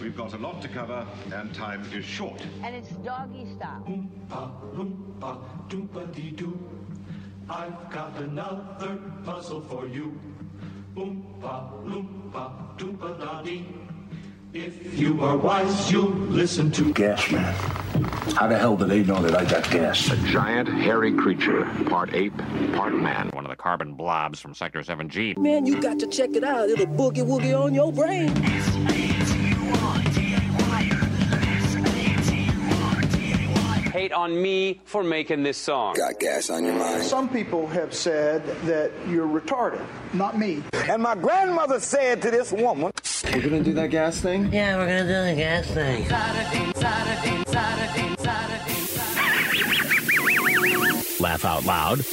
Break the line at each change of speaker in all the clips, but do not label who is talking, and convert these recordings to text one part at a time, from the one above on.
We've got a lot to cover, and time is short.
and it's doggy style.
Oompa, loompa, doompa-dee-doo. I've got another puzzle for you. Oompa, loompa, doompa-da-dee. If you are wise, you'll listen to
gas man. How the hell do they know that I got gas?
Giant, hairy creature, part ape, part man.
one of the carbon blobs from Sector 7G.
Man, you got to check it out. It'll boogie woogie on your brain.
hate on me for making this song.
Got gas on your mind.
Some people have said that you're retarded. Not me.
And my grandmother said to this woman, We're gonna do that gas thing?
Yeah, we're gonna do the gas thing.
Laugh out loud.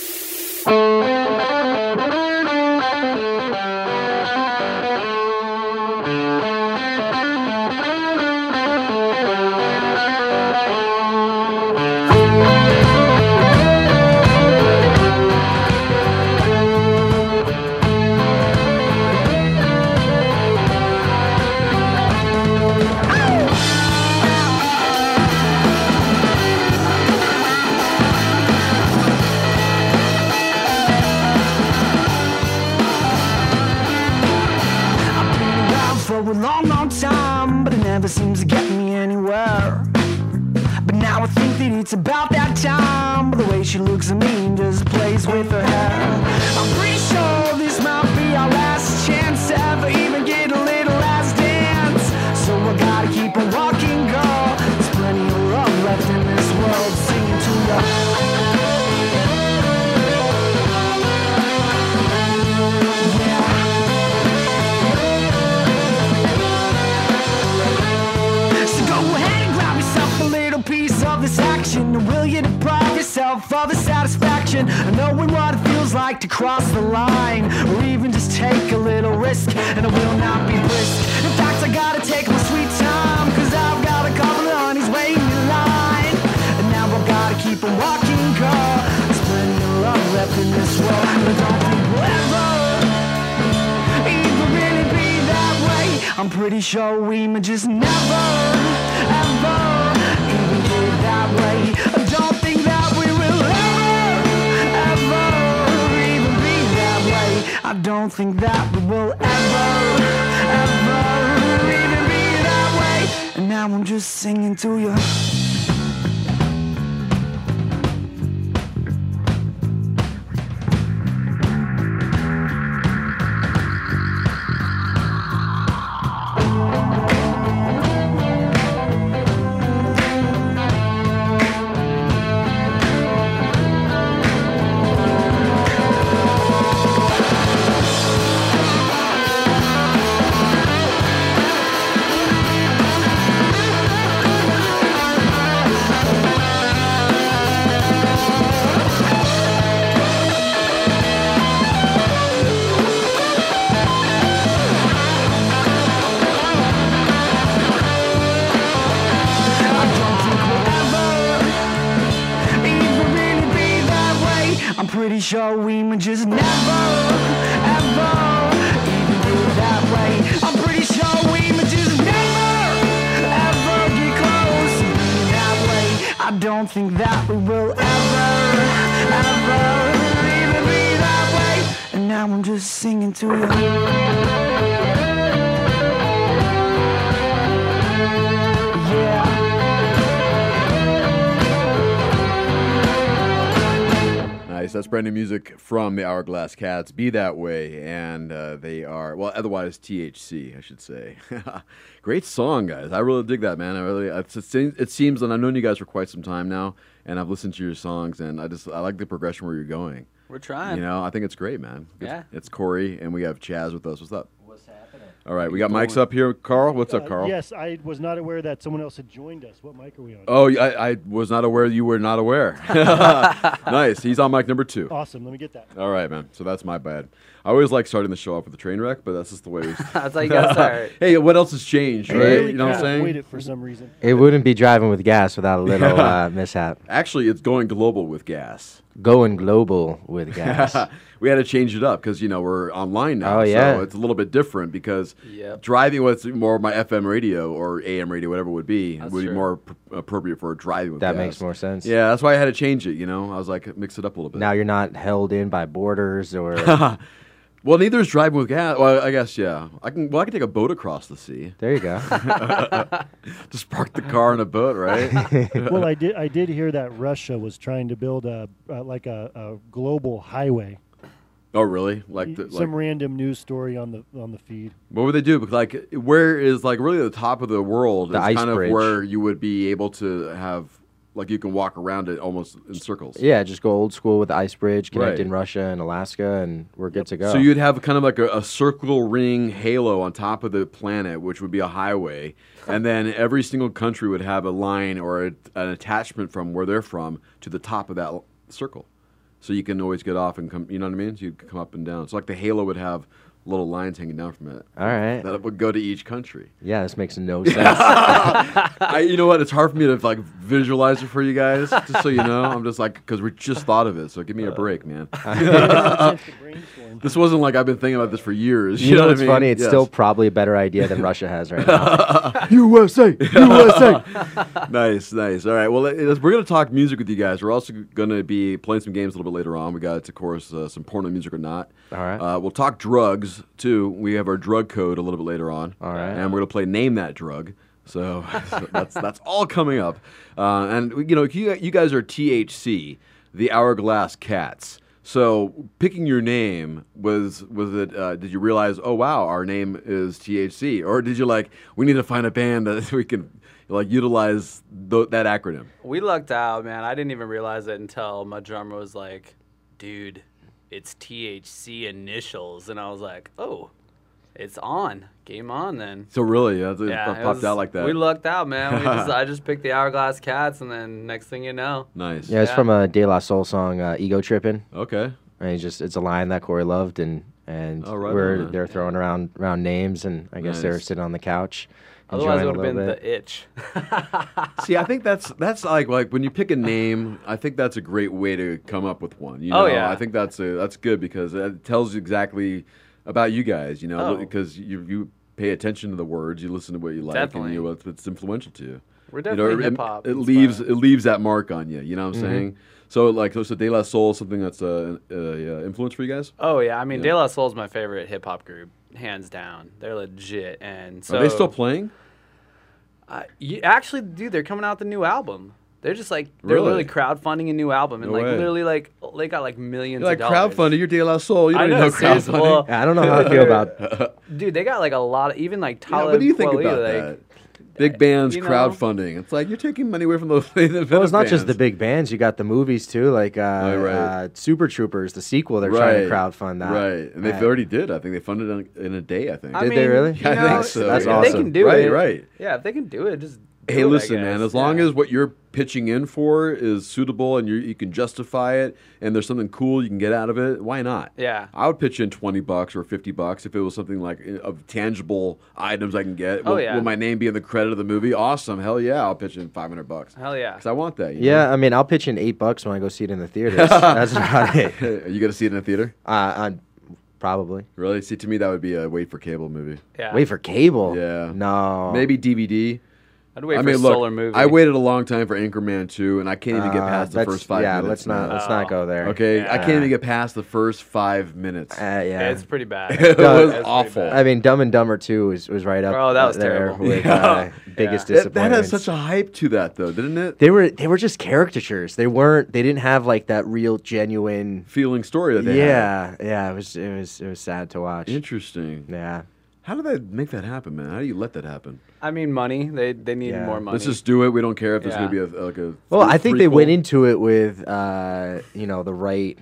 around for a long, long time, but it never seems to get me anywhere. But now I think that it's about that time. But the way she looks at me and just plays with her hair. I'm pretty sure this might be our last chance to ever even get a little last dance. So I gotta keep on walking, girl. There's plenty of love left in this world. Singing to ya. So go ahead and grab yourself a little piece of this action. And will you deprive yourself of the satisfaction of knowing what it feels like to cross the line? Or even just take a little risk, and I will not be brisk. In fact, I gotta take my sweet time, cause I've got a couple of honeys waiting in line. And now I gotta keep on walking, girl. There's plenty of love left in this world, but I don't think we'll ever even really be that way. I'm pretty sure we may just never, ever even get that way. I don't think that we will ever, ever even be that way. I don't think that we will ever, ever even be that way. And now I'm just singing to you. I don't think we'll ever even really be that way. I'm pretty sure we may just never, ever even be that way. I'm pretty sure we may just never, ever get close to being that way. I don't think that we will ever, ever even be that way. And now I'm just singing to you. Yeah.
Nice. that's brand new music from the Hourglass Cats. Be that way, and uh, they are well. Otherwise, THC, I should say. Great song, guys. I really dig that, man. I really. uh, It's, it seems, it seems, and I've known you guys for quite some time now, and I've listened to your songs, and I just I like the progression where you're going.
We're trying.
You know, I think it's great, man. It's,
Yeah.
It's Corey, and we have Chaz with us. What's up?
What's
happening? All right, we got mics up here. Carl, what's up,
Uh,
Carl?
Yes, I was not aware that someone else had joined us. What mic are we on?
Oh, I, I was not aware you were not aware. nice. He's on mic number two.
Awesome. Let me get that.
All right, man. So that's my bad. I always like starting the show off with a train wreck, but that's just the way we.
That's how you gotta start.
hey, what else has changed, right?
Really
you know what I'm
kinda
saying?
waited for some reason.
It wouldn't be driving with gas without a little
Yeah.
uh, mishap.
Actually, it's going global with gas.
Going global with gas.
we had to change it up because you know we're online now.
Oh, yeah.
so it's a little bit different because
Yep.
driving was more of my FM radio or AM radio, whatever it would be,
That's
would be
true.
more pr- appropriate for driving with
That
gas.
makes more sense.
Yeah, that's why I had to change it. You know, I was like mix it up a little bit.
now you're not held in by borders or.
well, neither is driving with gas. Well, I guess yeah. I can. Well, I can take a boat across the sea.
There you go.
Just park the car in a boat, right?
well, I did. I did hear that Russia was trying to build a uh, like a, a global highway.
oh, really? Like, the, like
some random news story on the on the feed.
what would they do? Because like, where is like really the top of the world?
The
is
ice
kind of
bridge.
where you would be able to have like you can walk around it almost in circles.
yeah, just go old school with the ice bridge, connect
Right.
in Russia and Alaska, and we're good to go.
So you'd have kind of like a, a circle ring halo on top of the planet, which would be a highway, and then every single country would have a line or a, an attachment from where they're from to the top of that l- circle. So you can always get off and come. You know what I mean? So you could come up and down. So like the halo would have little lines hanging down from it.
All right.
That would go to each country.
yeah, this makes no sense.
I, you know what? It's hard for me to like visualize it for you guys. Just so you know, I'm just like because we just thought of it. So give me a
Uh,
break, man. this wasn't like I've been thinking about this for years. You,
you know
what
what's
I mean?
funny? It's
Yes.
still probably a better idea than Russia has right now.
USA, USA. nice, nice. All right. Well, let- let's- we're going to talk music with you guys. We're also going to be playing some games a little bit later on. We got, of course, uh, some porno music or not. All right. Uh, we'll talk drugs too. We have our drug code a little bit later on. All right. And we're going to play name that drug. So, so that's that's all coming up. Uh, and you know, you, you guys are THC, the Hourglass Cats. So picking your name was was it? Uh, did you realize? Oh wow, our name is THC, or did you like? We need to find a band that we can like utilize th- that acronym.
We lucked out, man. I didn't even realize it until my drummer was like, dude, it's THC initials. And I was like, oh, it's on. Game on then.
So really, yeah, it pop-
it
popped
was-
out like that.
We lucked out, man. We just, I just picked the Hourglass Cats, and then next thing you know.
Nice.
yeah, it's from a De La Soul song, uh, "Ego Trippin'."
Okay.
And it's just it's a line that Corey loved, and and
Oh, right on,
we're
man.
they're throwing around around names, and I guess they were
Nice.
sitting on the couch.
Otherwise, it
enjoying a
would have been
little bit.
the itch.
See, I think that's that's like like when you pick a name, I think that's a great way to come up with one. You know,
Oh, yeah.
I think that's a, that's good because it tells you exactly about you guys. You know,
Oh.
because you you pay attention to the words, you listen to what you like,
Definitely.
and you know what's what's influential to you.
We're
You know,
definitely
it- it-
hip-hop
It, leaves it leaves that mark on you. You know what I'm
Mhm.
saying? So like, so De La Soul, something that's a, uh yeah, influence for you guys.
oh, yeah. I mean,
Yeah.
De La Soul's my favorite hip hop group, hands down. They're legit. And so
Are they still playing?
Uh, you, actually, dude, they're coming out with a new album. They're just like they're literally
Really?
crowdfunding a new album, and
No
like
way.
literally like they got like 1000000s
You're like
of dollars.
crowdfunding. You're De La Soul. You
I
don't
know,
even know
seriously,
crowdfunding.
well-
Yeah, I don't know how I feel about
Dude, they got like a lot of even like
Yeah,
Tyler.
what do you think
Kweli,
about
like,
that? Big bands
you know?
crowdfunding. It's like you're taking money away from those. the
Well, it's not just the big bands. You got the movies too, like uh,
right.
uh, Super Troopers, the sequel. They're trying to crowdfund that.
Right, and they've already did. I think they funded it in a day. I think.
I Did they mean, really? you
Yeah, I
know,
think so.
That's
If
yeah.
They can do
right,
it.
Right.
Yeah, if they can do it, just. do
Hey,
it, I
listen, man.
guess.
As long as what you're pitching in for is suitable and you you can justify it, and there's something cool you can get out of it, why not?
Yeah.
I would pitch in twenty bucks or fifty bucks if it was something like uh, of tangible items I can get.
Oh,
will,
yeah.
will my name be in the credit of the movie? Awesome. Hell yeah, I'll pitch in five hundred bucks.
Hell yeah.
Because I want that. you know?
Yeah, I mean, I'll pitch in eight bucks when I go see it in the theaters. That's about it.
Are you gonna see it in a theater?
Uh, i probably.
Really? See, to me that would be a wait for cable movie.
Yeah.
Wait for cable.
Yeah.
No.
Maybe DVD.
I'd wait
I
for
mean,
a
look,
solar movie.
I waited a long time for Anchorman 2, and I can't even get
Uh,
past the
let's-
first five
yeah,
minutes.
let's not- let's not go there.
Okay, I
Yeah. Uh,
can't even get past the first five minutes.
yeah.
It's pretty bad.
it
Dumb-
was
pretty
awful.
I mean, Dumb and Dumber Two was, was right up.
Oh, that was
there
terrible.
With,
Yeah.
uh, biggest
That-
disappointment.
That had such a hype to that, though, didn't it?
they were they were just caricatures. They weren't. They didn't have like that real genuine
feeling story that they
yeah, yeah. It was it was it was sad to watch.
Interesting.
Yeah.
How did that make that happen, man? How do you let that happen?
I mean, money. They they needed
Yeah.
more money.
Let's just do it. We don't care if there's
Yeah.
going to be a, like a.
Well, I think they
prequel.
went into it with uh, you know the right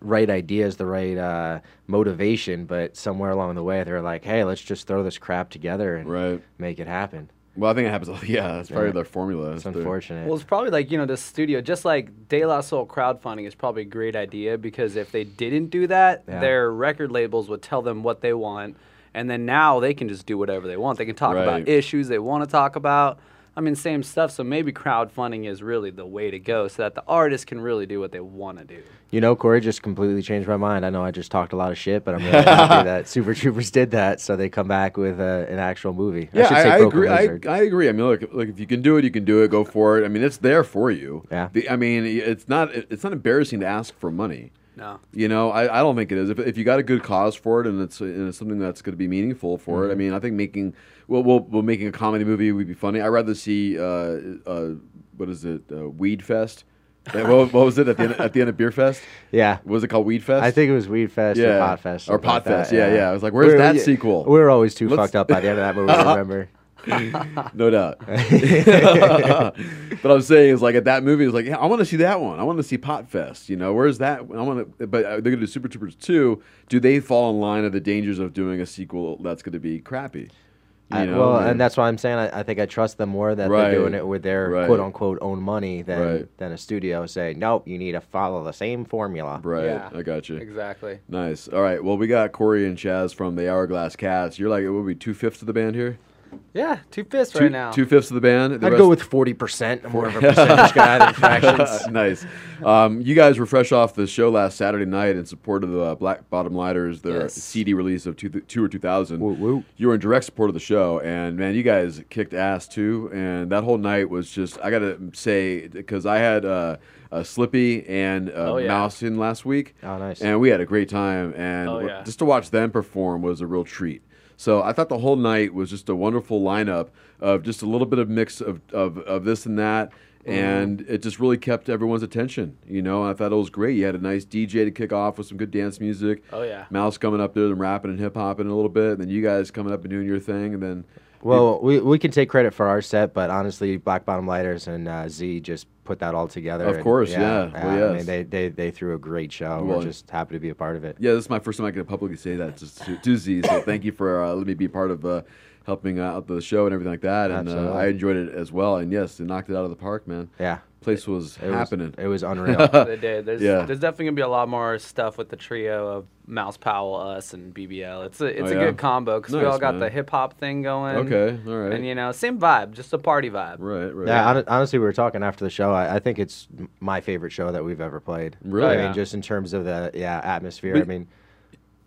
right ideas, the right uh, motivation, but somewhere along the way they were like, hey, let's just throw this crap together and make it happen.
Well, I think it happens. Yeah, that's probably
Yeah.
their formula.
It's
It's their-
unfortunate.
Well, it's probably like you know the studio, just like De La Soul crowdfunding is probably a great idea because if they didn't do that,
Yeah.
their record labels would tell them what they want, and then now they can just do whatever they want. They can talk
Right.
about issues they want to talk about. I mean, same stuff. So maybe crowdfunding is really the way to go, so that the artists can really do what they want to do.
You know, Corey just completely changed my mind. I know I just talked a lot of shit, but I'm really happy that Super Troopers did that, so they come back with uh, an actual movie.
Yeah,
I should
I,
say
I
Broken
agree. I,
Lizard.
I agree. I mean, look, look, if you can do it, you can do it. Go for it. I mean, it's there for you.
Yeah.
The, I mean, it's not it's not embarrassing to ask for money.
No.
You know, I, I don't think it is. If, if you got a good cause for it and it's and it's something that's going to be meaningful for it, I
Mhm.
mean, I think making well, well, well, making a comedy movie would be funny. I'd rather see uh, uh, what is it, uh, Weed Fest. That- what, what was it at the end, at the end of Beer Fest?
Yeah.
was it called Weed Fest?
I think it was Weed Fest
Yeah.
or Pot Fest.
Or
something like
Pot Fest,
that,
yeah, yeah. I was like, where's
We were-
that
yeah,
sequel?
We were always too
Let's-
fucked up by the end of that movie, I remember.
no doubt. but I'm saying is like at that movie, it's like, yeah, I want to see that one. I want to see Pot Fest. You know, where's that? I want to. But uh, they're going to do Super Troopers two. Do they fall in line of the dangers of doing a sequel that's going to be crappy? You
I-
know,
well,
or-
and that's why I'm saying I, I think I trust them more that
Right.
they're doing it with their
Right.
quote unquote own money than,
Right.
than a studio saying, nope, you need to follow the same formula.
right.
Yeah.
I got you.
Exactly.
Nice. All right. Well, we got Corey and Chaz from the Hourglass Cats. You're like, it would be two fifths of the band here.
Yeah, two fists
two,
right now.
Two fifths of the band. The
I'd
rest-
go with 40%. I'm more of a percentage guy than fractions.
nice. Um, you guys were fresh off the show last Saturday night in support of the uh, Black Bottom Lighters, their
Yes.
CD release of two, two or 2000. You were in direct support of the show, and man, you guys kicked ass too. And that whole night was just, I got to say, because I had uh, a Slippy and a
Oh, yeah.
Mouse in last week.
Oh, nice.
And we had a great time, and
Oh,
w-
yeah.
just to watch them perform was a real treat. So I thought the whole night was just a wonderful lineup of just a little bit of mix of, of, of this and that,
Mm-hmm.
and it just really kept everyone's attention. You know, I thought it was great. You had a nice DJ to kick off with some good dance music.
Oh, yeah.
Mouse coming up there and rapping and hip hopping a little bit, and then you guys coming up and doing your thing, and then
Well, we, we can take credit for our set, but honestly, Black Bottom Lighters and uh, Z just put that all together.
Of
and
course, yeah. Well,
I
yes.
mean, they, they, they threw a great show.
Well,
We're just happy to be a part of it.
Yeah, this is my first time I can publicly say that to, to, to Z. So thank you for uh, letting me be part of uh, helping out the show and everything like that. And uh,
Absolutely.
I enjoyed it as well. And yes, they knocked it out of the park, man.
Yeah,
place was
it was-
happening.
it was unreal.
they did. There's,
yeah.
there's definitely gonna be a lot more stuff with the trio of Mouse Powell, us, and BBL. It's a it's
Oh,
a
yeah?
good combo because we
Nice,
all got
man.
the hip hop thing going.
Okay, all right.
And you know, same vibe, just a party vibe.
Right, right.
Yeah, hon- honestly, we were talking after the show. I, I think it's m- my favorite show that we've ever played.
Really?
I
Yeah.
mean, just in terms of the yeah atmosphere. I
But-
mean,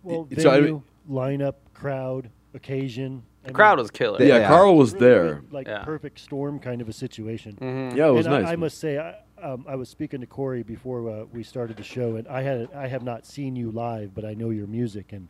Well,
Y- so I-
venue, lineup, crowd, occasion. I mean,
crowd was killer.
Yeah, Carl was
really,
there. Mm-hmm.
really, Like perfect storm kind of a situation.
Yeah, it was
And I-
nice,
I,
man.
must say, I, um, I was speaking to Corey before uh, we started the show, and I had I have not seen you live, but I know your music, and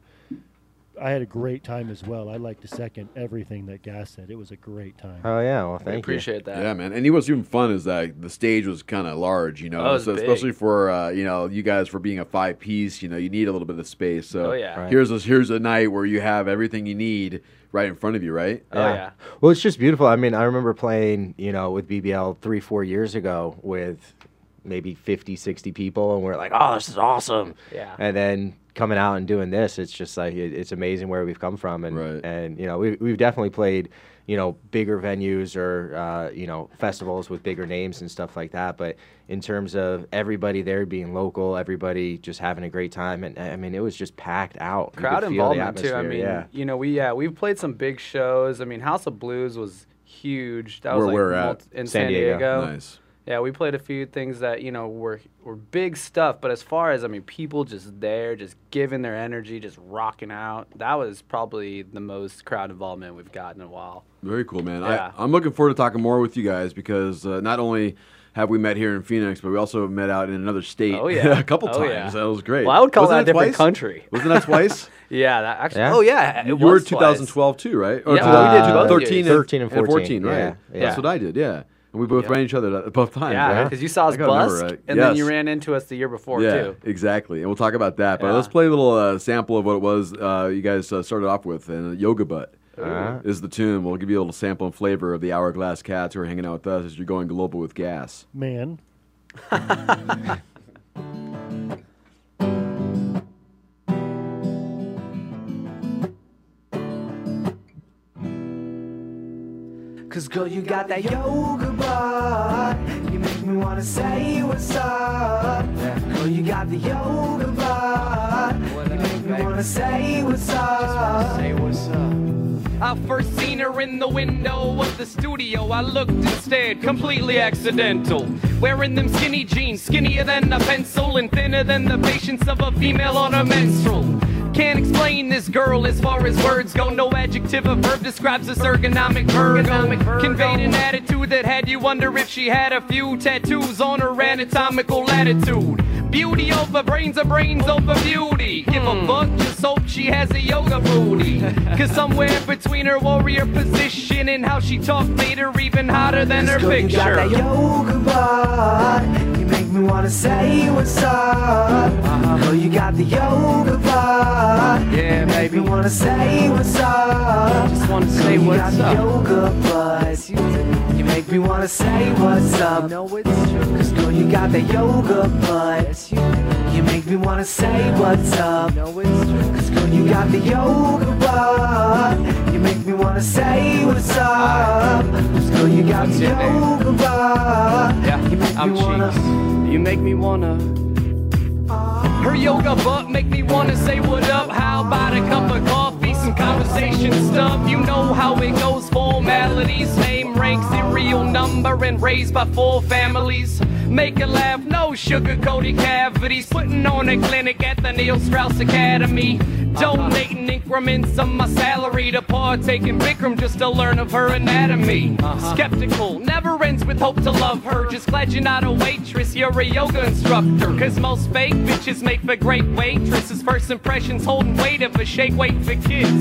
I had a great time as well. I like to second everything that Gas said. It was a great time.
oh yeah, well, thank
appreciate that.
Yeah, man. And it was even fun is that the stage was kind of large, you know,
Oh, it was
so
big.
especially for uh, you know you guys for being a five piece, you know, you need a little bit of space. So
Oh, yeah. Right.
here's a, here's a night where you have everything you need right in front of you, right?
Oh,
you. Well, it's just beautiful. I mean, I remember playing you know with BBL three four years ago with maybe 50, 60 people, and we're like, oh, this is awesome.
Yeah.
And then coming out and doing this, it's just like it, it's amazing where we've come from, and and you know we we've definitely played you know bigger venues or uh, you know festivals with bigger names and stuff like that. But in terms of everybody there being local, everybody just having a great time, and I mean it was just packed out. You could
crowd
feel the
involvement too. I
atmosphere,
mean,
yeah.
you know, we yeah, we played some big shows. I mean, House of Blues was huge. That was
Where
like
we're at.
multi- in
San
San
Diego.
Diego.
Nice.
Yeah, we played a few things that you know were were big stuff, but as far as I mean, people just there, just giving their energy, just rocking out. That was probably the most crowd involvement we've gotten in a while.
Very cool, man.
Yeah.
I, I'm looking forward to talking more with you guys because uh, not only have we met here in Phoenix, but we also have met out in another state
Oh yeah,
a couple
Oh,
times.
yeah.
That was great.
Well, I would call
Wasn't
that a different
twice?
country.
Wasn't that twice?
yeah, that actually. Oh yeah, it
you
was
were
twice.
2012 too, right?
Yeah,
two-
we did both
13
years.
and
13 and 14,
right?
yeah, yeah.
That's what I did. Yeah, and we both
Yeah.
ran each other at- both times.
Yeah,
right?
because you saw us
I got a
bust,
number right.
and then you
Yes.
ran into us the year before
yeah,
too.
exactly. And we'll talk about that. But
Yeah.
let's play a little uh, sample of what it was uh, you guys uh, started off with. And uh, Yoga Butt
Ooh.
is the tune. We'll give you a little sample and flavor of the Hourglass Cats who are hanging out with us as you're going global with gas.
man.
Cause girl, you got that yoga butt. You make me wanna say what's up. Girl, you got the yoga butt. You make me wanna say what's up. Say what's up.
I first seen her in the window of the studio. I looked and stared, completely accidental. Wearing them skinny jeans, skinnier than a pencil and thinner than the patience of a female on a menstrual. Can't explain this girl as far as words go. No adjective or verb describes this ergonomic Virgo. Conveyed an attitude that had you wonder if she had a few tattoos on her anatomical latitude. Beauty over brains or brains over beauty. Give a
Hmm.
fuck, just hope she has a yoga booty. Cause somewhere between her warrior position and how she talked made her even hotter than her
Girl, You got
picture.
that yoga butt. You make me wanna say what's up. Girl, you got the yoga butt. Yeah, baby. Make me wanna say what's up. Just wanna say Girl, what's you got up. The yoga butt. You- You make me wanna say what's up. No, it's true. Cause girl, you got that yoga butt. You make me wanna say what's up. No, it's true. Cause girl, you got the yoga butt. You make me wanna say what's up. Cause girl, you got the yoga butt.
Yeah, I'm cheeks. You make me wanna. Her yoga butt make me wanna say what up. How about a cup of coffee, some conversation stuff? You know how it goes. Formalities, name, rank, serial number, and raised by four families. Make her laugh, no sugar coated cavities. Putting on a clinic at the Neil Strauss Academy. Donating increments of my salary to partake in Bikram just to learn of her anatomy. Skeptical, never ends with hope to love her. Just glad you're not a waitress, you're a yoga instructor. Cause most fake bitches make for great waitresses. First impressions holding weight of a shake weight for kids.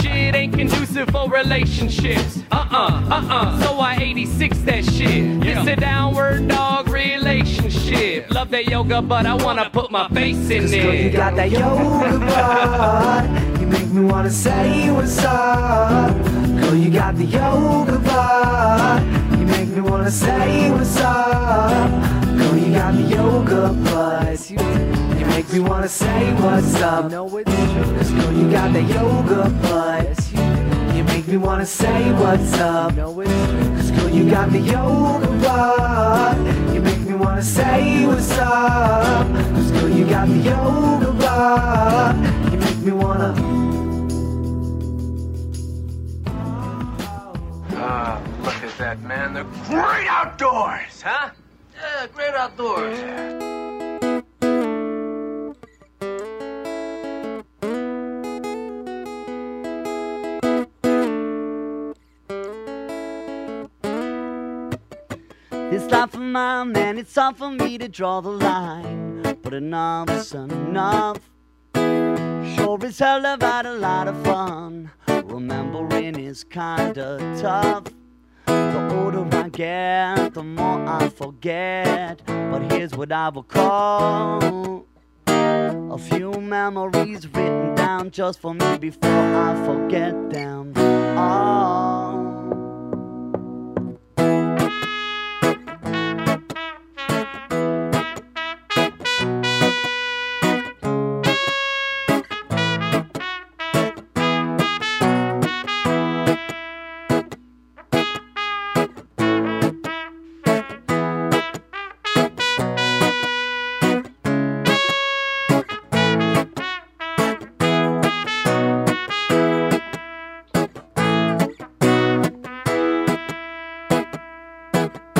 Shit ain't conducive for relationships. Uh uh, uh uh. So I 86 that shit. It's a downward dog relationship. Love that yoga, but I wanna put my face in
Cause girl, you
it.
got that yoga butt. You make me wanna say what's up. Girl, you got the yoga butt. You make me wanna say what's up. Girl, you got the yoga butt. You make me wanna say what's up. Cause girl, you got that yoga butt. You make me wanna say what's up. Cause girl, you got the yoga butt. You make me wanna say what's up. Cause girl, you got the yoga butt. You make me wanna.
Ah, look at that, man. The great outdoors, huh? Yeah, great outdoors.
This life of mine, man, it's hard for me to draw the line. But enough is enough. Sure as hell have had a lot of fun. Remembering is kinda tough. The older I get, the more I forget. But here's what I will call a few memories written down just for me before I forget them all.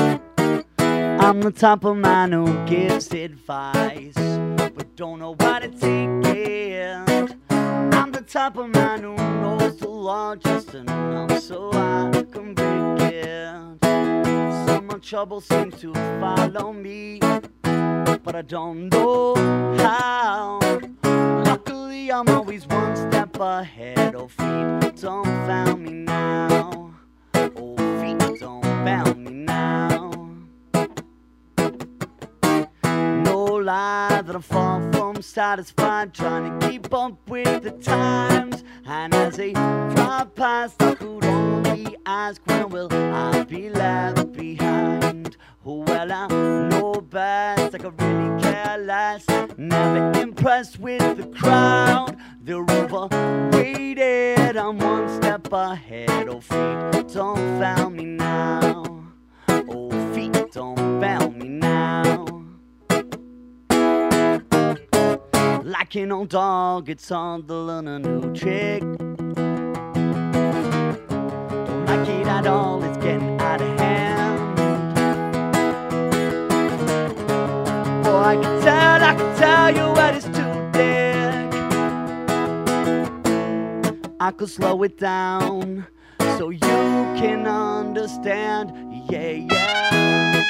I'm the type of man who gives advice, but don't know what to take it. I'm the type of man who knows the law just enough so I can break it. So much trouble seems to follow me, but I don't know how. Luckily, I'm always one step ahead. Oh, feet don't found me now. Oh, feet don't found me now. No lie that I fall from satisfied, trying to keep up with the times. And as they drive past, I could only ask when will I be left behind? Oh, well, I know best, I could really care less. Never impressed with the crowd, they're overrated. I'm one step ahead. Oh, feet don't found me now. Oh, feet don't found me now. Like an old dog, it's on the learn a new trick. Don't like it at all, it's getting out of hand. Boy, Oh, I can tell, I can tell you what is too thick. I could slow it down so you can understand. Yeah, yeah.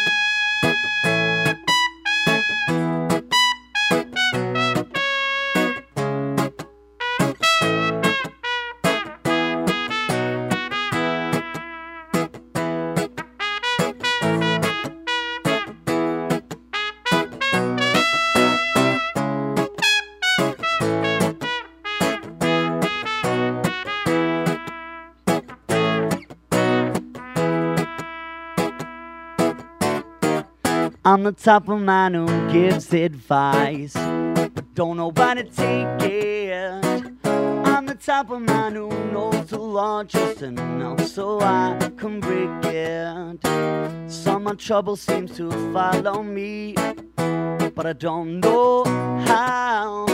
I'm the type of man who gives advice, but don't know when to take it. I'm the type of man who knows the law just enough so I can break it. Some of trouble seems to follow me, but I don't know how.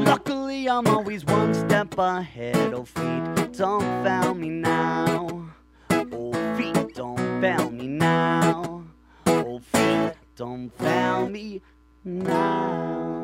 Luckily, I'm always one step ahead. Oh, feet don't fail me now. Oh, feet don't fail me now. Oh, feet don't fail me now.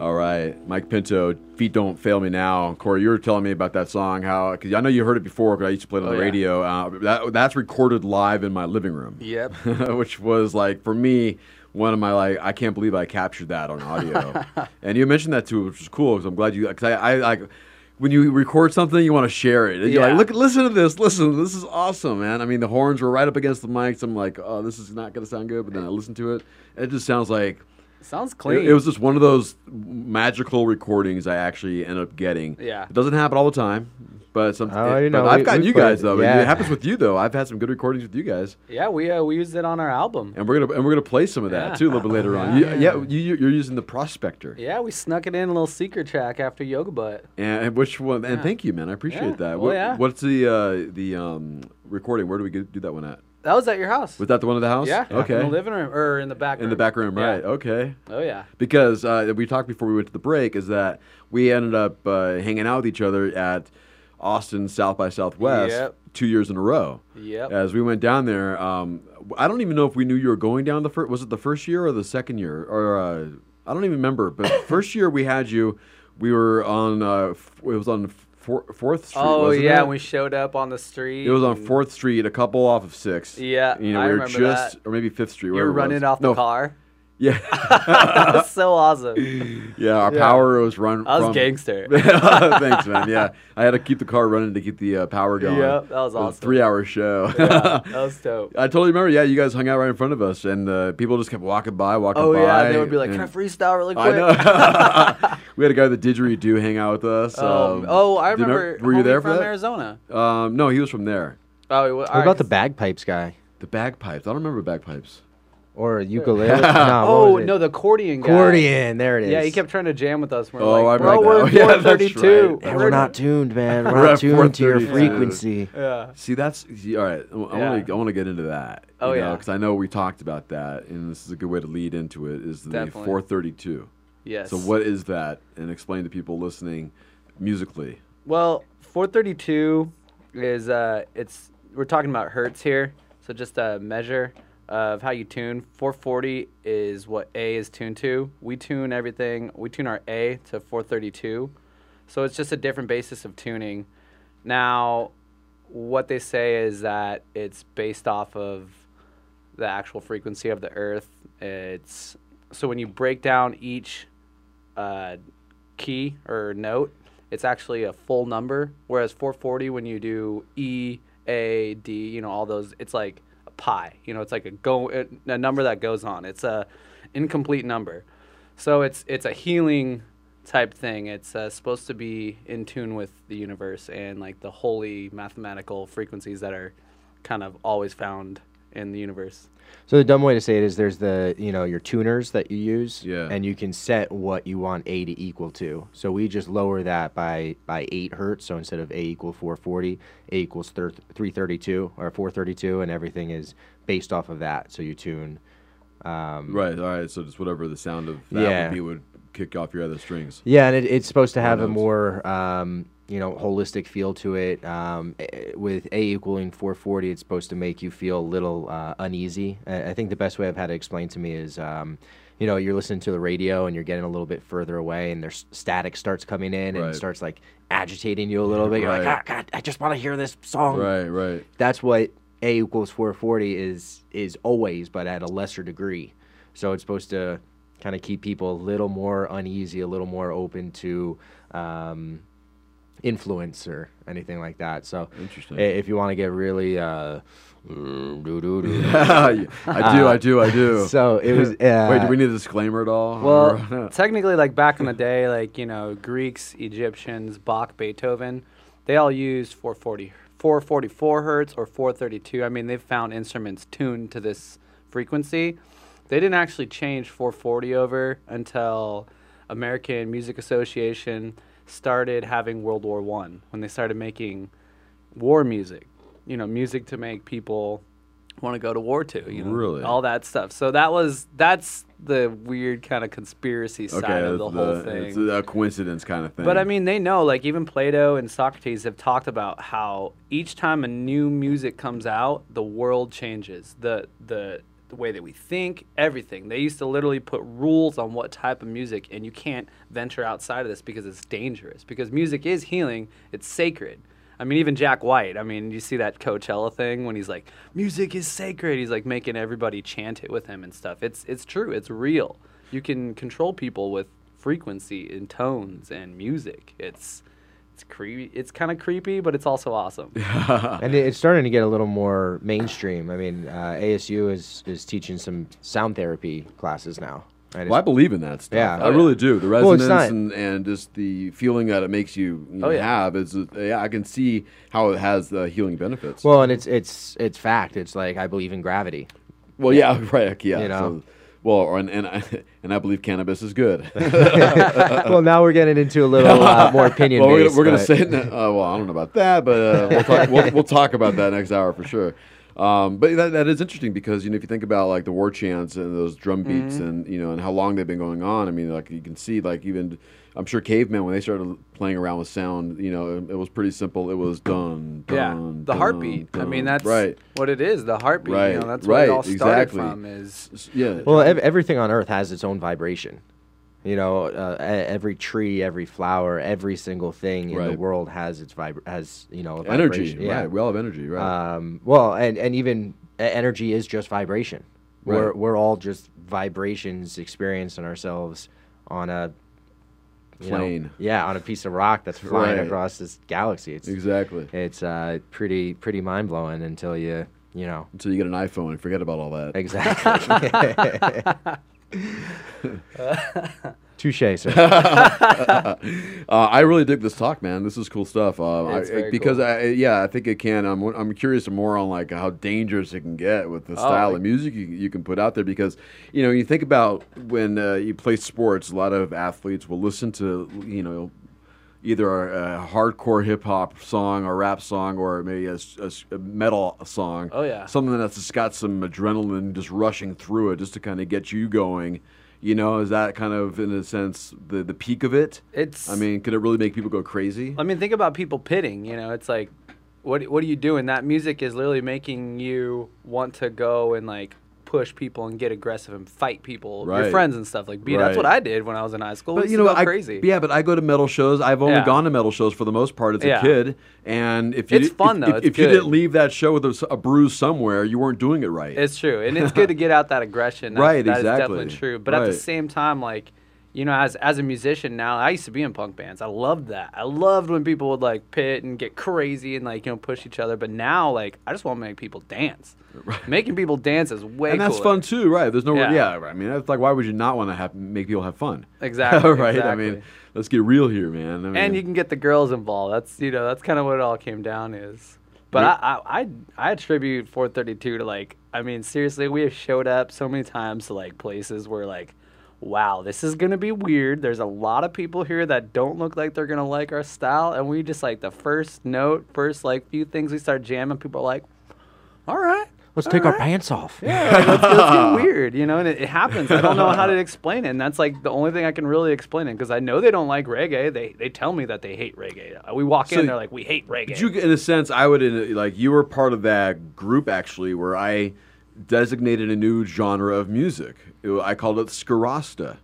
All right, Mike Pinto, "Feet Don't Fail Me Now." Corey, you were telling me about that song, how because I know you heard it before because I used to play it on
Oh,
the
yeah.
radio. Uh, that that's recorded live in my living room.
Yep.
which was like for me one of my like I can't believe I captured that on audio. and you mentioned that too, which was cool because I'm glad you because I, I like when you record something you want to share it. And You're
Yeah.
like, look, listen to this, listen, this is awesome, man. I mean, the horns were right up against the mics. I'm like, oh, this is not gonna sound good, but then I listen to it, and it just sounds like.
Sounds
it-
clean.
It, was just one of those magical recordings I actually end up getting.
Yeah.
It doesn't happen all the time, but sometimes.
Oh, you know,
I've
we-
gotten
we
you
played-
guys though. but
yeah.
It happens with you though. I've had some good recordings with you guys.
Yeah, we uh, we used it on our album.
And we're gonna and we're gonna play some of that
Yeah. Oh,
too a little bit later on. You-
Yeah.
Yeah, you, you- you're using the prospector,
Yeah, we snuck it in a little secret track after Yoga Butt.
and, and which one? And
Yeah.
thank you, man. I appreciate
Yeah.
that.
Well,
What-
yeah.
What's the uh, the um, recording? Where do we get, do that one at?
That was at your house.
Was that the one at the house?
Yeah.
Okay.
In the living room or in the back room.
In the back room,
Yeah.
right? Okay.
Oh yeah.
Because uh, we talked before we went to the break is that we ended up uh, hanging out with each other at Austin South by Southwest
Yep.
two years in a row.
Yep.
As we went down there, um, I don't even know if we knew you were going down the first. Was it the first year or the second year? Or uh, I don't even remember. But first year we had you, we were on. Uh, f- it was on four, Fourth Street.
oh
wasn't
yeah,
it?
we showed up on the street.
It was on
and
Fourth Street, a couple off of Sixth.
Yeah,
you know,
I
we were
remember
just,
that.
or maybe Fifth Street.
You
wherever
were
it was.
running off the
No,
car. that
Yeah,
was so awesome.
yeah. Our
Yeah.
power was run.
I was
from-
gangster.
Thanks, man. Yeah, I had to keep the car running to get the uh, power going.
Yeah, that was
It
awesome.
a three-hour show.
Yeah, that was dope.
I totally remember. Yeah, you guys hung out right in front of us, and uh, people just kept walking by, walking
Oh
by.
yeah, they would be like,
and-
"Can I freestyle really quick?"
I know. we had a guy with the didgeridoo hang out with us.
Oh,
um,
oh, I
do you
remember
Were you
homie
there for
from
that?
Arizona.
Um, no, he was from there.
Oh, well,
What about the bagpipes guy?
The bagpipes. I don't remember bagpipes.
Or ukulele? no, what
oh
was it?
no, the accordion. guy.
Accordion, there it
Yeah,
is.
he kept trying to jam with us. We're
Oh, I
like,
remember
bro,
that.
we're
Oh, yeah, that's
432.
right.
And we're not tuned, man. We're
We're
not
at
tuned to your
432.
frequency.
Yeah.
See, that's see, all right. I want
Yeah.
to I want to get into that.
Oh, yeah.
because I know we talked about that, and this is a good way to lead into it. Is the
Definitely.
432?
Yes.
So what is that? And explain to people listening, musically.
Well, 432 is uh, it's we're talking about hertz here, so just a measure. of how you tune. 440 is what A is tuned to. We tune everything. We tune our A to 432. So it's just a different basis of tuning. Now, what they say is that it's based off of the actual frequency of the earth. It's so when you break down each uh, key or note, it's actually a full number. Whereas 440, when you do E, A, D, you know, all those, it's like a pi. You know, it's like a go a number that goes on. It's a incomplete number. So it's it's a healing type thing. It's uh, supposed to be in tune with the universe and like the holy mathematical frequencies that are kind of always found in the universe.
So the dumb way to say it is there's the you know your tuners that you use, and you can set what you want A to equal to. So we just lower that by by eight hertz. So instead of A equal 440, A equals thir- 332 or 432, and everything is based off of that. So you tune. Um,
Right. All right. So just whatever the sound of that
Yeah.
would be would kick off your other strings.
Yeah, and it, it's supposed to have a
Who knows?
more um, you know holistic feel to it. Um, eh, with A equaling 440, it's supposed to make you feel a little uh, uneasy. I, I think the best way I've had it explained to me is. Um, you know, you're listening to the radio and you're getting a little bit further away, and there's static starts coming in and
Right.
it starts like agitating you a little bit. You're like,
Right.
ah, God, I just want to hear this song.
Right, right.
That's what A equals 440 is is always, but at a lesser degree. So it's supposed to kind of keep people a little more uneasy, a little more open to um, influence or anything like that. So
Interesting.
i- if you want to get really uh,
I do, I do, I do.
So it was. Uh,
Wait, do we need a disclaimer at all?
Well, technically, like back in the day, like you know, Greeks, Egyptians, Bach, Beethoven, they all used 440, 444 hertz or 432. I mean, they've found instruments tuned to this frequency. They didn't actually change 440 over until American Music Association started having World War One when they started making war music. You know, music to make people want to go to war to. You know,
Really?
all that stuff. So that was that's the weird kind of conspiracy side of the, whole
that's
thing.
It's a coincidence kind of thing.
But I mean, they know. Like even Plato and Socrates have talked about how each time a new music comes out, the world changes. The the the way that we think, everything. They used to literally put rules on what type of music, and you can't venture outside of this because it's dangerous. Because music is healing; it's sacred. I mean, even Jack White. I mean, you see that Coachella thing when he's like, "Music is sacred." He's like making everybody chant it with him and stuff. It's it's true. It's real. You can control people with frequency and tones and music. It's it's creepy. It's kind of creepy, but it's also awesome.
and it- it's starting to get a little more mainstream. I mean, uh, ASU is is teaching some sound therapy classes now. Right?
Well, I believe in that stuff.
Yeah,
I really do. The
Well, it's
resonance
not-
and, and just the feeling that it makes you, you know,
Oh, yeah.
have is, uh, yeah, I can see how it has the healing benefits.
Well, and it's it's it's fact. It's like I believe in gravity.
Well, yeah, right, yeah.
You know?
so- well, or- and and I, and I believe cannabis is good.
well, now we're getting into a little uh, more opinion.
Well, we're, gonna-
based,
we're gonna
but-
say it. Uh, well, I don't know about that, but uh, we'll, talk, we'll, we'll talk about that next hour for sure. Um, but that, that is interesting because you know if you think about like the war chants and those drum
Mm-hmm.
beats
Mhm.
and you know and how long they've been going on. I mean, like you can see like even I'm sure cavemen when they started playing around with sound, you know, it, it was pretty simple. It was dun, dun
yeah, the
dun,
heartbeat. I mean,
dun.
that's
right,
what it is. The heartbeat.
right,
You know, that's
right,
where it all started
exactly.
from. Is
S- yeah.
Well, ev- everything on Earth has its own vibration. You know, uh, e- every tree, every flower, every single thing in the
Right.
world has its vib- has you know a
Energy,
vibration. Yeah.
right, we all have energy, right.
Um, well, and and even e- energy is just vibration. We're
Right.
we're all just vibrations experiencing ourselves on a you know,
Plane.
yeah, on a piece of rock that's flying
Right.
across this galaxy. It's
exactly.
It's uh, pretty pretty mind blowing until you you know
until you get an iPhone and forget about all that.
Exactly. Touche, sir.
uh, I really dig this talk, man. This is cool stuff. Uh, I,
It's very
because
cool.
I, yeah, I think it can. I'm, I'm curious more on like how dangerous it can get with the
Oh,
style
like-
of music you, you can put out there. Because you know, you think about when uh, you play sports, a lot of athletes will listen to you know either a, a hardcore hip hop song or rap song or maybe a, s- a s- a metal song.
Oh, yeah.
something that's just got some adrenaline just rushing through it, just to kind of get you going. You know, is that kind of in a sense the the peak of it?
It's-
I mean, could it really make people go crazy?
I mean, think about people pitting. You know, it's like, what what are you doing? That music is literally making you want to go and like push people and get aggressive and fight people, your
Right.
friends and stuff like. B, that's
Right.
what I did when I was in high school.
But
we used
you know,
to go
I,
crazy.
yeah, but I go to metal shows. I've only
Yeah.
gone to metal shows for the most part as a
Yeah.
kid. And if you
It's
di-
fun,
if,
though.
if,
It's
if you
good.
didn't leave that show with a, s- a bruise somewhere, you weren't doing it right.
It's true, and it's good to get out that aggression. That's,
Right,
that is
exactly.
definitely true. But at the
Right.
same time, like you know, as as a musician now, I used to be in punk bands. I loved that. I loved when people would like pit and get crazy and like you know push each other. But now, like I just want to make people dance. Making people dance is way.
and that's
cooler.
fun too, right? There's no, yeah.
Yeah.
I mean, that's like, why would you not want to have make people have fun?
Exactly,
right. I
exactly.
mean, let's get real here, man. I mean,
and you can get the girls involved. That's you know that's kind of what it all came down is. But
Yeah.
I, I I I attribute 432 to like I mean seriously we have showed up so many times to like places where like wow this is gonna be weird. There's a lot of people here that don't look like they're gonna like our style, and we just like the first note, first like few things we start jamming, people are like, all right.
Let's
all
take our
right."
pants off.
Yeah, like, that's, that's weird, you know, and it, it happens. I don't know how to explain it, and that's like the only thing I can really explain it because I know they don't like reggae. They they tell me that they hate reggae. We walk
So
in, they're like, we hate reggae.
But you, in a sense, I would in, like you were part of that group actually, where I designated a new genre of music. It wa- I called it scarasta.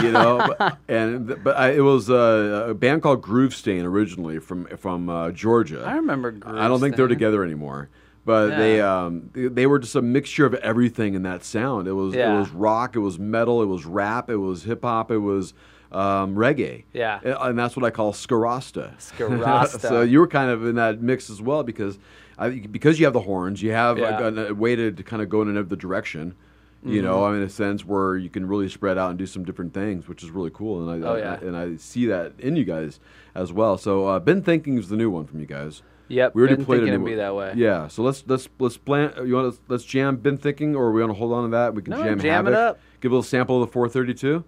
you know, but, and th- but I, it was uh, a band called Groove Stain originally from from uh, Georgia.
I remember.
I don't think they're
Groove Stain.
together anymore. But
Yeah.
they um, they- they were just a mixture of everything in that sound. It was it
Yeah.
was rock, it was metal, it was rap, it was hip hop, it was um, reggae.
Yeah.
and, and that's what I call scarasta.
Scarasta.
so you were kind of in that mix as well because I, because you have the horns, you have like,
Yeah.
a, a way to, to kind of go in another direction. You know,
Mhm.
I mean, in a sense where you can really spread out and do some different things, which is really cool. And I,
Oh,
I-
yeah.
and I see that in you guys as well. So uh, Ben Thinking is the new one from you guys.
Yep,
we already
Been
played
Thinking
a
would
new
be
one.
that way.
Yeah, so let's let's let's plan. You want to let's jam Ben Thinking, or we want to hold on to that? We can
No,
jam,
jam it
Havoc.
up.
Give a little sample of the 432.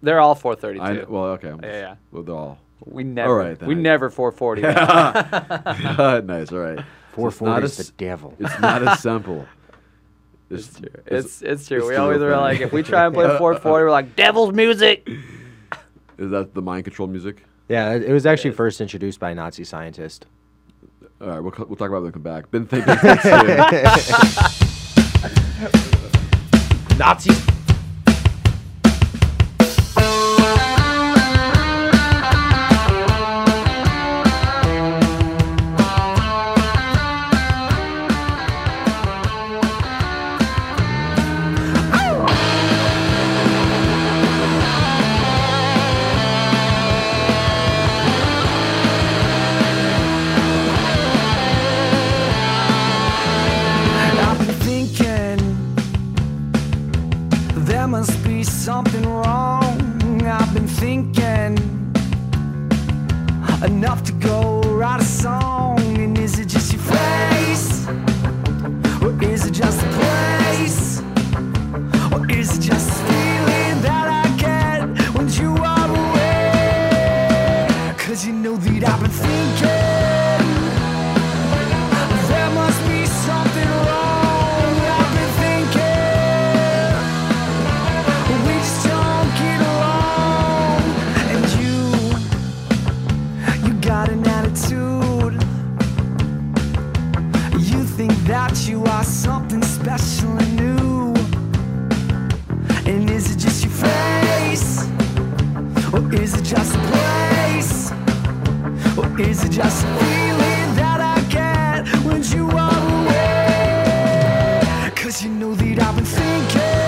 They're all
I kn-
432.
well, okay.
Yeah, yeah.
Well, they're all.
We
All
never-
right, then.
we never 440.
nice. All right. So it's
440
not
is
as-
the devil.
It's not as simple. It's, it's true.
It's it's true. we
the
always
real
were
thing.
like, if we try and play 440, we're like, devil's music.
Is that the mind control music?
Yeah, it it was actually first introduced by a Nazi scientist.
All right, we'll, co- we'll talk about it when we come back. Been thinking. soon.
Nazi.
I've been thinking there must be something wrong. I've been thinking enough to go write a song. And is it just your face? Or is it just a place? Or is it just a feeling that I get when you are away? Cause you know that I've been thinking. There must be something wrong. I've been thinking we just don't get along. And you, you got an attitude. You think that you are something special and new. And is it just your face, or is it just a place? Or is it just a feeling that I get when you are away? Cause you know that I've been thinking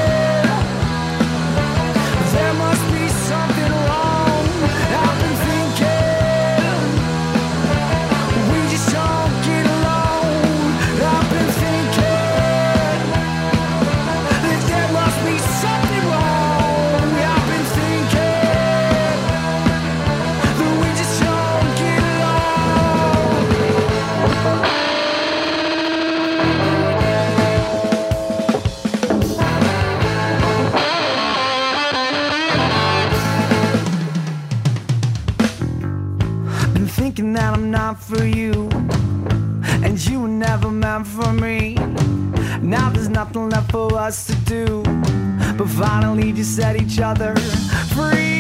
There must be something wrong I've been thinking We just don't get along I've been thinking That there must be something wrong I've been thinking that we just don't get Been thinking that I'm not for you, and you were never meant for me. Now there's nothing left for us to do, but finally just set each other free.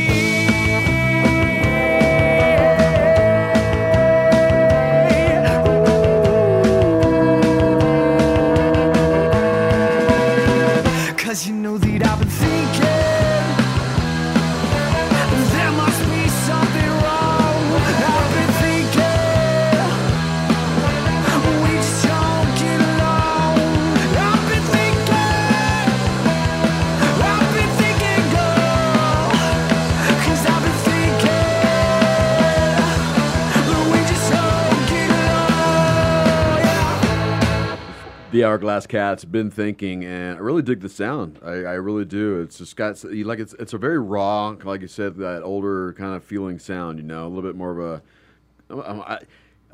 the Hourglass Cats. Been thinking, and I really dig the sound. I, I really do. It's just got you like it's it's a very raw, like you said, that older kind of feeling sound. You know, a little bit more of a. I'm- I'm- I,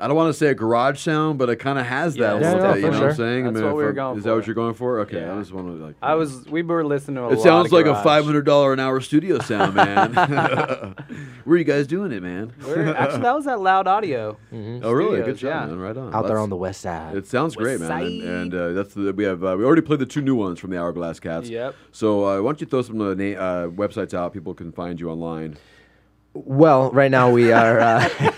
I don't want to say a garage sound, but it kind of has that.
Yeah,
a
yeah,
little
no,
bit, you
for
know what I'm
sure.
saying?
That's
I mean,
what
if
we were
I'm-
going
Is that
for.
what you're going for? Okay,
Yeah.
I just want to like.
I was. We were listening to a lot.
It
of
sounds like a
garage.
five hundred dollar an hour studio sound, man. Where are you guys doing it, man?
We're- Actually, that was that loud audio.
Mm-hmm.
Oh, really? Good
Studios,
job,
yeah.
man. Right on.
Out there
That's-
on the west
Uh,
side.
It sounds great, man. And, and uh, that's the, we have uh, we already played the two new ones from the Hourglass Cats.
Yep.
So uh, why don't you throw some of the na- uh, websites out? People can find you online.
Well, right now we are.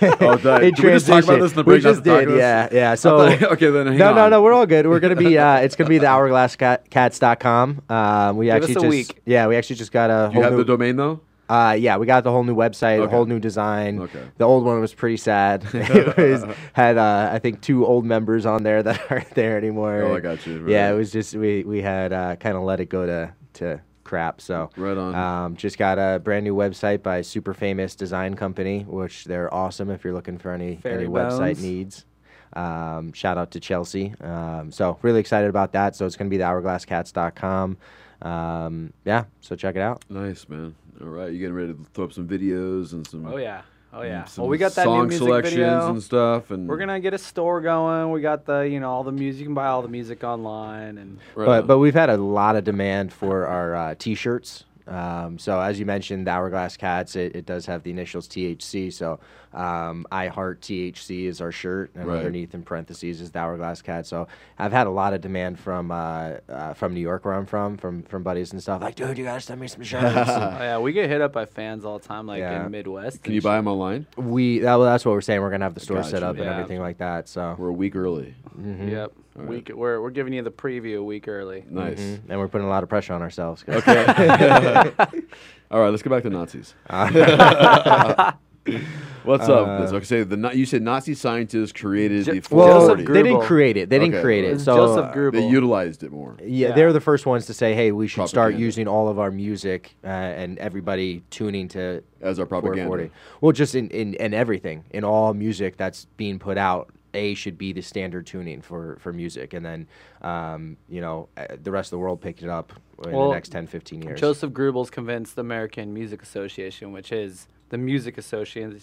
Uh,
Oh, that-
in
did we just talk about
transition.
this in the
We
break?
just
Not to talk
did,
about
yeah,
this?
yeah.
I
So
thought- okay, then hang
no, no,
on.
no, we're all good. We're gonna be. Uh, it's gonna be the hourglasscats.com. Um, we
Give us
actually
a
just
week.
yeah, we actually just got a.
Do
whole
you have
new,
the domain though?
Uh, yeah, we got the whole new website, a
Okay.
whole new design.
Okay.
The old one was pretty sad. it was, had uh, I think two old members on there that aren't there anymore.
Oh, I
And,
got you.
Yeah,
Right.
it was just we we had uh, kind of let it go to to crap. So
right on.
Um, just got a brand new website by super famous design company, which they're awesome if you're looking for any
Fairy
any website
bones.
needs. Um, shout out to Chelsea. Um, so really excited about that. So it's gonna be the hourglasscats.com. Um, yeah, so check it out.
Nice, man. All right, you getting ready to throw up some videos and some.
Oh yeah. Oh
and
yeah.
some
Well, we got that
song
new music
selections
video.
and stuff, and
we're gonna get a store going. We got the you know all the music. You can buy all the music online and.
but but we've had a lot of demand for our uh, t-shirts. Um, so as you mentioned, the Hourglass Cats, it, it does have the initials THC. So um, I heart THC is our shirt, and
Right.
underneath in parentheses is the Hourglass Cat. So I've had a lot of demand from uh, uh, from New York, where I'm from, from from buddies and stuff. Like, dude, you gotta send me some shirts.
oh, yeah, we get hit up by fans all the time, like
Yeah.
in Midwest.
Can you buy them online?
we that, well, that's what we're saying. We're gonna have the store set
Gotcha.
up and
Yeah.
everything like that. So Mm-hmm.
we're a week early.
Yep.
All right.
Week. We're we're giving you the preview a week early.
Nice.
Mm-hmm. And we're putting a lot of pressure on ourselves. guys.
Okay. All right, let's go back to Nazis. What's
Uh,
up? This? Okay, so the Na- you said Nazi scientists created the
well,
forty.
they didn't create it. They didn't
Okay,
create
all
it.
right.
So uh,
They utilized it more.
Yeah, they were the first ones to say, "Hey, we should start using all of our music uh, and everybody tuning to
as our propaganda."
Well, just in, in in everything, in all music that's being put out, A should be the standard tuning for for music, and then um, you know uh, the rest of the world picked it up in
Well,
the next 10, 15 years.
Joseph Goebbels convinced the American Music Association, which is the music association,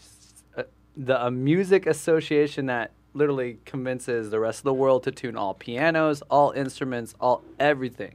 uh, the uh, music association that literally convinces the rest of the world to tune all pianos, all instruments, all everything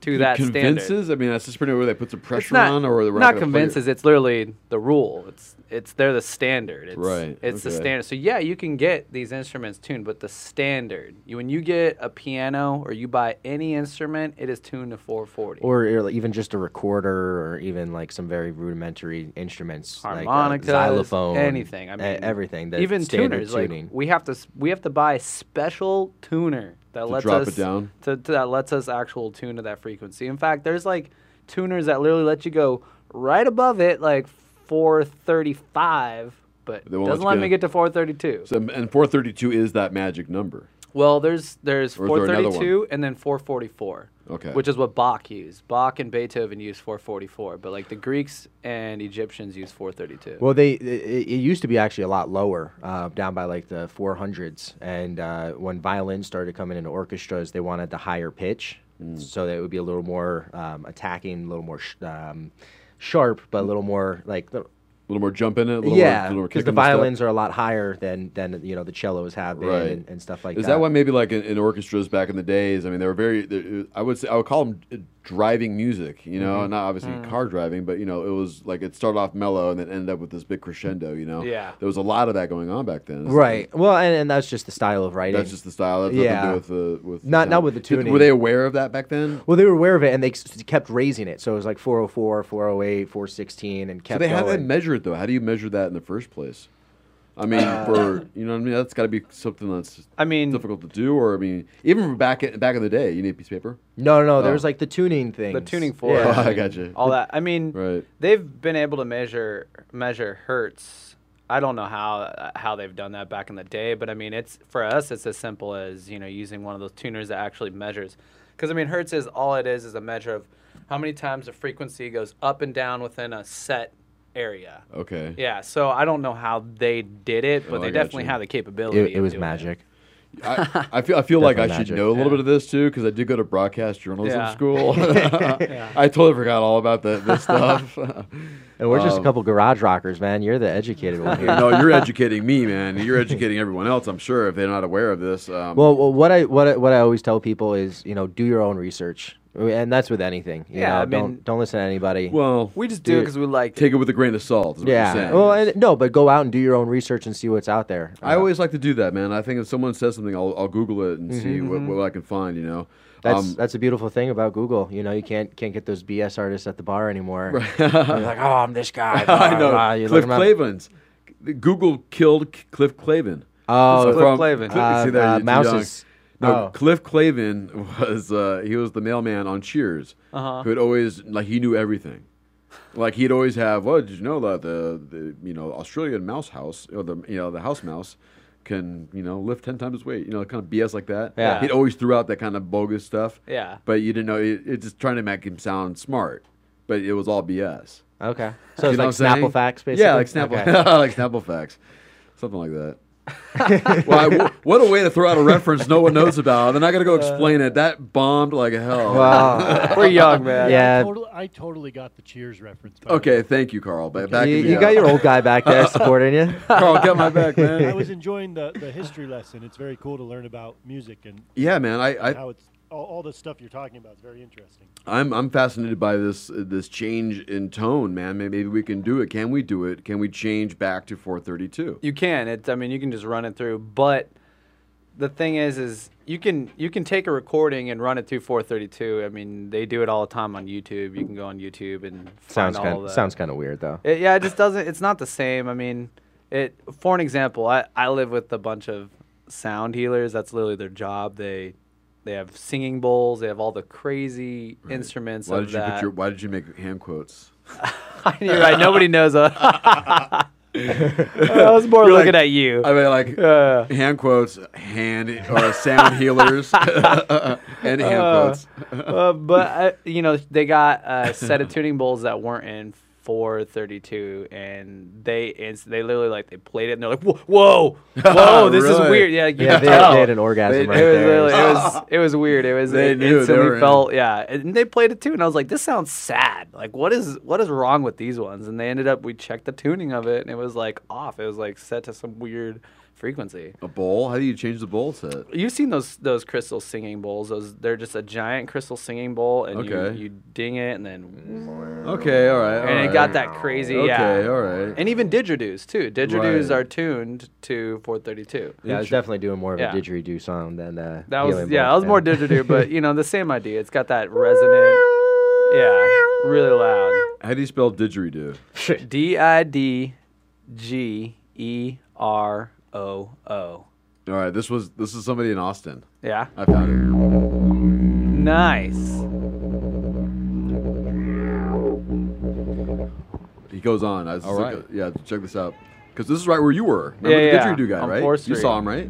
to
It
that
convinces.
standard.
I mean, that's just pretty where they put some pressure
It's not,
on, or they're
not
gonna play
convinces. It's literally the rule. It's it's they're the standard. It's,
Right,
It's the
okay.
standard. So yeah, you can get these instruments tuned, but the standard. You, when you get a piano or you buy any instrument, it is tuned to 440.
or or even just a recorder, or even like some very rudimentary instruments,
harmonicas,
like uh, xylophone,
anything. I
e-
mean,
everything. The
even
standard
tuners.
tuning.
Like we have to s- we have to buy a special tuner that
To
lets
drop
us
it down?
To, to- that lets us actual tune to that frequency. In fact, there's like tuners that literally let you go right above it, like 435, but
They won't let
doesn't
you
let
get
me
it.
get to 432.
So, and 432 is that magic number.
Well, there's there's
Or is there another
432
one?
and then 444.
Okay.
Which is what Bach used. Bach and Beethoven used 444, but like the Greeks and Egyptians used 432.
Well, they it, it used to be actually a lot lower, uh, down by like the 400s. And uh, when violins started coming into orchestras, they wanted the higher pitch,
Mm.
so that it would be a little more um, attacking, a little more sh- um, sharp, but a little more like the,
A little more jump in it. A little
yeah,
more, a little more
because
kick
the
in step.
violins are a lot higher than than you know the cellos have been
Right.
and, and stuff like
is
that.
that why maybe like in, in orchestras back in the days? I mean, they were very. they- I would say I would call them driving music. You know,
Mm-hmm.
Mhm.
not obviously
Mm.
car driving, but you know, it was like it started off mellow and then ended up with this big crescendo. You know,
Yeah.
There was a lot of that going on back then. It's like-
Right. Well, and, and that's just the style of writing.
That's just the style. That's
yeah.
nothing to do with the with
not not
sound.
with the
Did-
tuning.
were they aware of that back then?
Well, they were aware of it, and they s- kept raising it. So it was like 404, 408, 416, and
So
kept
they have
going.
that measured though. How do you measure that in the first place? I mean,
Uh,
for you know what I mean. That's got to be something that's
I mean
difficult to do. Or I mean, even back at, back in the day, you need a piece of paper.
No, no, no. There
Oh.
was like the tuning thing.
The tuning fork.
Oh, I
and
gotcha.
All that. I mean,
Right.
they've been able to measure measure hertz. I don't know how how they've done that back in the day, but I mean, it's for us, it's as simple as you know using one of those tuners that actually measures. Because I mean, hertz is all it is is a measure of how many times the frequency goes up and down within a set area.
Okay.
Yeah. So I don't know how they did it, but
Oh, I
they definitely
gotcha.
have the capability.
It, it
of
was
doing
magic.
I, I feel I feel like I
Different
should
magic,
know a little
yeah.
bit of this too because I did go to broadcast journalism
Yeah.
school.
Yeah.
I totally forgot all about the, this stuff.
And we're just a
Um,
couple garage rockers, man. You're the educated one here.
no, you're educating me, man. You're educating everyone else. I'm sure if they're not aware of this. Um,
Well, well, what I what I, what I always tell people is, you know, do your own research, and that's with anything. You
Yeah,
know,
I mean-
don't don't listen to anybody.
Well,
We just do it 'cause we like
Take it with a grain of salt. is what you're
yeah.
saying.
Well, and, no, but go out and do your own research and see what's out there.
I always like to do that, man. I think if someone says something, I'll, I'll Google it and see
Mhm,
what,
mhm.
what I can find. You know,
That's
Um,
that's a beautiful thing about Google. You know, you can't can't get those BS artists at the bar anymore. You're like, oh, I'm this guy. blah,
I know.
blah." You
Cliff
look him up.
Clavin's. Google killed C- Cliff Clavin.
Oh,
He's
Cliff
from-
Clavin.
Cl-
Uh,
see there,
uh,
you're too
Mouse's-
young. No,
oh.
Cliff Clavin was uh, he was the mailman on Cheers,
Uh-huh.
who had always like he knew everything. Like he'd always have. Well, did you know that the, the you know Australian mouse house or the you know the house mouse can you know lift ten times its weight. You know, kind of BS like that.
Yeah.
He'd always threw out that kind of bogus stuff.
Yeah.
But you didn't know. It, it's just trying to make him sound smart, but it was all BS.
Okay. So
You know
it's like
what I'm
Snapple
saying?
facts,
Yeah, like
basically?
Snapple,
Okay.
like Snapple facts, something like that. well, I w- what a way to throw out a reference no one knows about. They're not gonna go explain it. That bombed like hell.
Uh, Wow. We're young, man. Yeah.
I totally, I totally got the Cheers reference. by the way.
Okay, thank you, Carl. But back
You-
me
you
up.
got your old guy back there supporting you.
Carl, get my back, man.
I was enjoying the, the history lesson. It's very cool to learn about music and
Yeah, man, I-
and
I-
how it's all, all the stuff you're talking about is very interesting.
I'm I'm fascinated by this this change in tone, man. Maybe, maybe we can do it. Can we do it? Can we change back to 432?
You can. It's. I mean, you can just run it through. But the thing is, is you can you can take a recording and run it through 432. I mean, they do it all the time on YouTube. You can go on YouTube and find
Sounds
all
kind
the-
sounds kind of weird though.
It, yeah, it just doesn't. It's not the same. I mean, it. For an example, I I live with a bunch of sound healers. That's literally their job. They they have singing bowls. They have all the crazy instruments.
Why
of
did you
that.
put your, Why did you make hand quotes?
I knew, right? Nobody knows. uh, I was more
You're
looking
like-
at you.
I mean, like hand quotes, hand or sound healers, and hand
Uh,
quotes.
uh, but I, you know, they got a set of tuning bowls that weren't in 432, and they it's, they literally like they played it, and they're like, whoa, whoa, whoa this is
Really?
weird. Yeah, like, you
Yeah,
could
they- they
tell.
had an orgasm
They-
right
it was
there.
literally- it was it was weird. It was
They
it
knew they
instantly
were in.
felt yeah, and they played it too, and I was like, this sounds sad. Like, what is what is wrong with these ones? And they ended up we checked the tuning of it, and it was like off. It was like set to some weird frequency.
A bowl? How do you change the bowl set?
You've seen those those crystal singing bowls. Those they're just a giant crystal singing bowl, and
Okay.
you, you ding it, and then
Okay, all right. all
and
right.
it got that crazy.
Okay,
yeah.
all right.
And even didgeridoos too. Didgeridoos
Right.
are tuned to 432.
Yeah, I was definitely doing more of
Yeah.
a didgeridoo sound than uh,
That was
Helium
yeah,
Bolt,
that was more didgeridoo, but you know the same idea. It's got that resonant, yeah, really loud.
How do you spell didgeridoo?
D i d g e r o o.
All right, this was this is somebody in Austin.
Yeah.
I found it.
Nice.
He goes on. I was
All
just
right.
like, yeah, check this out. Because this is right where you were. Remember
Yeah,
the
yeah,
didgeridoo guy,
on
right?
4th
You
Street.
saw him, right?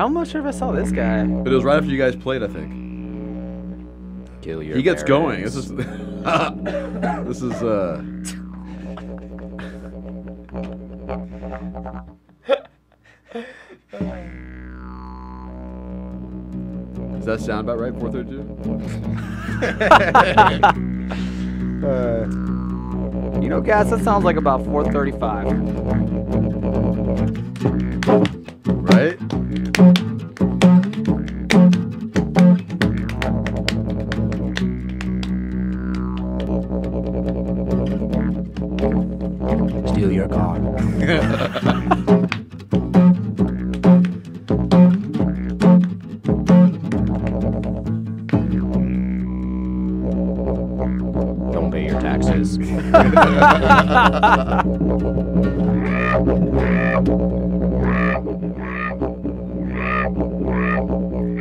I'm not sure if I saw this guy.
But it was right after you guys played, I think.
Kill
He gets going. This is this is uh Does that sound about right?
Uh,
432?
You know, guys, that sounds like about 435.
right?
Steal your car. Don't pay your taxes.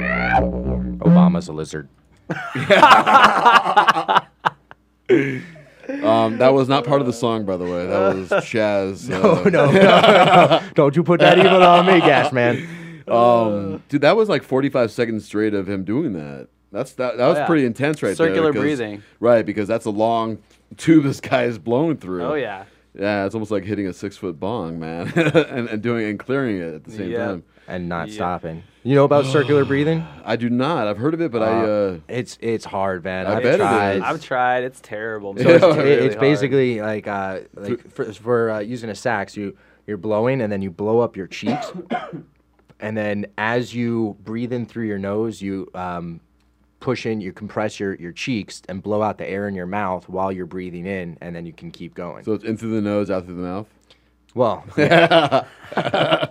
Obama's a lizard.
um, that was not part of the song, by the way. That was uh, Chaz.
No, no, no, no. Don't you put that evil on me, Gas Man.
Um, dude, that was like 45 seconds straight of him doing that. That's that. That
Oh,
was
yeah.
pretty intense, right there.
Circular
because-
breathing.
Right, because that's a long tube this guy is blowing through.
Oh, yeah.
Yeah, it's almost like hitting a six foot bong, man, and, and doing and clearing it at the same
Yeah.
time.
and not stopping. You know about circular breathing?
I do not. I've heard of it, but I, uh,
it's it's hard, man.
I
I've
bet it
tried.
is.
I've tried. It's terrible.
So
man.
it's,
really
it's
hard.
basically like uh, like for, for uh, using a sax, you you're blowing and then you blow up your cheeks, and then as you breathe in through your nose, you um, push in, you compress your your cheeks and blow out the air in your mouth while you're breathing in, and then you can keep going.
So it's in through the nose, out through the mouth.
Well, yeah.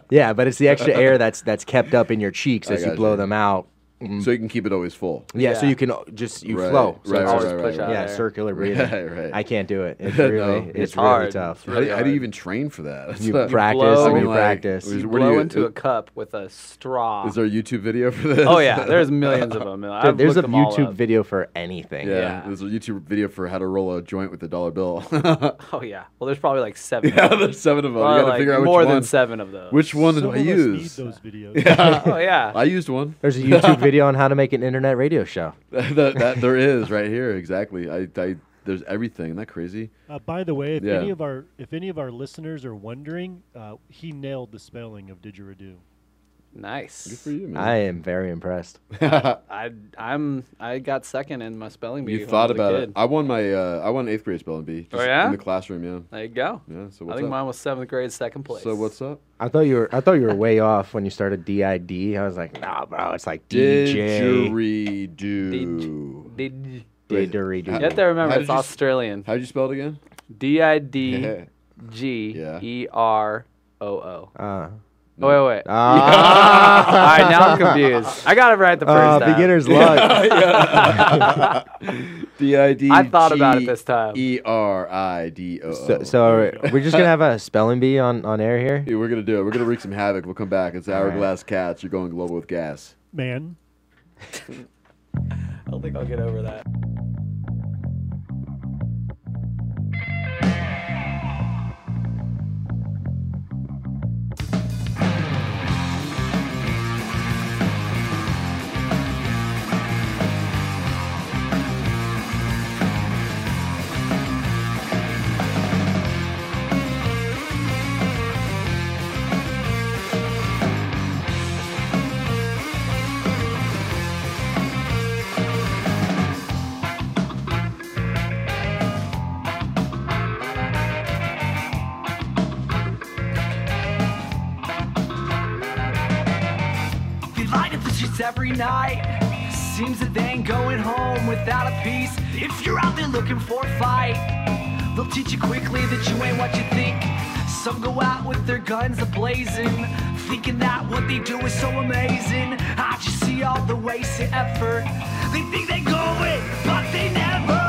Yeah, but it's the extra air that's that's kept up in your cheeks
I
as you
got
blow
you.
them out. Mm.
So you can keep it always full.
Yeah, so
Yeah.
you can uh, just you
Right,
flow. So
right,
it's
right,
just
right, Push right.
Yeah,
out air.
circular breathing.
Right, right.
I can't do it. It's
No.
really it's, really tough.
how, do, how do you even train for that?
You practice and you practice.
Is,
You
what do
blow
you-
into a cup with a straw.
is there a YouTube video for this?
Oh, yeah, there's millions of 'em. I've
Dude, there's a
looked them all
YouTube
up.
video for anything.
Yeah, there's a YouTube video for how to roll a joint with a dollar bill.
Oh yeah. Well, there's probably like seven.
Yeah,
of them.
there's seven of them.
Probably
you gotta
like
figure out which
more than
one-
seven of those.
Which one do I use?
oh yeah.
I used one.
There's a YouTube video on how to make an internet radio show.
that, that there is right here exactly. I, I there's everything. Isn't that crazy?
Uh, by the way, if
Yeah.
any of our if any of our listeners are wondering, uh, he nailed the spelling of didgeridoo.
Nice. Good
for you,
I am very impressed.
I I'm I got second in my spelling bee.
You
when I
thought
was a
about
kid.
it. I won my uh, I won eighth grade spelling bee.
Oh,
just
yeah?
in the classroom. Yeah.
There you go.
Yeah.
I
So what's
think
up?
mine was seventh grade, second place.
So what's up?
I thought you were I thought you were way off when you started DID. I was like, nah, bro, it's like DJ.
Didgeridoo.
Did
Didgeridoo.
you have to remember
How
it's
did you s-
Australian.
How'd you spell it again?
D I D G E R O O.
Uh,
Oh, wait, wait.
Ah.
All right, now I'm confused. I got it right the first
Uh,
time.
beginner's luck.
D I D.
I thought about it this time.
E R I D O.
So, so are, we're just gonna have a spelling bee on, on air here.
Yeah, we're gonna do it. We're gonna wreak some havoc. We'll come back. It's Hourglass Cats. You're going global with gas.
Man,
I don't think I'll get over that.
They light up the streets every night. Seems that they ain't going home without a piece. If you're out there looking for a fight, they'll teach you quickly that you ain't what you think. Some go out with their guns ablazing, thinking that what they do is so amazing. I just see all the waste and effort. They think they go it, but they never.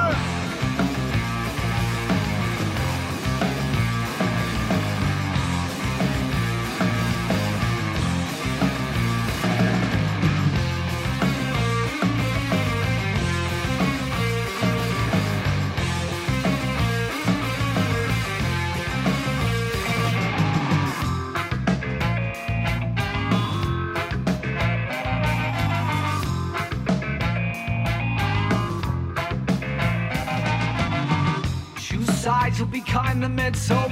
Choose sides, you'll be caught in the middle.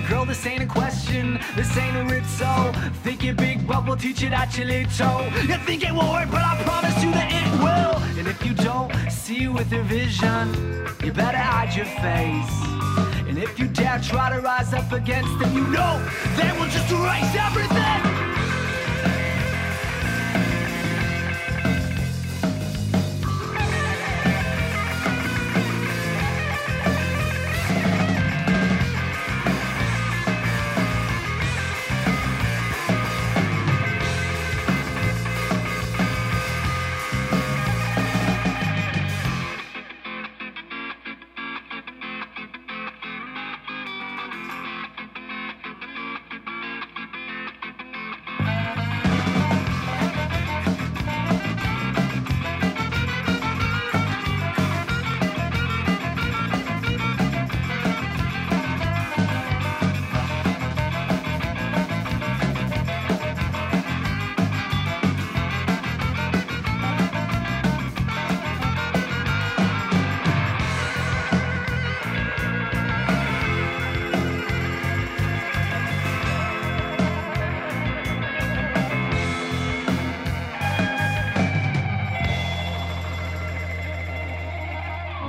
Girl, this ain't a question, this ain't a ritzo. Think it big, but we'll teach it at your little. You think it won't work, but I promise you that it will. And if you don't see it with your vision, you better hide your face. And if you dare try to rise up against them, you know they will just erase everything.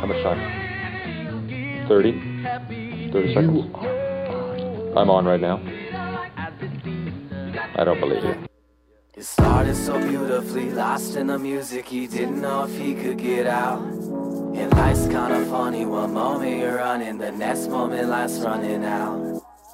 much time? 30? 30 seconds? I'm on right now. I don't believe you.
It started so beautifully, lost in the music. He didn't know if he could get out. And life's kinda funny. One moment you're running, the next moment life's running out.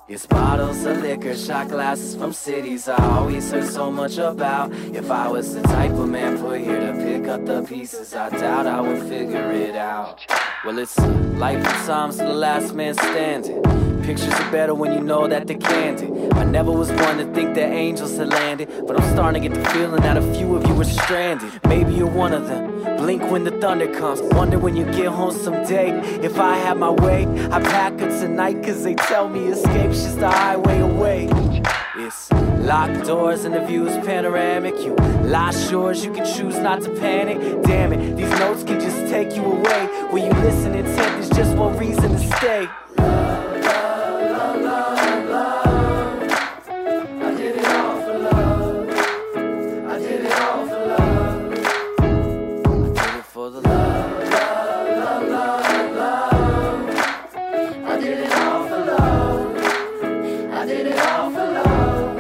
It's bottles of liquor, shot glasses from cities I always heard so much about. If I was the type of man put here to pick up the pieces, I doubt I would figure it out. Well, it's life at times to the last man standing. Pictures are better when you know that they're candid. I never was one to think that angels had landed, but I'm starting to get the feeling that a few of you are stranded. Maybe you're one of them. Blink when the thunder comes. Wonder when you get home someday. If I had my way, I'd pack up tonight, cause they tell me escape's just a highway away. It's locked doors and the view's panoramic. You lie shores, you can choose not to panic. Damn it, these notes can just take you away. When you listen intent, there's just one reason to stay.
I did it all for love. I did it all for love.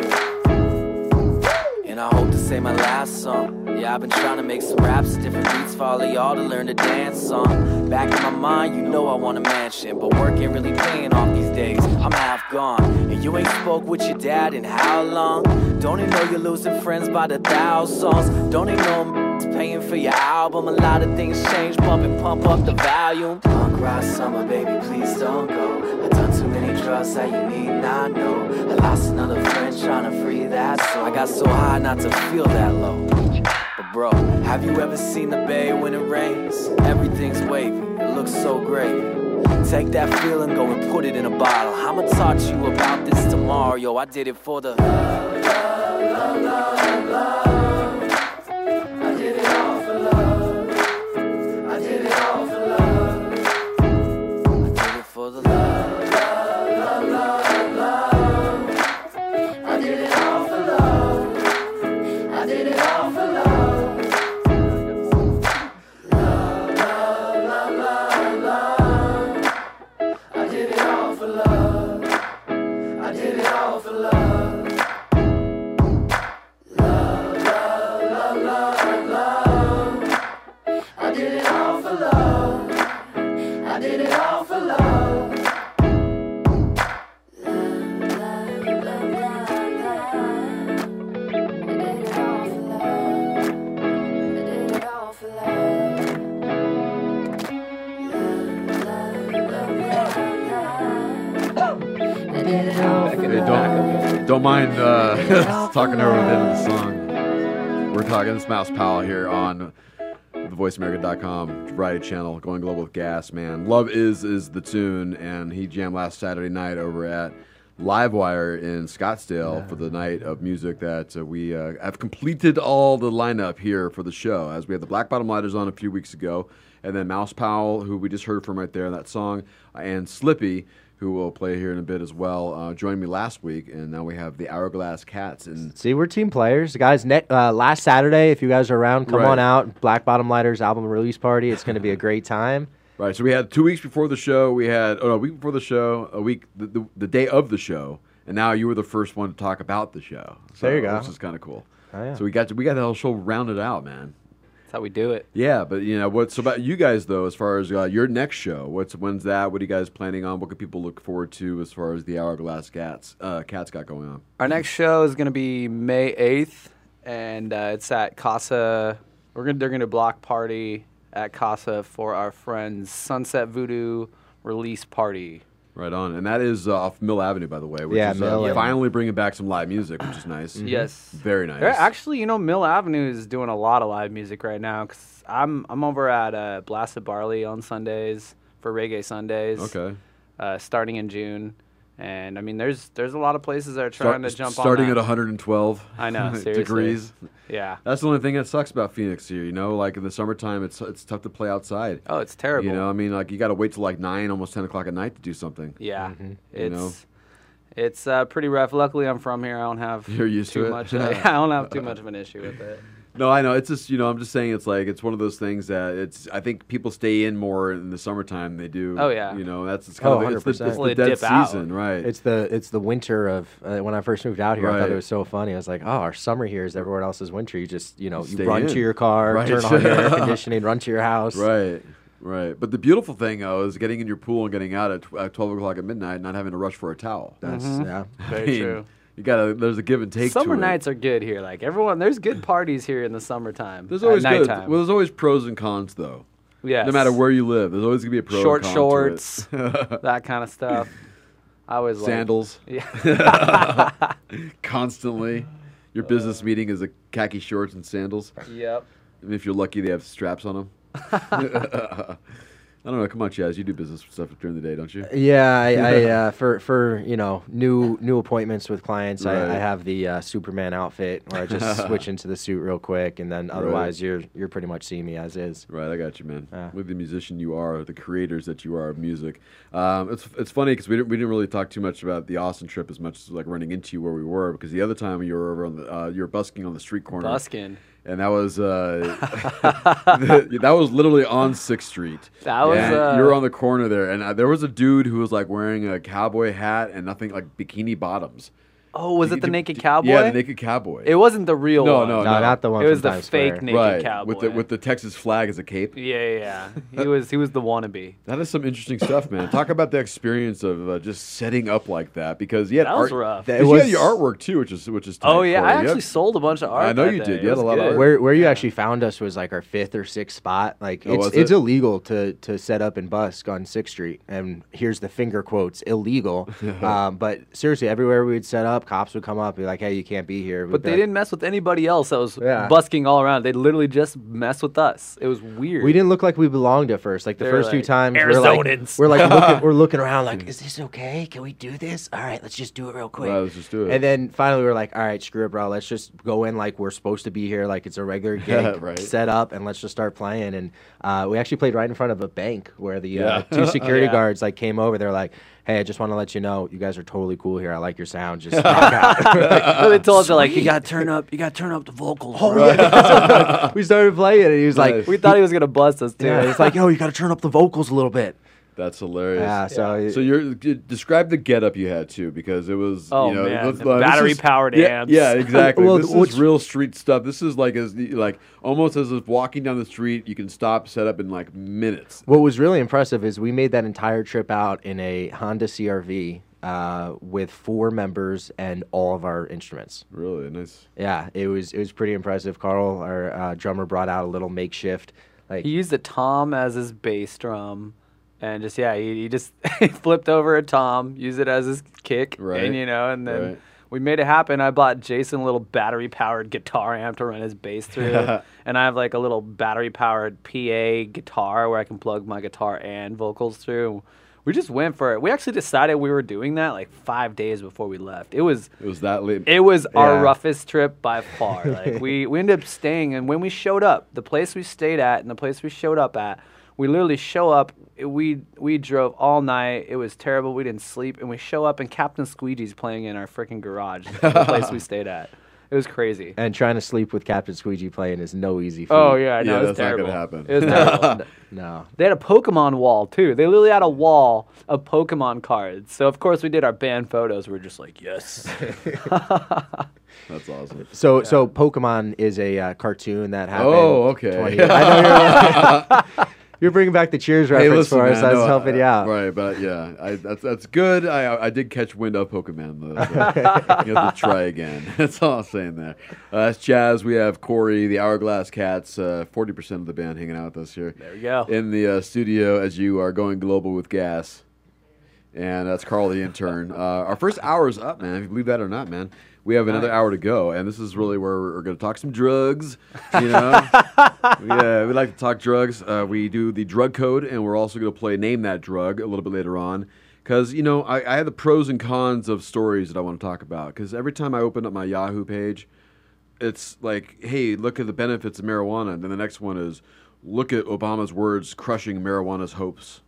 And I hope to say my last song. Yeah, I've been trying to make some raps, different beats for all of y'all to learn to dance on. Back in my mind, you know I want a mansion, but work ain't really paying off these days. I'm half gone, and you ain't spoke with your dad in how long? Don't he know you're losing friends by the thousands? Don't he know it's paying for your album? A lot of things change, bump and pump up the volume.
Punk rock summer, baby, please don't go. I done too many drugs that you need not know. I lost another friend trying to free that soul.
I got so high not to feel that low. But bro, have you ever seen the bay when it rains? Everything's wavy, it looks so great. Take that feeling, go and put it in a bottle. I'ma talk to you about this tomorrow. Yo, I did it for the
I did it all for love. I did it all for love. I did it all for love. I did it all for love. Love, love, love, love. I did it all for love. I did it all for love. Love, love, love, love. I did it all for love. I did it all for love.
Don't, don't mind uh, talking over the end of the song. We're talking this Mouse Pal here on thevoiceamerica.com variety channel, going global with gas, man. Love is is the tune, and he jammed last Saturday night over at Livewire in Scottsdale for the night of music that uh, we uh, have completed all the lineup here for the show. As we had the Black Bottom Lighters on a few weeks ago, and then Mouse Powell, who we just heard from right there in that song, and Slippy, who will play here in a bit as well, uh, joined me last week, and now we have the Hourglass Cats. And
See, we're team players, guys. Net, uh, last Saturday, if you guys are around, come
Right.
on out. Black Bottom Lighters album release party. It's going to be a great time.
right, so we had two weeks before the show, we had oh no, a week before the show, a week the, the, the day of the show, and now you were the first one to talk about the show. So,
There you go.
which is kind of cool.
Oh, yeah.
So we got to, we got the whole show rounded out, man.
That's how we do it.
Yeah, but you know what's about you guys though, as far as uh, your next show. What's when's that? What are you guys planning on? What can people look forward to as far as the Hourglass Cats uh, Cats got going on?
Our next show is going to be May 8th, and uh, it's at Casa. We're gonna, they're going to block party at Casa for our friends Sunset Voodoo release party.
Right on, and that is uh, off Mill Avenue, by the way. Which
Yeah,
is,
Mill
uh,
Avenue.
finally bringing back some live music, which is nice.
Yes.
very nice.
They're Actually, you know, Mill Avenue is doing a lot of live music right now because I'm I'm over at uh, Blasted Barley on Sundays for Reggae Sundays.
Okay.
Uh, starting in June, and I mean, there's there's a lot of places that are trying to
Start-
jump
starting
on
at
that.
112.
I know, seriously.
degrees.
Yeah.
that's the only thing that sucks about Phoenix here. You know, like in the summertime, it's it's tough to play outside.
Oh, it's terrible.
You know, I mean, like you got to wait till like nine, almost ten o'clock at night to do something.
Yeah, it's
Mm-hmm. You know?
it's uh, pretty rough. Luckily, I'm from here. I don't have
You're used
too
to it?
much. I, I don't have too much of an issue with it.
No, I know. It's just you know. I'm just saying. It's like it's one of those things that it's. I think people stay in more in the summertime. than They do.
Oh, yeah.
You know that's it's kind of it's the, it's
100%.
the dead season, right?
It's the it's the winter of uh, when I first moved out here. I thought
Right.
it was so funny. I was like, oh, our summer here is everyone else's winter. You just you know you
Stay
run
in.
to your car,
Right.
turn on your air conditioning, run to your house.
Right. Right. But the beautiful thing though is getting in your pool and getting out at, tw- at 12 o'clock at midnight, and not having to rush for a towel.
That's- Mhm. yeah. Very
I mean,
true.
You gotta. There's a give and take.
Summer
to it.
nights are good here. Like everyone, there's good parties here in the summertime.
There's always
at
good.
nighttime.
Well, there's always pros and cons though.
Yes.
No matter where you live, there's always gonna be a pro.
Short
and con
shorts,
To it.
that kind of stuff. I always like
sandals.
Yeah. Uh.
Constantly. Your business meeting is a khaki shorts and sandals.
Yep.
And if you're lucky, they have straps on them. I don't know. Come on, Chaz. You do business stuff during the day, don't you?
Yeah, I, I uh, for for you know new new appointments with clients,
Right.
I, I have the uh, Superman outfit where I just switch into the suit real quick, and then
Right.
otherwise you're you're pretty much seeing me as is.
Right, I got you, man. With the musician you are, the creators that you are of music. Um, it's it's funny because we didn't we didn't really talk too much about the Austin trip as much as like running into you where we were because the other time you were over on the uh, you were busking on the street corner.
Busking.
And that was uh, that was literally on Sixth Street.
That was,
And
uh,
you were on the corner there, and uh, there was a dude who was like wearing a cowboy hat and nothing like bikini bottoms.
Oh, was
Do-
it the
do-
Naked
do-
Cowboy?
Yeah, the Naked Cowboy.
It wasn't the real
no,
one.
No, no,
It was the fake Naked
Right,
Cowboy.
with the with the Texas flag as a cape.
yeah, yeah, yeah. He was he was the wannabe.
That is some interesting stuff, man. Talk about the experience of uh, just setting up like that because you had
That was
art,
rough.
That
It
you had
was-
your artwork too, which is which is. tight
Oh yeah,
for
I
you.
actually
Yep.
sold a bunch of art.
I know
that
you
day.
did. You
It
had a
was
lot of
good.
art.
Where where you actually found us was like our fifth or sixth spot. Like
Oh,
it's
was
it's
it?
illegal to to set up and busk on Sixth Street. And here's the finger quotes illegal. um, but seriously, everywhere we would set up, cops would come up and be like, "Hey, you can't be here." We'd
But
be
they
like,
didn't mess with anybody else that was
Yeah.
busking all around. They literally just mess with us. It was weird.
We didn't look like we belonged at first. Like the
They were
first two
like,
times, we're like,
"Arizonans."
we're like looking, we're looking around like,
Is this okay? Can we do this? All right, let's just do it real quick.
Right,
let's just do
And then finally, we were like, all right, screw it, bro. Let's just go in like we're supposed to be here, like it's a regular gig
Right.
set up, and let's just start playing. And uh, we actually played right in front of a bank where the uh,
Yeah. Oh,
two security
Yeah.
guards like came over. They're like, hey, I just want to let you know, you guys are totally cool here. I like your sound. Just rock out. We're like,
they told us they're like, you
"Sweet."
gotta turn up, you gotta turn up the vocals.
Oh,
bro."
yeah, that's what- we started playing, and he was like,
we thought he was gonna bust us too.
yeah, it's like, yo, you got to turn up the vocals a little bit.
That's hilarious.
Yeah, so it-
so you're you- describe the getup you had too, because it was
Oh,
you know,
man,
let's-
the
uh, this is-
battery-powered
yeah,
amps.
Yeah, exactly.
Well,
this
which-
is real street stuff. This is like as like almost as if walking down the street, you can stop, set up in like minutes.
What was really impressive is we made that entire trip out in a Honda CRV uh, with four members and all of our instruments.
Really nice.
Yeah, it was it was pretty impressive. Carl, our uh, drummer, brought out a little makeshift. Like
He used a tom as his bass drum, and just yeah, he, he just flipped over a tom, used it as his kick,
Right,
and you know, and then
right.
we made it happen. I bought Jason a little battery powered guitar amp to run his bass through, and I have like a little battery powered PA guitar where I can plug my guitar and vocals through. We just went for it. We actually decided we were doing that like five days before we left. It was
It was that late.
it was our
Yeah.
roughest trip by far. Like we, we ended up staying, and when we showed up, the place we stayed at and the place we showed up at, we literally show up. it- We we drove all night. It was terrible. We didn't sleep, and we show up, and Captain Squeegee's playing in our freaking garage, the place we stayed at. It was crazy.
and trying to sleep with Captain Squeegee playing is no easy. Feat.
Oh yeah, no, it was terrible. It was terrible.
no.
They had a Pokemon wall too. They literally had a wall of Pokemon cards. So of course we did our band photos. We're just like, yes.
That's awesome.
So so Pokemon is a uh, cartoon that happened.
Oh, okay.
20 years- I know you're, you're bringing back the Cheers reference for us.
man,
I was
no,
helping you
uh,
out.
Right, but yeah, I, that's that's good. I I did catch wind of Pokemon though. So you have to try again. That's all I'm saying there. Uh, that's Jazz. We have Corey, the Hourglass Cats, uh, forty percent of the band hanging out with us here. There
we go.
In the uh, studio as you are going global with gas, and that's Carl the intern. Uh, our first hour is up, man. If you believe that or not, man. We have another hour to go, and this is really where we're going to talk some drugs. You know, yeah, we like to talk drugs. Uh, we do the drug code, and we're also going to play Name That Drug a little bit later on. Because, you know, I, I have the pros and cons of stories that I want to talk about. Because every time I open up my Yahoo page, it's like, hey, look at the benefits of marijuana. And then the next one is, look at Obama's words crushing marijuana's hopes.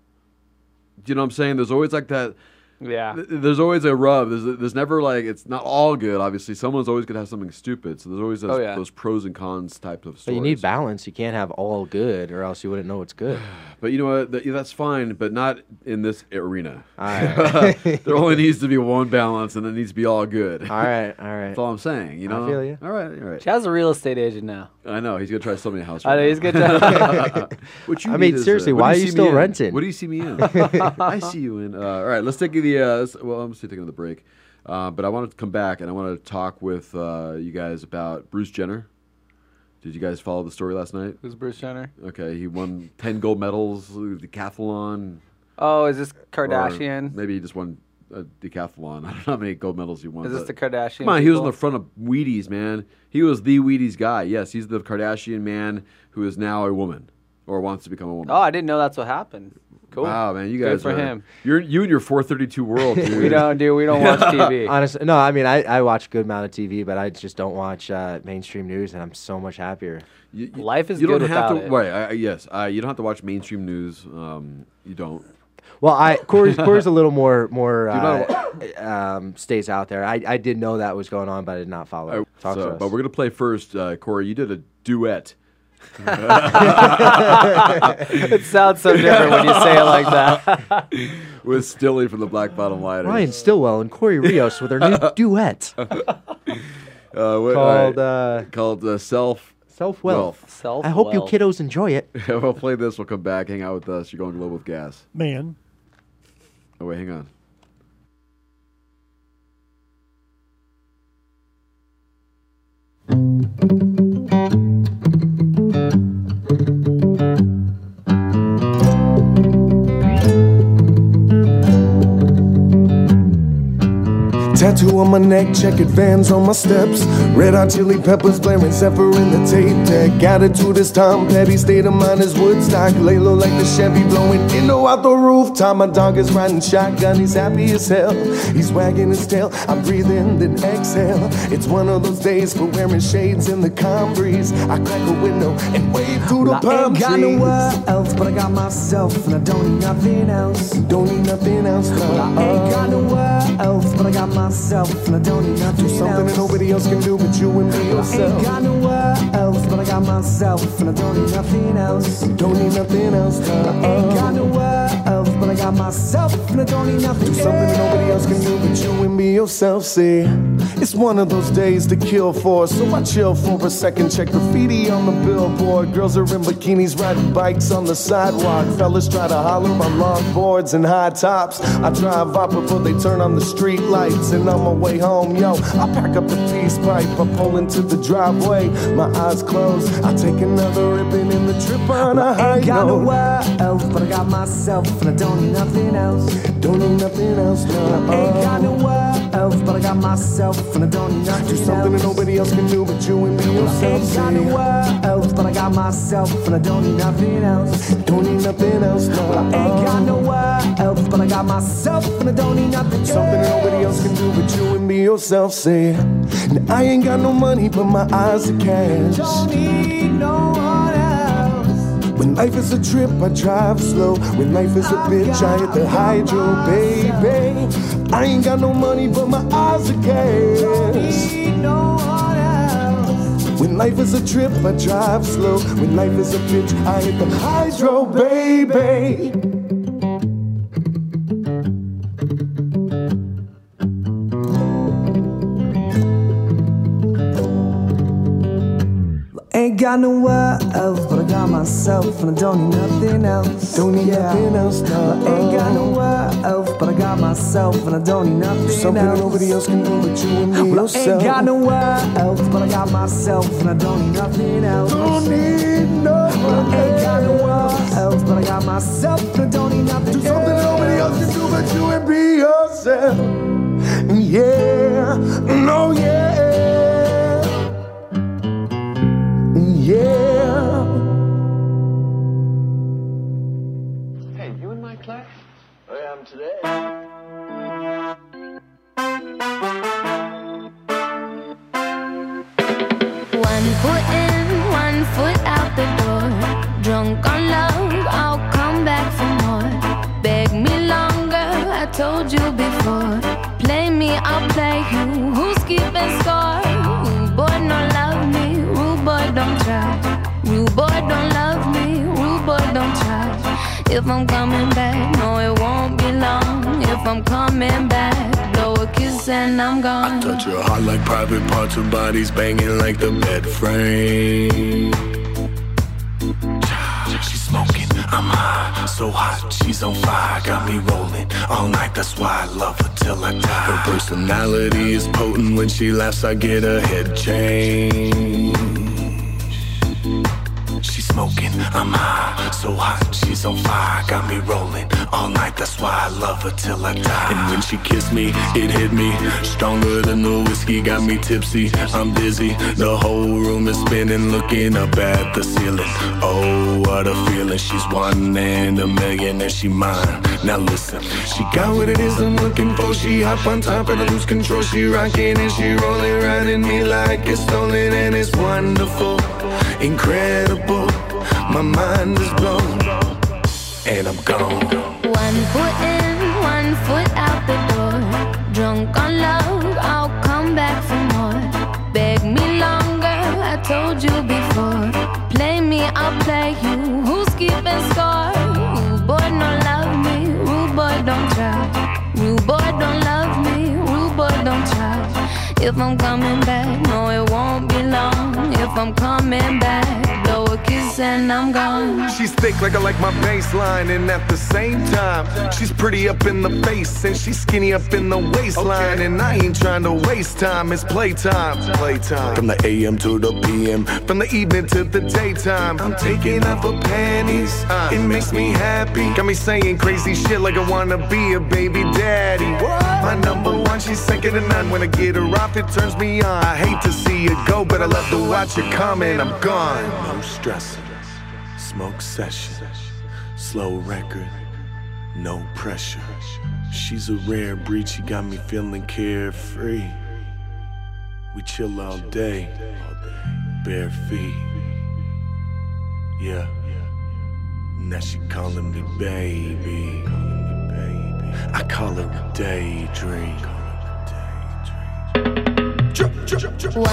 Do you know what I'm saying? There's always like that.
Yeah.
th- there's always a rub. There's, there's never like it's not all good. Obviously, someone's always gonna have something stupid. So there's always those,
Oh, yeah.
those pros and cons types of
But
stories.
you need balance. You can't have all good, or else you wouldn't know what's good.
But you know what? That- that's fine, but not in this arena.
right.
there only needs to be one balance, and it needs to be all good. All
right, all right.
That's all I'm saying. You know,
I feel you.
All right, all right.
Chad's a real estate agent now.
I know he's gonna try so many houses.
I know, he's gonna try-
What you
I mean,
need is, uh,
seriously,
what do
why are you
see me
still
in?
renting?
What do you see me in? I see you in. Uh, all right, let's take the. Uh, s- well, I'm still taking the break, uh, but I want to come back and I want to talk with uh, you guys about Bruce Jenner. Did you guys follow the story last night?
Who's Bruce Jenner?
Okay, he won ten gold medals, uh, decathlon.
Oh, is this
or
Kardashian?
Maybe he just won a decathlon. I don't know how many gold medals he won.
Is this
but-
the Kardashian
Come on, he was on
people?
the front of Wheaties, man. He was the Wheaties guy. Yes, he's the Kardashian man who is now a woman or wants to become a woman.
Oh, I didn't know that's what happened. Cool.
Wow, man, you
Good
guys
for
are-
him.
You're you and your 432 world. Dude.
We don't do. We don't watch TV.
Honestly, no. I mean, I, I watch a good amount of TV, but I just don't watch uh, mainstream news, and I'm so much happier.
Life
you don't have to. Right? I, I- yes, I, you don't have to watch mainstream news. Um, you don't.
Well, I Corey's, Corey's a little more more
Dude,
uh, um, stays out there. I, I did know that was going on, but I did not follow. it. Talk
So-
to us.
But we're gonna play first, uh, Corey. You did a duet.
It sounds so different when you say it like that.
With Stilly from the Black Bottom Lighters.
Ryan Stillwell and Corey Rios with their new duet.
Oh. Uh, what-
Called,
uh, called uh, self
Self wealth.
Self.
I hope you kiddos enjoy it.
we'll play this. We'll come back. Hang out with us. You're going global with gas.
Man.
Oh wait, hang on.
Tattoo on my neck, checkered vans on my steps. Red hot chili peppers blaring Zephyr in the tape deck. Attitude is Tom Petty, state of mind is Woodstock. Lay low like the Chevy, blowing window out the rooftop. My dog is riding shotgun, he's happy as hell. He's wagging his tail, I breathe in, then exhale. It's one of those days for wearing shades in the calm breeze. I crack a window and wave through the
Well, I
palm
ain't
trees.
got nowhere else, but I got myself, and I don't need nothing else.
Don't need nothing else. No. Uh-huh.
Well, I ain't got nowhere else, but I got myself, and I don't need nothing
Do something that
else.
nobody else can do but you and me
Well, I ain't
yourself.
got nowhere else, but I got myself, and I don't need nothing else.
Don't need nothing else.
Well, I ain't got nowhere else, but I got myself, and I don't need nothing
Do something that nobody else can do but you and me yourself. See, it's one of those days to kill for, so I chill for a second. Check graffiti on the billboard. Girls are in bikinis riding bikes on the sidewalk. Fellas try to holler on long boards and high tops. I drive up before they turn on the street lights, and on my way home, yo, I pack up the peace pipe. I pull into the driveway, my eyes closed. I take another ribbon in the trip on a high
Ain't got
note.
nowhere else, but I got myself, and I don't need nothing else.
Don't need nothing else. No.
Ain't got nowhere else, but I got myself, and I don't need nothing
Do something that
else.
nobody else can do but you and me yourself.
Ain't got nowhere else, but I got myself, and I don't need nothing else.
Don't need nothing else. No.
Well, I ain't got nowhere else, but I got myself, and I don't need nothing
Something that nobody else can do but you and me yourself. Say, and I ain't got no money, but my eyes are cash.
Don't need no one else.
When life is a trip, I drive slow. When life is a bitch, I hit the hydro, baby. I ain't got no money, but my eyes are cash.
No one else.
When life is a trip, I drive slow. When life is a bitch, I hit the hydro, baby.
Ain't got nowhere else, but I got myself, and I don't need nothing else. Don't need
nothing else, no.
Ain't got nowhere else, but I got myself, and I don't need nothing
Something that
else.
nobody else can do but you and me
Well, I
yourself.
ain't got nowhere else, but I got myself, and I don't need nothing else.
Don't need no
Well, I ain't got nowhere else, but I got myself, and I don't need nothing else.
Something nobody else can do but you and be yourself. Yeah, no, yeah. Yeah.
Hey, you in my class? I am today.
One foot in, one foot out the door. Drunk on love, I'll come back for more. Beg me longer, I told you before. for? Play me, I'll play you. Who's keeping score? Rude boy, don't love me. Rude boy, don't try. Rude boy, don't love me. Rude boy, don't try. If I'm coming back, no, it won't be long. If I'm coming back, blow a kiss and I'm gone.
Touch your heart like private parts and bodies banging like the med frame. She's smoking, I'm high, so hot, she's on fire, got me rolling all night. That's why I love her till I die. Her personality is potent. When she laughs, I get a head change. She's smoking, I'm high, so hot, she's on fire, got me rolling all night. That's why I love her till I die. And when she kissed me, it hit me stronger than the whiskey, got me tipsy. I'm dizzy, the whole room is spinning, looking up at the ceiling. Oh, what a feeling! She's one in a million, and she mine. Now listen, she got what it is I'm looking for. She hop on top and I lose control. She rocking and she rolling, riding me like it's stolen, and it's wonderful, incredible. My mind is blown, and I'm gone.
One foot in, one foot out the door. Drunk on love, I'll come back for more. Beg me longer, I told you before. Play me, I'll play you. Who's keeping score? Rude boy, don't love me. Rude boy, don't try. Rude boy, don't love me. Rude boy, don't try. If I'm coming back, no, it won't be long. If I'm coming back, blow a kiss and I'm gone.
She's thick like I like my baseline, and at the same time, she's pretty up in the face, and she's skinny up in the waistline. And I ain't trying to waste time, it's playtime, playtime.
From the AM to the PM,
From the evening to the daytime, I'm taking off her panties. Uh, it makes me happy. Got me saying crazy shit like I wanna be a baby daddy. What? My number one, she's second to none. When I get her off, it turns me on. I hate to see you go, but I love to watch you come, and I'm gone.
no stress, smoke session, slow record, no pressure. She's a rare breed, she got me feeling carefree. We chill all day, bare feet. Yeah. Now she calling me baby. I call her a daydream.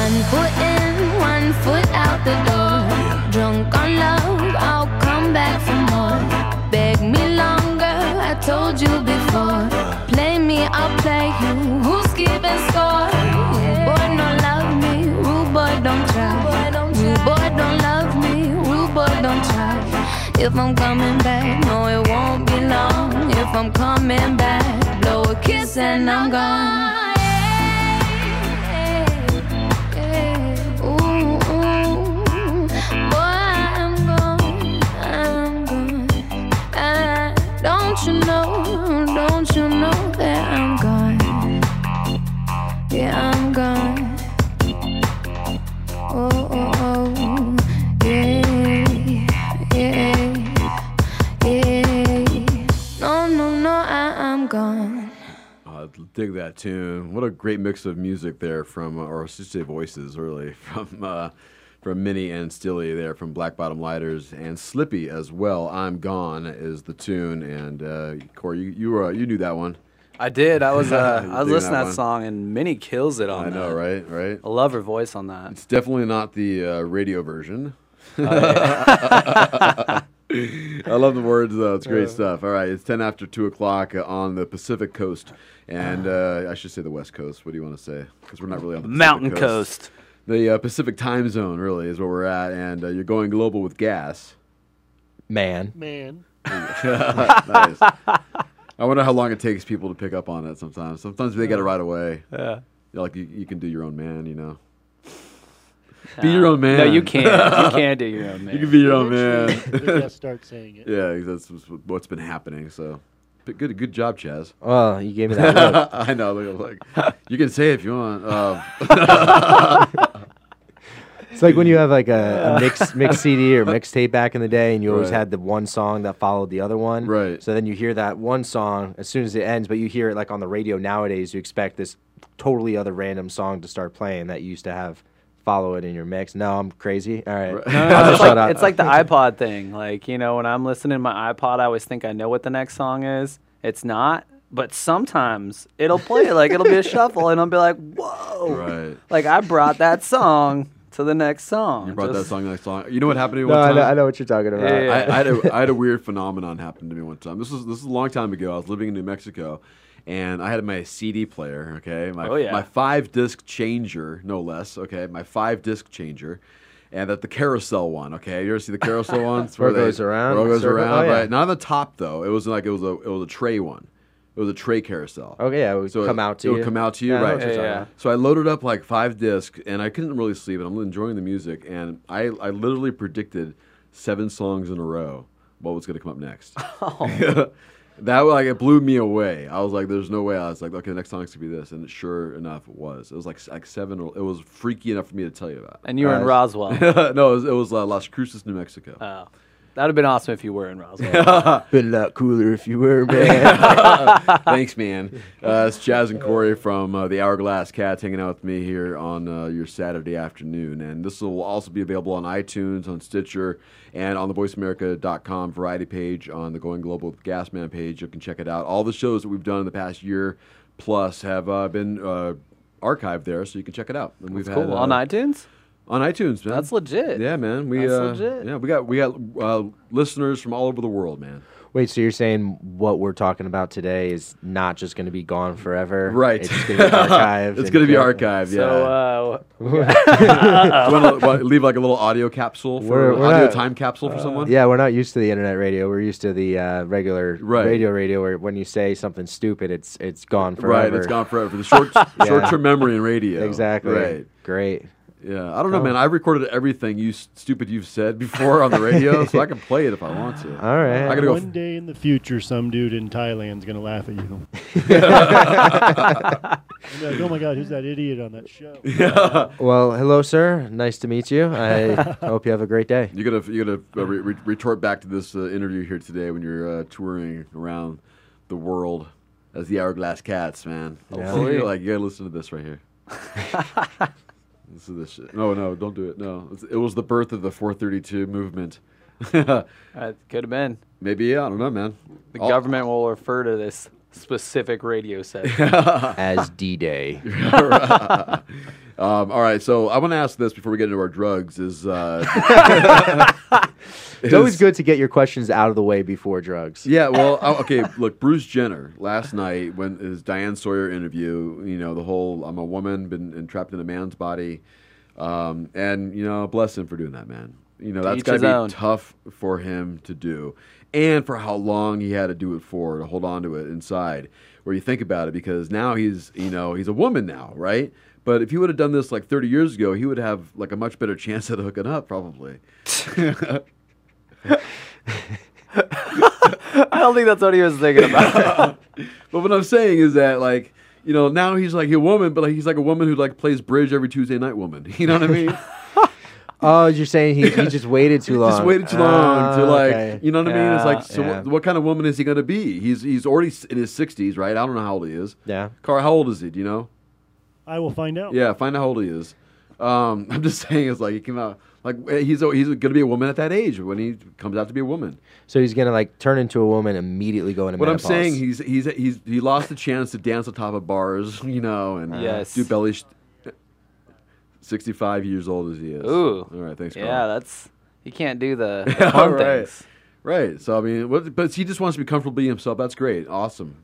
One foot in, one foot out the door. Drunk on love, I'll come back for more. Beg me longer, I told you before. Play me, I'll play you. Who's keeping score? Rude boy, don't love me. Rude boy, don't try. Rude boy, don't love me. Rude boy, don't try. If I'm coming back, no, it won't be long. If I'm coming back, blow a kiss and I'm gone. Uh, Don't you know, don't you know that I'm gone? Yeah, I'm gone. Oh, oh, oh. Yeah, yeah, yeah. No, no, no, I, I'm gone.
Uh, dig that tune. What a great mix of music there from, uh, or I should say voices, really, from uh, from Minnie and Stilly there from Black Bottom Lighters and Slippy as well. I'm Gone is the tune. And uh, Corey, you you, were, you knew that one.
I did. I was uh,
You
I was
dig
listening to that
one?
song and Minnie kills it on
I
that.
know, right? Right.
I love her voice on that.
It's definitely not the uh, radio version.
Oh,
I love the words though. It's great
Yeah.
stuff. All right, it's ten after two o'clock uh, on the Pacific Coast, and uh, I should say the West Coast. What do you want to say? Because we're not really on the Pacific
Mountain Coast.
The uh, Pacific time zone really is where we're at, and uh, you're going global with gas. Man,
Man.
nice. I wonder how long it takes people to pick up on it. Sometimes, sometimes they get it right away.
Yeah.
You're like you, you can do your own man, you know. Be your own man.
No, you can't. You can't do your own man.
you can be your own
Eventually,
man.
they just start saying it.
Yeah, that's what's- what's been happening. So, but good, good job, Chaz.
Well, Oh, you gave me that look.
I know. Look, look. you can say it if you want. Um,
It's like when you have like a, a mix mix CD or mixtape back in the day, and you always
Uh, Right.
had the one song that followed the other one. Right. So then you hear that one song as soon as it ends, but you hear it like on the radio nowadays. You expect this totally other random song to start playing that you used to have follow it in your mix. No, I'm crazy. All right,
No, no, no,
I'll just
it's, like,
shut up.
it's like the iPod thing. Like, you know, when I'm listening to my iPod, I always think I know what the next song is. It's not, but sometimes it'll play like it'll be a shuffle, and I'll be like, "Whoa!"
Right.
Like I brought that song to the next song.
You brought that
Just-
song next song. You know what happened to me
No,
one
I
time?
know- I know what you're talking about. Yeah, yeah, yeah.
I, I, had a, I had a weird phenomenon happen to me one time. This was this is a long time ago. I was living in New Mexico, and I had my CD player. Okay, my
Oh, yeah.
my five disc changer, no less. Okay, my five disc changer. And that the carousel one, okay. You ever see the carousel one? It's
Where it
they-
goes around,
Where it goes
circle-
around,
oh, yeah.
right? Not on the top though. It was like it was a it was a tray one. It was a tray carousel.
Okay, yeah, it would
So
come out to
it
you.
would come out to you,
Yeah, I know
right?
what you're talking about.
So I loaded up like five discs, and I couldn't really sleep, and I'm enjoying the music, and I, I literally predicted seven songs in a row what was going to come up next.
Oh.
that like it blew me away. I was like, "There's no way." I was like, "Okay, the next song's going to be this," and sure enough, it was. It was like s- like seven. Or, it was freaky enough for me to tell you about.
And you were in
Uh,
Roswell.
no, it was, it was uh, Las Cruces, New Mexico.
Oh, that'd have been awesome if you were in Roswell.
Been a lot cooler if you were, man. Thanks, man. Uh, it's Jazz and Corey from uh, the Hourglass Cats hanging out with me here on uh, your Saturday afternoon. And this will also be available on iTunes, on Stitcher, and on the VoiceAmerica.com variety page, on the Going Global with Gasman page. You can check it out. All the shows that we've done in the past year plus have uh, been uh, archived there, so you can check it out. And we've
That's cool.
had, uh,
On iTunes?
On iTunes, man.
That's legit.
Yeah, man. We
That's
uh,
legit.
Yeah, we got we got uh, listeners from all over the world, man.
Wait, so you're saying what we're talking about today is not just going to be gone forever?
Right.
It's going to be archived.
It's
and-
gonna be archived, yeah.
So, uh,
Do you wanna, what, leave like a little audio capsule for
We're- we're
audio
not-
time capsule for someone?
Uh, Yeah, we're not used to the internet radio. We're used to the uh, regular
Right.
radio radio where when you say something stupid, it's it's gone forever.
Right, it's gone forever. The short short term memory in radio.
Exactly.
Right.
Great.
Yeah. I don't know,
Cool.
man. I recorded everything you s- stupid you've said before on the radio, so I can play it if I want to. I gotta go.
One day in the future, some dude in Thailand's gonna laugh at you. And they're like, oh my God, who's that idiot on that show?
Well, hello, sir. Nice to meet you. I hope you have a great day.
You're gonna you're gonna uh, re- re- retort back to this uh, interview here today when you're uh, touring around the world as the Hourglass Cats, man.
Yeah.
Hopefully, you're like you gotta listen to this right here. Listen to this shit. No, no, don't do it. No, It's- it was the birth of the 432 movement.
That could have been.
Maybe yeah, I don't know, man.
The
Oh.
All-
government will refer to this specific radio set
as D Day.
Um, all right, so I want to ask this before we get into our drugs: is uh,
It's always good to get your questions out of the way before drugs.
Yeah, well, oh, okay. Look, Bruce Jenner last night when his Diane Sawyer interview, you know, the whole "I'm a woman, been entrapped in a man's body," um, and you know, bless him for doing that, man. You know,
To
that's
each
got to
his
be
own.
tough for him to do, and for how long he had to do it for to hold on to it inside. Where you think about it, because now he's, you know, he's a woman now, right? But if he would have done this like 30 years ago, he would have like a much better chance at hooking up, probably.
I don't think that's what he was thinking about.
But what I'm saying is that like you know now he's like a woman, but like he's like a woman who like plays bridge every Tuesday night. Woman, you know what I mean?
Oh, you're saying he, he just waited too long.
Just waited too long to
Ah,
like
okay.
you know what I mean? It's like so
Yeah.
what, what kind of woman is he going to be? He's he's already s- in his 60s, right? I don't know how old he is.
Yeah,
Car, how old is he? Do you know?
I will find out.
Yeah, find out how old he is. Um, I'm just saying it's like he came out like eh, he's a- he's going to be a woman at that age when he comes out to be a woman.
So he's gonna like turn into a woman immediately going into
What I'm
menopause.
saying, he's he's he's he lost the chance to dance on top of bars, you know, and
Yes.
do belly. Sh- 65 years old as he is.
Ooh.
All right, thanks. Carl.
Yeah, that's you can't do the, the
Yeah,
fun
right.
things.
Right. So I mean, what, but he just wants to be comfortable being himself. That's great. Awesome.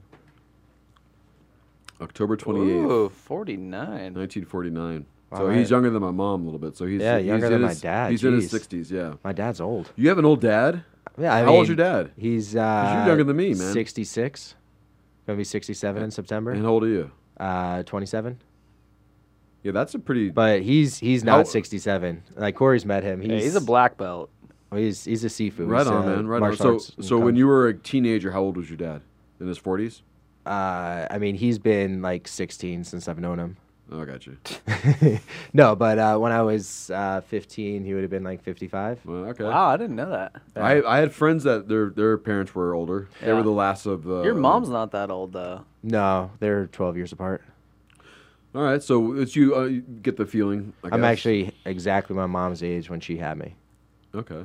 October 28th,
Ooh, 49.
1949.
Wow,
so
right.
he's younger than my mom a little bit. So he's
yeah,
he's
younger
in
than my
his-
dad.
He's in his
jeez.
60s. Yeah.
my dad's old.
You have an old dad.
Yeah, I
How old's
mean,
your dad?
He's uh,
'Cause you're younger than me, man.
Sixty-six, gonna be sixty-seven in September.
And how old are you?
Uh, twenty-seven.
Yeah, that's a pretty.
But he's he's
How-
not sixty-seven. Like Corey's met him. He's
Yeah, he's a black belt.
well, he's he's a seafood.
Right on, man. Right on. So, so when you were a teenager, how old was your dad? In his forties?
uh, I mean, he's been like sixteen since I've known him.
Oh, I got you.
no, but uh, when I was uh, 15, he would have been like 55.
Well, okay.
Wow, I didn't know that.
I, I had friends that their their parents were older. They
Yeah.
were the last of the.
Your mom's not that old though.
No, they're 12 years apart.
All right, so it's you. Uh, you get the feeling. I
I'm
guess.
actually exactly my mom's age when she had me.
Okay.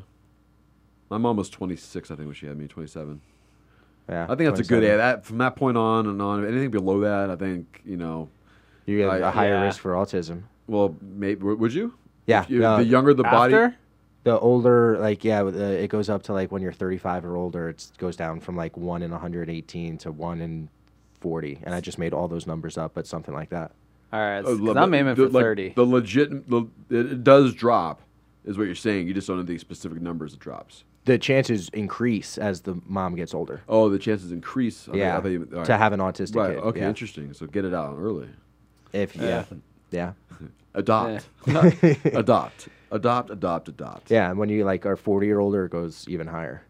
My mom was 26, I think, when she had me, 27.
Yeah,
I think that's a good.
27.
Yeah, that from that point on and on, anything below that, I think you know,
you get
a
a higher risk for autism.
Well, maybe would you?
Yeah,
If you- the younger the body.
the older, like yeah, with, uh, it goes up to like when you're 35 or older, it goes down from like one in 118 to one in 40, and I just made all those numbers up, but something like that.
All right,
Uh, le-
'cause I'm aiming
the-
for
like,
thirty.
The legit, the, it, it does drop, is what you're saying. You just don't know the specific numbers it drops.
The chances increase as the mom gets older.
Oh, the chances increase. I thought- I
Yeah,
thought you meant- all
to have an autistic
Right.
kid,
Okay,
yeah.
interesting. So get it out early.
If yeah, yeah.
adopt,
Yeah.
adopt, adopt, adopt, adopt.
Yeah, and when you like are 40 or older, it goes even higher.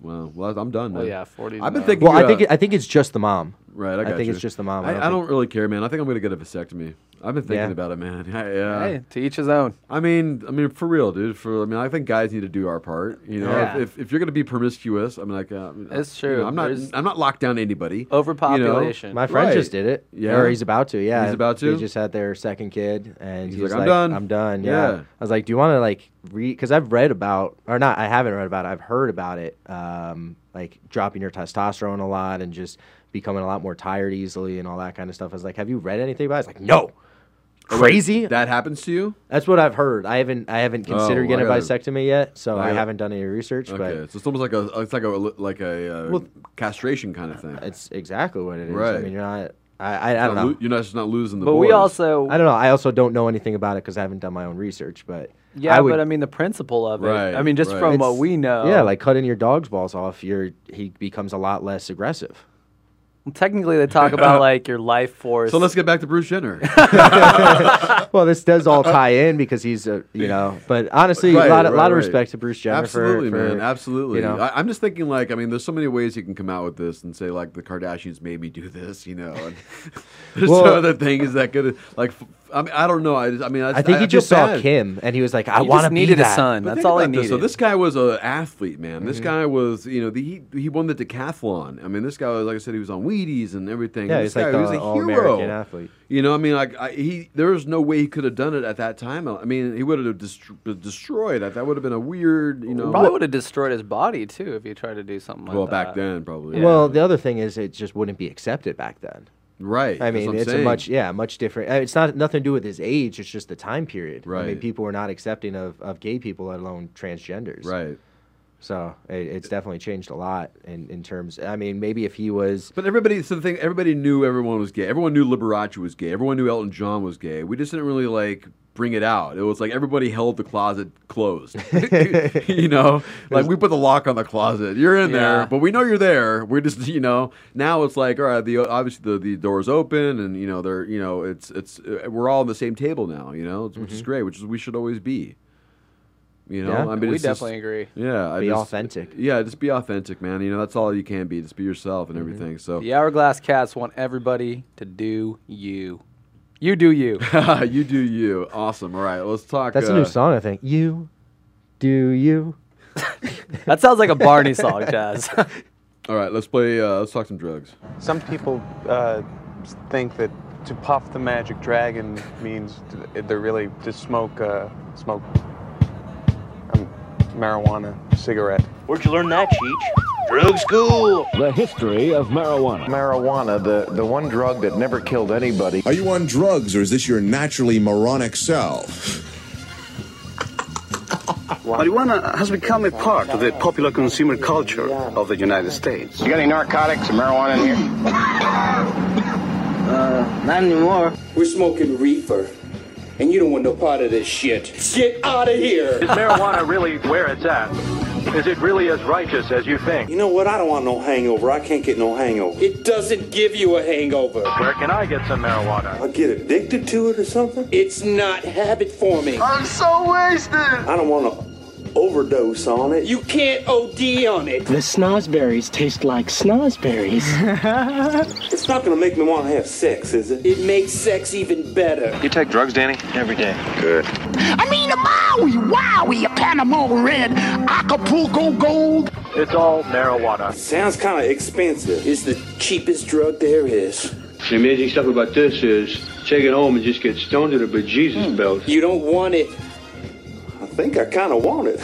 Well, well I'm done.
Well,
man.
yeah,
40
I've been thinking.
Well, I
uh,
think it, I think it's just the mom.
Right, I, got
think
you.
it's just the mom.
I, I don't, really care, man. I think I'm gonna get a vasectomy. I've been thinking
Yeah.
about it, man. I, yeah.
Hey, to each his own.
I mean, I mean, for real, dude. For I mean, I think guys need to do our part. You know,
Yeah.
if, if, if you're gonna be promiscuous, I mean, like, uh,
It's
you know,
true.
I'm not.
There's-
I'm not locked down to anybody.
Overpopulation.
You know?
My friend
Right.
just did it.
Yeah,
Or he's about to. Yeah.
He's about to.
They just had their second kid, and
He's
he was
like, "I'm done."
I'm done. Yeah.
Yeah.
I was like, do you want to like read? Because I've read about, or not, I haven't read about. it. I've heard about it. Um, like dropping your testosterone a lot and just becoming a lot more tired easily and all that kind of stuff. I was like, have you read anything about it? It's like, no.
Oh, wait,
Crazy.
that happens to you?
That's what I've heard. I haven't. I haven't
Oh,
considered
I
getting a
gotta-
vasectomy yet, so
I
I,
gotta-
haven't done any research.
Okay,
But
so it's almost like a it's like a like a uh,
Well-
castration kind of thing.
It's exactly what it is. I
Right.
mean, you're not. I, I, I don't
Not lo-
know.
you're not just not losing the.
But we
boys.
also-
I don't know. I also don't know anything about it because I haven't done my own research. But
Yeah,
I would-
but I mean the principle of it.
Right,
I mean, just
right.
from what
It's-
we know.
yeah, like cutting your dog's balls off, you're he becomes a lot less aggressive.
Well, technically they talk about like your life force.
So let's
get back to Bruce Jenner.
well, this does all tie in because he's a you know. But honestly, a
Right,
lot, a
right,
lot of
right.
respect to Bruce Jenner. for-
Absolutely,
for,
man. Absolutely.
You know,
I, I'm just thinking, like, I mean, there's so many ways you can come out with this and say, like, the Kardashians made me do this, you know. And there's
Well-
some other things that could, like, f- I mean, I don't know. I, just, I mean, I,
I think he
feel
just saw
bad.
Kim and he was like, "I want to be that."
But think about this, So this guy was an athlete, man. This
Mhm.
guy was, you know, the, he he won the decathlon. I mean, this guy was like I said, he was on Wheaties and everything.
Yeah,
And
he's
this
like
guy,
the
was a
all-American
hero.
athlete.
You know, I mean, like I, he, there was no way he could have done it at that time. I mean, he would have destro- been destroyed. That that would have been a weird, you know.
probably would have destroyed his body too if he tried to do something like
Well,
that.
back then, probably.
Well, the other thing is, it just wouldn't be accepted back then.
Right.
I
that's
mean,
what I'm
it's
saying.
a much yeah, much different. uh, It's not nothing to do with his age. It's just the time period. I mean,
Right.
people were not accepting of, of gay people, let alone transgenders.
Right.
So it, it's definitely changed a lot in, in terms. I mean, maybe if he was
But everybody, so the thing, everybody knew everyone was gay. Everyone knew Liberace was gay. Everyone knew Elton John was gay. We just didn't really like bring it out. It was like everybody held the closet closed. you know, like we put the lock on the closet. You're in
Yeah.
there, but we know you're there. We're just, you know, now it's like, all right, the obviously the, the door's open, and you know they're, you know, it's it's uh, we're all on the same table now. You know, which is great, which is we should always be. You know,
Mm-hmm. Yeah.
I mean,
We
it's just-
definitely agree.
Yeah, I
Be
just-
authentic.
Yeah, just be authentic, man. You know, that's all you can be. Just be yourself
Mm-hmm.
and everything. So
The Hourglass Cats want everybody to do you. You do you.
you do you. Awesome. All right, let's talk.
that's a
uh,
new song, I think. You, do you?
That sounds like a Barney song, Jazz.
All right, let's play. Uh, let's talk some drugs.
Some people uh, think that to puff the magic dragon means th- they're really to smoke uh, smoke um, marijuana cigarette.
Where'd you learn that, Cheech? Drug school.
The history of marijuana. Marijuana, the, the one drug that never killed anybody. Are you on drugs or is this your naturally moronic self?
Marijuana has become a part of the popular consumer culture of the United States. You got any narcotics or marijuana in here?
Uh, not anymore. We're smoking reefer, and you don't want no part of this shit. Get out of here.
Is marijuana really where it's at? Is it really as righteous as you think?
You know what? I don't want no hangover. I can't get no hangover. It doesn't give you a hangover. Where can I get some marijuana? I get addicted to it or something? It's not habit forming. I
I'm so wasted.
don't want to overdose on it. You can't OD on it.
The snozberries taste like snozberries.
It's not gonna make me want to have sex, is it? It makes sex even better. You take drugs, Danny? Every day. Good.
I mean, a Maui, Wowie, a Panama Red, Acapulco Gold.
It's all marijuana. Sounds kind of expensive. It's the cheapest drug there is.
The amazing stuff about this is take it home and just get stoned to the bejesus belt.
Hmm. You don't want it. I think I kind of want it.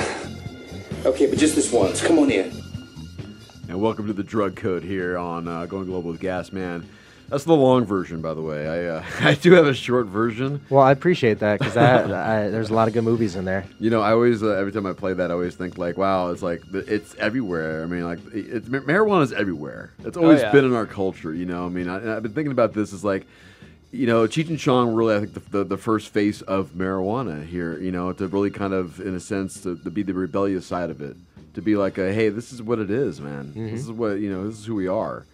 okay, but just this once. Come on in.
And welcome to the drug code here on uh, Going Global with Gas Man. That's the long version, by the way. I uh, I do have a short version.
Well, I appreciate that because I, there's a lot of good movies in there.
You know, I always uh, every time I play that, I always think like, wow, it's like th- it's everywhere. I mean, like it, mar marijuana is everywhere. It's
Oh,
always
yeah.
been in our culture. You know, I mean, I, and I've been thinking about this is like. You know, Cheech and Chong really, I think, the, the, the first face of marijuana here, you know, to really kind of, in a sense, to, to be the rebellious side of it. To be like, a, hey, this is what it is, man.
Mhm.
This is what, you know, this is who we are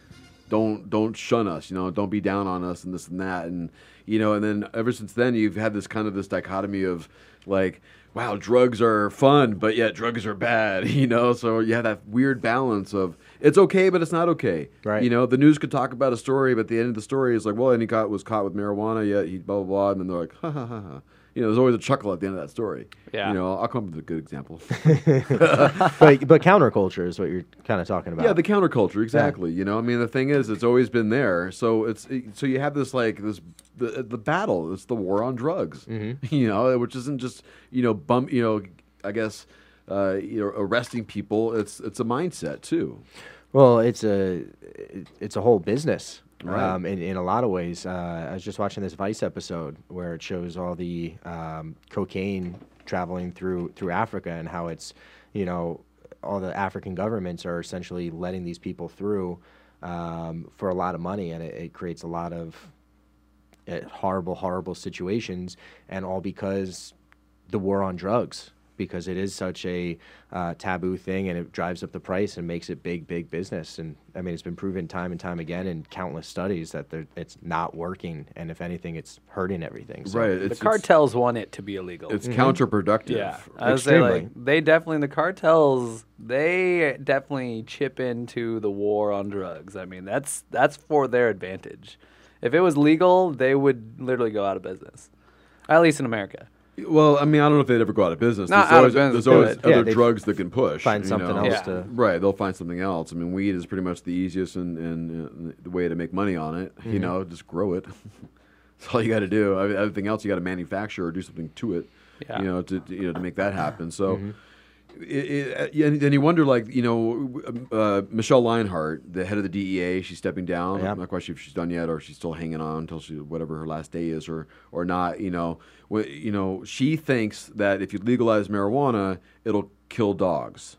don't don't shun us you know don't be down on us and this and that and you know and then ever since then you've had this kind of this dichotomy of like wow drugs are fun but yet drugs are bad you know so you have that weird balance of it's okay but it's not okay right you know the news could talk about a story but the end of the story is like well and he got was caught with marijuana yet he blah blah blah and then they're like ha ha ha ha you know there's always a chuckle at the end of that story
Yeah.
you know i'll come up with a good example
but but counterculture is what you're kind of talking about.
Yeah, the counterculture, exactly. You know, I mean, the thing is, it's always been there. So it's so you have this like this the, the battle. It's the war on drugs.
Mm-hmm.
You know, which isn't just you know bump. You know, I guess uh, you know arresting people. It's it's a mindset too.
Well, it's a it- it's a whole business.
Right.
Um, in, in a lot of ways, uh, I was just watching this Vice episode where it shows all the um, cocaine traveling through through Africa and how it's, you know, all the African governments are essentially letting these people through um, for a lot of money, and it, it creates a lot of uh, horrible, horrible situations, and all because the war on drugs because it is such a uh, taboo thing and it drives up the price and makes it big, big business. And I mean, it's been proven time and time again in countless studies that there- it's not working. And if anything, it's hurting everything. So.
Right,
the cartels want it to be illegal. Mm-hmm.
it's Mhm. counterproductive.
Yeah, I would say
Extremely.
like they definitely the cartels they definitely chip into the war on drugs. I mean that's that's for their advantage. If it was legal, they would literally go out of business. At least in America.
Well, I mean, I don't know if they'd ever go out of business.
Not
there's
out of
always,
business,
there's
but-
always
Yeah,
other
they
drugs that can push.
find
you
something
know?
else Yeah. to-
Right, they'll find something else. I mean, weed is pretty much the easiest and, and, uh, the way to make money on it. You
Mhm.
know, just grow it. That's all you got to do. I mean, everything else you got to manufacture or do something to it.
Yeah.
You know, to, to, you know to make that happen. So.
Mhm.
It, it, yeah, and then you wonder, like you know, uh, Michelle Leinhart, the head of the DEA, she's stepping down.
Yeah.
I'm not quite sure if she's done yet, or if she's still hanging on until she whatever her last day is, or or not. You know, Wh- you know, she thinks that if you legalize marijuana, it'll kill dogs.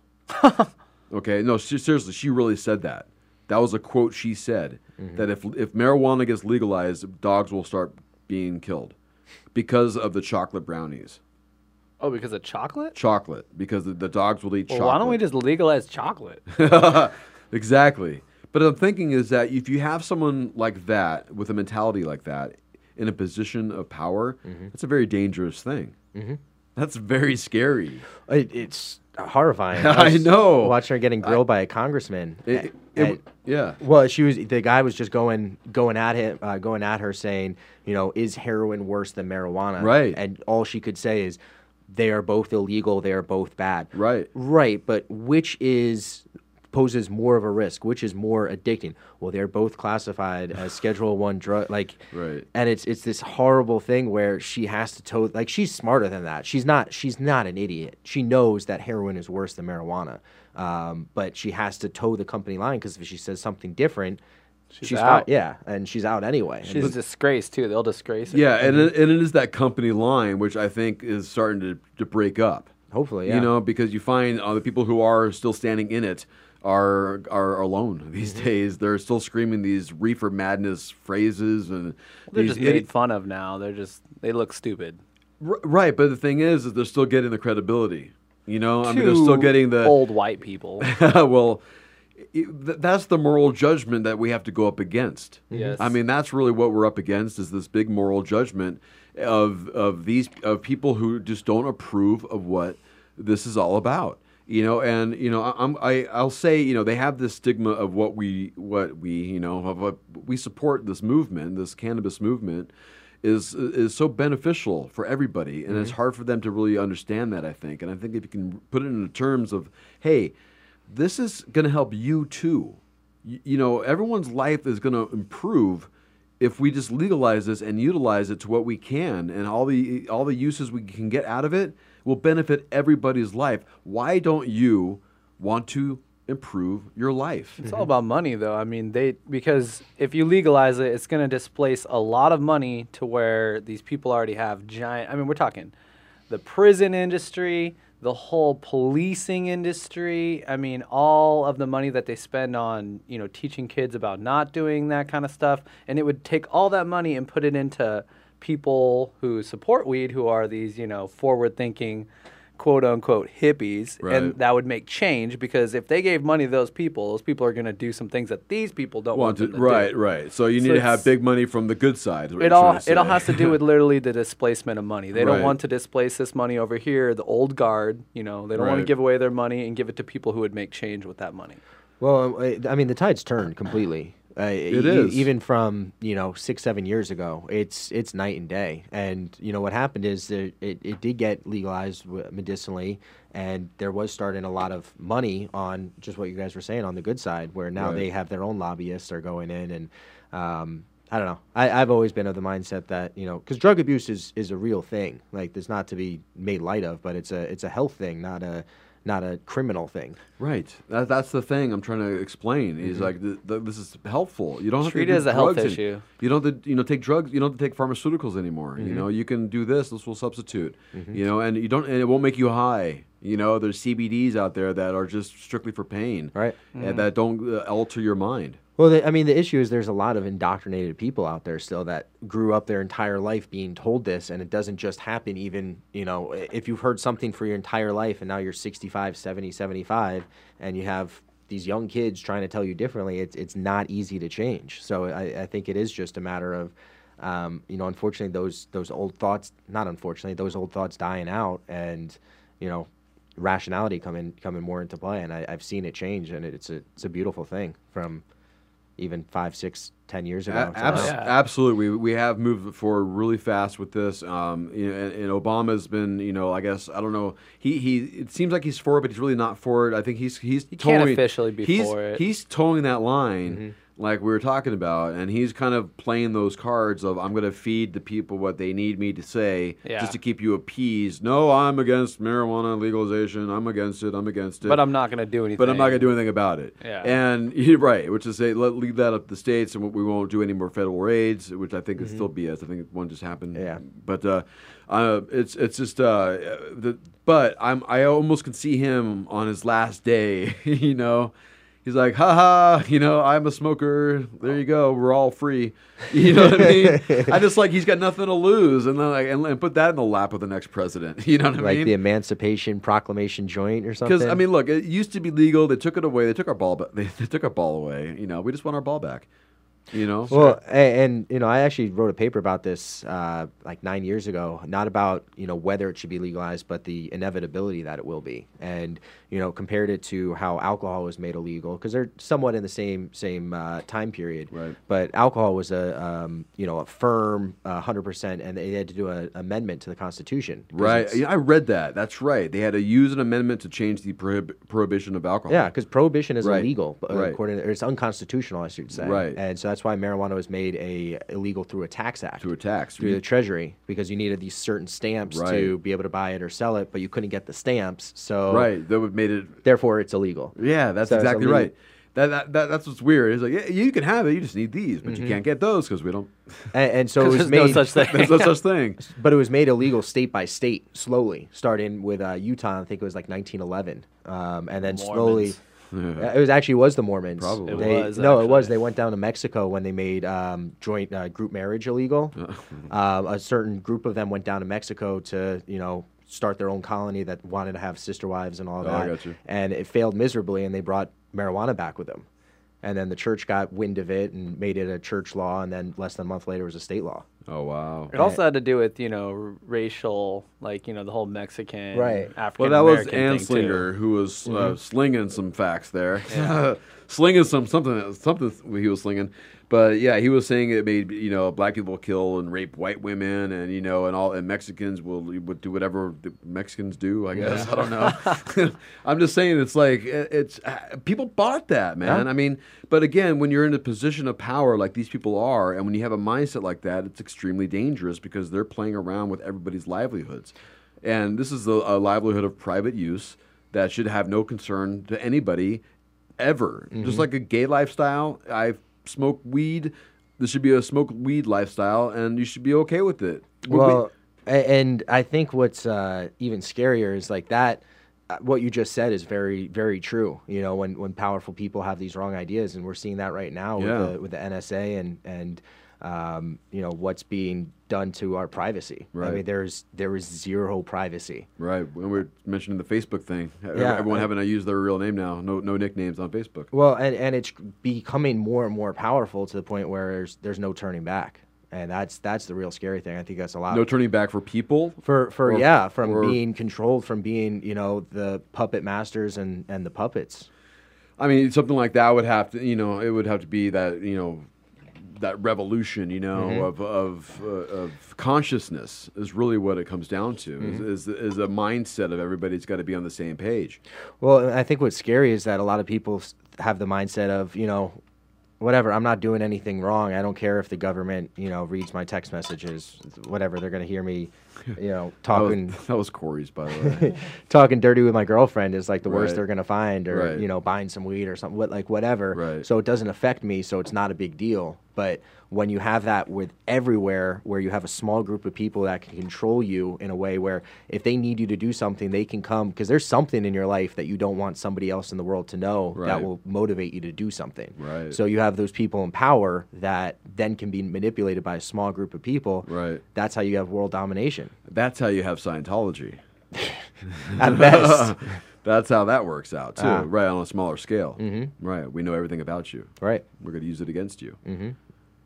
okay, no, she, seriously, she really said that. That was a quote she said
Mm-hmm.
that if if marijuana gets legalized, dogs will start being killed because of the chocolate brownies.
Oh, because of chocolate?
Chocolate, because the, the dogs will eat
Well,
chocolate.
why don't we just legalize chocolate?
exactly. But I'm thinking is that if you have someone like that with a mentality like that in a position of power,
Mm-hmm.
that's a very dangerous thing.
Mhm.
That's very scary.
It, it's horrifying.
I
was
know.
Watching her getting grilled by a congressman.
It-
A-
it- yeah.
Well, she was. The guy was just going going at him, uh, going at her, saying, you know, is heroin worse than marijuana?
Right.
And all she could say is, they are both illegal. They are both bad.
Right.
Right. But which is poses more of a risk which is more addicting well they're both classified as schedule one drug like
right
and it's it's this horrible thing where she has to toe like she's smarter than that she's not she's not an idiot she knows that heroin is worse than marijuana um, but she has to toe the company line because if she says something different she's, out.
out.
yeah and she's out anyway
She's a disgrace too. They'll disgrace her.
Yeah, and it, and it is that company line which I think is starting to, to break up.
Hopefully,
you
yeah.
know, because you find uh, the people who are still standing in it are are alone these
Mm-hmm.
days. They're still screaming these reefer madness phrases and
they're
these
just made
idi-
fun of now. They're just they look stupid.
R- right, but the thing is, is they're still getting the credibility. You know, I mean, they're still
To
getting the
old white people.
well, it, th- that's the moral judgment that we have to go up against.
Mhm. Yes.
I mean, that's really what we're up against is this big moral judgment of of these of people who just don't approve of what this is all about. You know, and you know, I- I'm, I I'll say, you know, they have this stigma of what we what we you know of what we support this movement, this cannabis movement, is is so beneficial for everybody, and it's
Mhm.
hard for them to really understand that. I think, and I think if you can put it in terms of, hey, this is going to help you too. Y- you know, everyone's life is going to improve if we just legalize this and utilize it to what we can, and all the all the uses we can get out of it will benefit everybody's life. Why don't you want to improve your life. Mm-hmm.
It's all about money, though. I mean, they because if you legalize it, it's going to displace a lot of money to where these people already have giant. I mean, we're talking the prison industry, the whole policing industry. I mean, all of the money that they spend on you know teaching kids about not doing that kind of stuff, and it would take all that money and put it into people who support weed, who are these you know forward-thinking quote unquote hippies
Right.
and that would make change because if they gave money to those people those people are going to do some things that these people don't want
Want to-
them to
right,
do.
right. So you need to have
it's-
big money from the good side. is what
it
you're
all
trying to
it all
say.
has to do with literally the displacement of money they don't
Right.
want to displace this money over here the old guard you know they don't want to
Right.
give away their money and give it to people who would make change with that money
Well, um, I- I mean, the tide's turned completely. Uh,
It
e-
is.
even from you know six, seven years ago. It's it's night and day. And you know what happened is that it, it did get legalized w- medicinally, and there was starting a lot of money on just what you guys were saying on the good side, where now
Right.
they have their own lobbyists are going in and. Um, I don't know. I, I've always been of the mindset that you know, because drug abuse is, is a real thing. Like, it's not to be made light of, but it's a it's a health thing, not a not a criminal thing.
Right. That, that's the thing I'm trying to explain. Is
Mhm.
like th- th- this is helpful. You don't have
Treat
to
it
do
as Mm-hmm. a health
drugs and-
issue.
you don't have to, you know take drugs. You don't have to take pharmaceuticals anymore. You
Mhm.
know you can do this. This will substitute.
Mhm.
You know, and you don't. And it won't make you high. You know, there's CBDs out there that are just strictly for pain.
Right.
And that don't uh, alter your mind.
Mm-hmm. Well, the, I mean, the issue is there's a lot of indoctrinated people out there still that grew up their entire life being told this, and it doesn't just happen even, you know, i- if you've heard something for your entire life and now you're 65, 70, 75, and you have these young kids trying to tell you differently, it's, it's not easy to change. So I, I think it is just a matter of, um, you know, unfortunately, those, those old thoughts, not unfortunately, those old thoughts dying out and, you know, rationality coming coming more into play and I, I've seen it change and it's a it's a beautiful thing from even five, six, ten years
A-
ago. to
abs-
now.
Absolutely, we, we have moved forward really fast with this. Um, you know, and, and Obama's been, you know, I guess I don't know. He he. It seems like he's for it, but he's really not for it. I think he's he's he
can't officially be
he's,
for it. Mm-hmm.
He's towing that line. Like we were talking about, and he's kind of playing those cards of I'm going to feed the people what they need me to say,
Yeah.
just to keep you appeased. No, I'm against marijuana legalization. I'm against it. I'm against it.
But I'm not gonna do
But I'm not
anything.
going to do anything about it.
Yeah.
And you're right, which is say let leave that up to the states, and we won't do any more federal raids, which I think is
Mhm.
still BS. I think one just happened.
Yeah.
But uh, uh, it's it's just uh, the but I'm I almost can see him on his last day. you know, he's like, ha ha. You know, I'm a smoker. There you go. We're all free. You know what I mean? I just like he's got nothing to lose, and then like and, and put that in the lap of the next president. You know what I
like
mean?
the Emancipation Proclamation joint or something.
Because I mean, look, it used to be legal. They took it away. They took our ball. ba- They, they took our ball away. You know, we just want our ball back. You know.
Well, a- and you know, I actually wrote a paper about this uh, like nine years ago, not about you know whether it should be legalized, but the inevitability that it will be, and you know, compared it to how alcohol was made illegal because they're somewhat in the same same uh, time period. Right. But alcohol was a um, you know a firm hundred percent, and they had to do an amendment to the Constitution. 'cause
right.
it's-
Yeah, I read that. That's right. They had to use an amendment to change the prohib- prohibition of alcohol.
Yeah, because prohibition is
Right,
illegal, uh, b-
right.
according to, or it's unconstitutional, I should say.
Right.
And so that's why marijuana was made a illegal through a tax act. Through
a tax
through the Treasury, because you needed these certain stamps to
Right.
be able to buy it or sell it, but you couldn't get the stamps. So
Right, that would made it.
Therefore, it's illegal.
Yeah, that's
So it's
exactly
illegal.
right. That, that, that that's what's weird. It's like yeah, you can have it. You just need these, but
Mhm.
you can't get those because we don't.
And, and so it
'Cause
was
there's no
made,
such thing. There's no such thing.
But it was made illegal state by state, slowly, starting with uh, Utah. I think it was like 1911, um, and then slowly.
Mormons.
Uh, It was actually was the Mormons.
Probably. It
They-
was,
no, it was. They went down to Mexico when they made um, joint uh, group marriage illegal. um, a certain group of them went down to Mexico to you know start their own colony that wanted to have sister wives and all
Oh,
that.
I got you.
And it failed miserably, and they brought marijuana back with them. And then the church got wind of it and made it a church law, and then less than a month later it was a state law.
Oh wow!
it also had to do with you know r- racial like you know the whole mexican
Right.
african
Well, that was
American
Ann
thing, too.
Slinger who was uh,
Mm-hmm.
Mhm.
slinging some facts there, slinging some something something he was slinging. But yeah, he was saying it made you know black people kill and rape white women, and you know, and all and Mexicans will would do whatever the Mexicans do. I guess
Yeah.
I don't know. I'm just saying it's like it- it's uh, people bought that man.
Yeah.
I mean, but again, when you're in a position of power like these people are, and when you have a mindset like that, it's extremely dangerous because they're playing around with everybody's livelihoods. And this is a, a livelihood of private use that should have no concern to anybody ever. Just
Mm-hmm.
like a gay lifestyle, I smoke weed. There should be a smoke weed lifestyle, and you should be okay with it. We- we-
Well, a- and I think what's uh, even scarier is like that. uh, What you just said is very, very true. You know, when when powerful people have these wrong ideas, and we're seeing that right now
Yeah.
with the with the NSA and and um, you know what's being done to our privacy. I
Right.
mean, there's there is zero privacy.
Right. When we are mentioning the Facebook thing, e-
Yeah,
everyone
I-
having to use their real name now. No, no nicknames on Facebook.
Well, and, and it's becoming more and more powerful to the point where there's, there's no turning back, and that's that's the real scary thing. I think that's a lot.
No turning back for people.
for for
Or-
yeah from
or-
being controlled from being you know the puppet masters and and the puppets
I mean, something like that would have to, you know, it would have to be that, you know, that revolution, you know,
Mhm.
of of, uh, of consciousness is really what it comes down to.
Mhm.
Is, is is a mindset of everybody's got to be on the same page.
well and i think what's scary is that a lot of people s- have the mindset of you know whatever i'm not doing anything wrong i don't care if the government you know reads my text messages whatever they're going to hear me you know
That was-
talking
That was, Corey's, by the way.
talking dirty with my girlfriend is like the worst
Right.
they're gonna find, or
Right.
you know, buying some weed or something, what like whatever. Right. So it doesn't affect me, so it's not a big deal. But when you have that with everywhere, where you have a small group of people that can control you in a way where if they need you to do something, they can come because there's something in your life that you don't want somebody else in the world to know
Right.
that will motivate you to do something.
Right.
So you have those people in power that then can be manipulated by a small group of people.
Right.
That's how you have world domination.
That's how you have Scientology.
At best.
That's how that works out too,
Ah.
right? On a smaller scale,
Mhm.
right? We know everything about you,
right?
We're going to use it against you,
Mhm.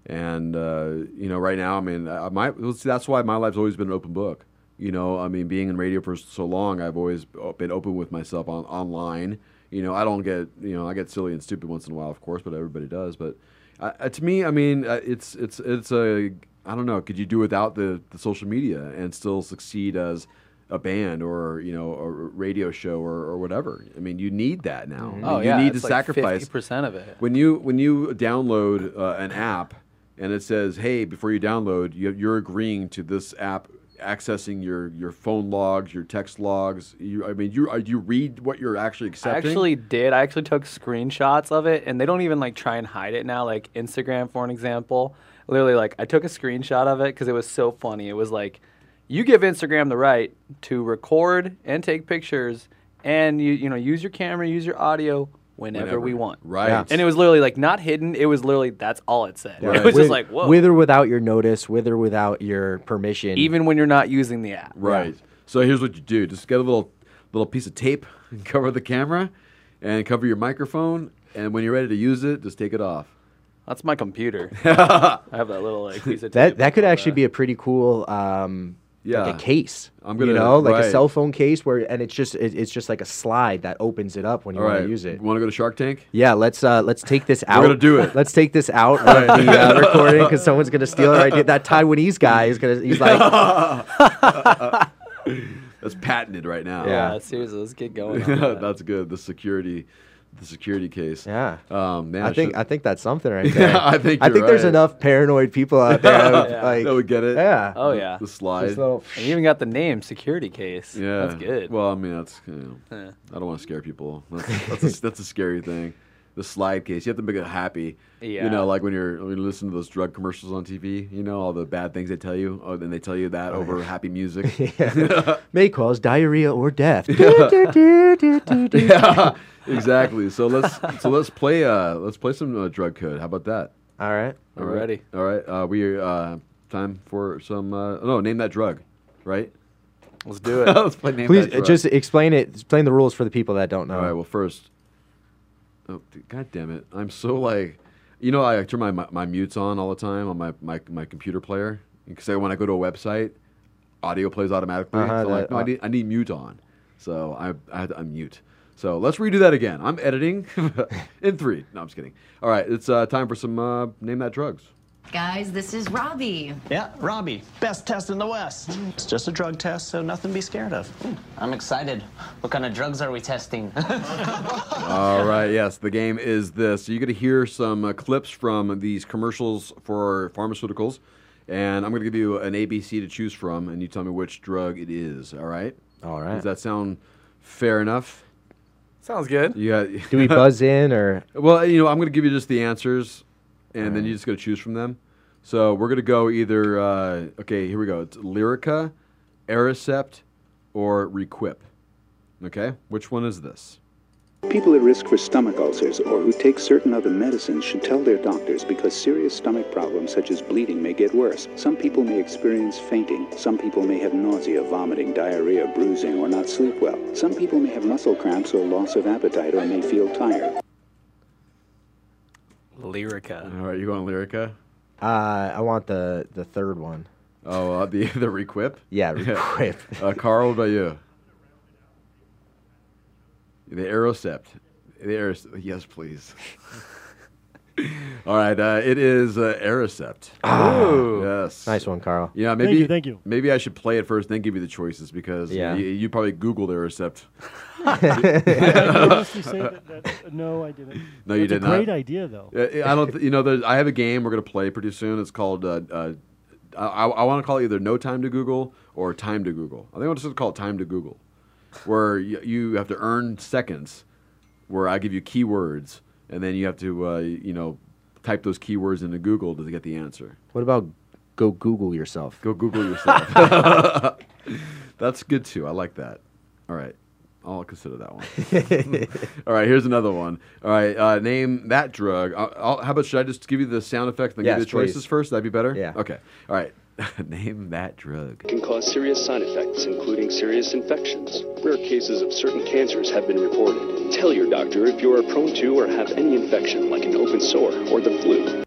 and uh, you know, right now, I mean, I, my well, see, that's why my life's always been an open book. You know, I mean, being in radio for so long, I've always o- been open with myself on online. You know, I don't get, you know, I get silly and stupid once in a while, of course, but everybody does. But uh, uh, to me, I mean, uh, it's it's it's a I don't know. Could you do without the, the social media and still succeed as a band or you know a r- radio show or, or whatever? I mean, you need that now. I mean,
Oh,
Mm. you
yeah,
need
it's
to
like
sacrifice
50% of it.
When you when you download uh, an app and it says, "Hey, before you download, you, you're agreeing to this app accessing your your phone logs, your text logs." You, I mean, you are you read what you're actually
I
accepting.
actually did. I actually took screenshots of it, and they don't even like try and hide it now. Like Instagram, for an example, literally, like I took a screenshot of it because it was so funny. It was like, you give Instagram the right to record and take pictures, and you you know use your camera, use your audio whenever,
Whenever.
we want.
Right. Yeah.
And it was literally like not hidden. It was literally that's all it said. It was
with,
just like whoa.
with or without your notice, with or without your permission.
even when you're not using the app.
Right. So here's what you do: just get a little little piece of tape and cover the camera, and cover your microphone. And when you're ready to use it, just take it off.
That's my computer. I have that little like piece of
that
tape
that could
over
actually be a pretty cool um
Yeah.
like a case.
I'm
you
gonna-
know, like
right.
a cell phone case where and it's just it, it's just like a slide that opens it up when you
All
want
right.
to use it.
Want to go to Shark Tank?
Yeah, let's uh let's take this out.
gonna do it.
Let's take this out of the uh, recording because someone's gonna steal it. Right, here. that Taiwanese guy is gonna. He's like,
That's patented right now.
Yeah, seriously, let's get going on that.
That's good. The security, the security case.
Yeah.
Um, man,
I think
should-
I think that's something right there.
Yeah, I think
I
you're
think there's
right.
enough paranoid people out there. that would,
Yeah.
Like,
That would get it.
Yeah.
Oh
The-
yeah,
the slide. Just
little-
And you even got the name security case.
Yeah,
that's good.
Well, I mean, that's you know,
Yeah.
I don't want to scare people. That's that's a, that's a scary thing. The slide case, you have to make it happy. You
Yeah.
know, like when you're when you listen to those drug commercials on TV. You know, all the bad things they tell you. Oh, then they tell you that over happy music.
may cause diarrhea or death.
yeah, exactly. So let's so let's play uh let's play some uh, drug code. How about that?
All right.
All
We're
right.
ready.
All right. Uh, we uh time for some uh no name that drug, right?
Let's do it.
let's play name
Please
that
uh,
drug.
just explain it. Explain the rules for the people that don't know.
All right. Well, first, oh d- god damn it! I'm so like, you know, I turn my my, my mutes on all the time on my my, my computer player because when I go to a website, audio plays automatically.
Uh-huh,
so I'm like,
that-
no, I
uh-
need I need mute on. So I I had to unmute. So let's redo that again. I'm editing in three. No, I'm just kidding. All right, it's uh, time for some uh, name that drugs.
Guys, this is Robbie.
Yeah, Robbie, best test in the West. It's just a drug test, so nothing to be scared of. Hmm, I'm excited. What kind of drugs are we testing?
All right, yes, the game is this. So you're going to hear some uh, clips from these commercials for pharmaceuticals, and I'm going to give you an ABC to choose from, and you tell me which drug it is. All right?
All right.
Does that sound fair enough?
Sounds good.
Yeah.
Do we buzz in or?
Well, you know, I'm going to give you just the answers, and then you just got to choose from them. So we're going to go either, uh, okay, here we go. It's Lyrica, Aricept, or Requip. Okay? Which one is this?
People at risk for stomach ulcers or who take certain other medicines should tell their doctors because serious stomach problems such as bleeding may get worse. Some people may experience fainting. Some people may have nausea, vomiting, diarrhea, bruising, or not sleep well. Some people may have muscle cramps or loss of appetite or may feel tired.
Lyrica.
All right, you going Lyrica?
Uh, I want the the third one.
Oh, uh, the the Requip?
Yeah, Requip.
uh, Carl, what about you? The Aerocept. The Aerocept. Yes, please. All right, uh, it is uh, Aricept. yes.
Ah, Nice one, Carl.
Yeah,
Thank
maybe
you, thank you.
Maybe I should play it first, then give you the choices because
Yeah.
y- you, probably Googled Aricept.
I noticed you say that- that- no, I didn't.
No, you
That's a
did not.
great idea, though.
Uh, I don't. Th- you know, there's- I have a game we're gonna play pretty soon. It's called. Uh, uh, I, I want to call it either No Time to Google or Time to Google. I think I'm just gonna call it Time to Google, where you, you have to earn seconds. Where I give you keywords, and then you have to, uh, you know, type those keywords into Google to get the answer.
What about go Google yourself?
Go Google yourself. That's good too. I like that. All right. I'll consider that one. All right, here's another one. All right, uh, name that drug. I'll, I'll, how about should I just give you the sound effect and then
Yes,
give you the choices
please.
first? That'd be better?
Yeah.
Okay. All right. name that drug.
can cause serious side effects, including serious infections. Rare cases of certain cancers have been reported. Tell your doctor if you are prone to or have any infection, like an open sore or the flu.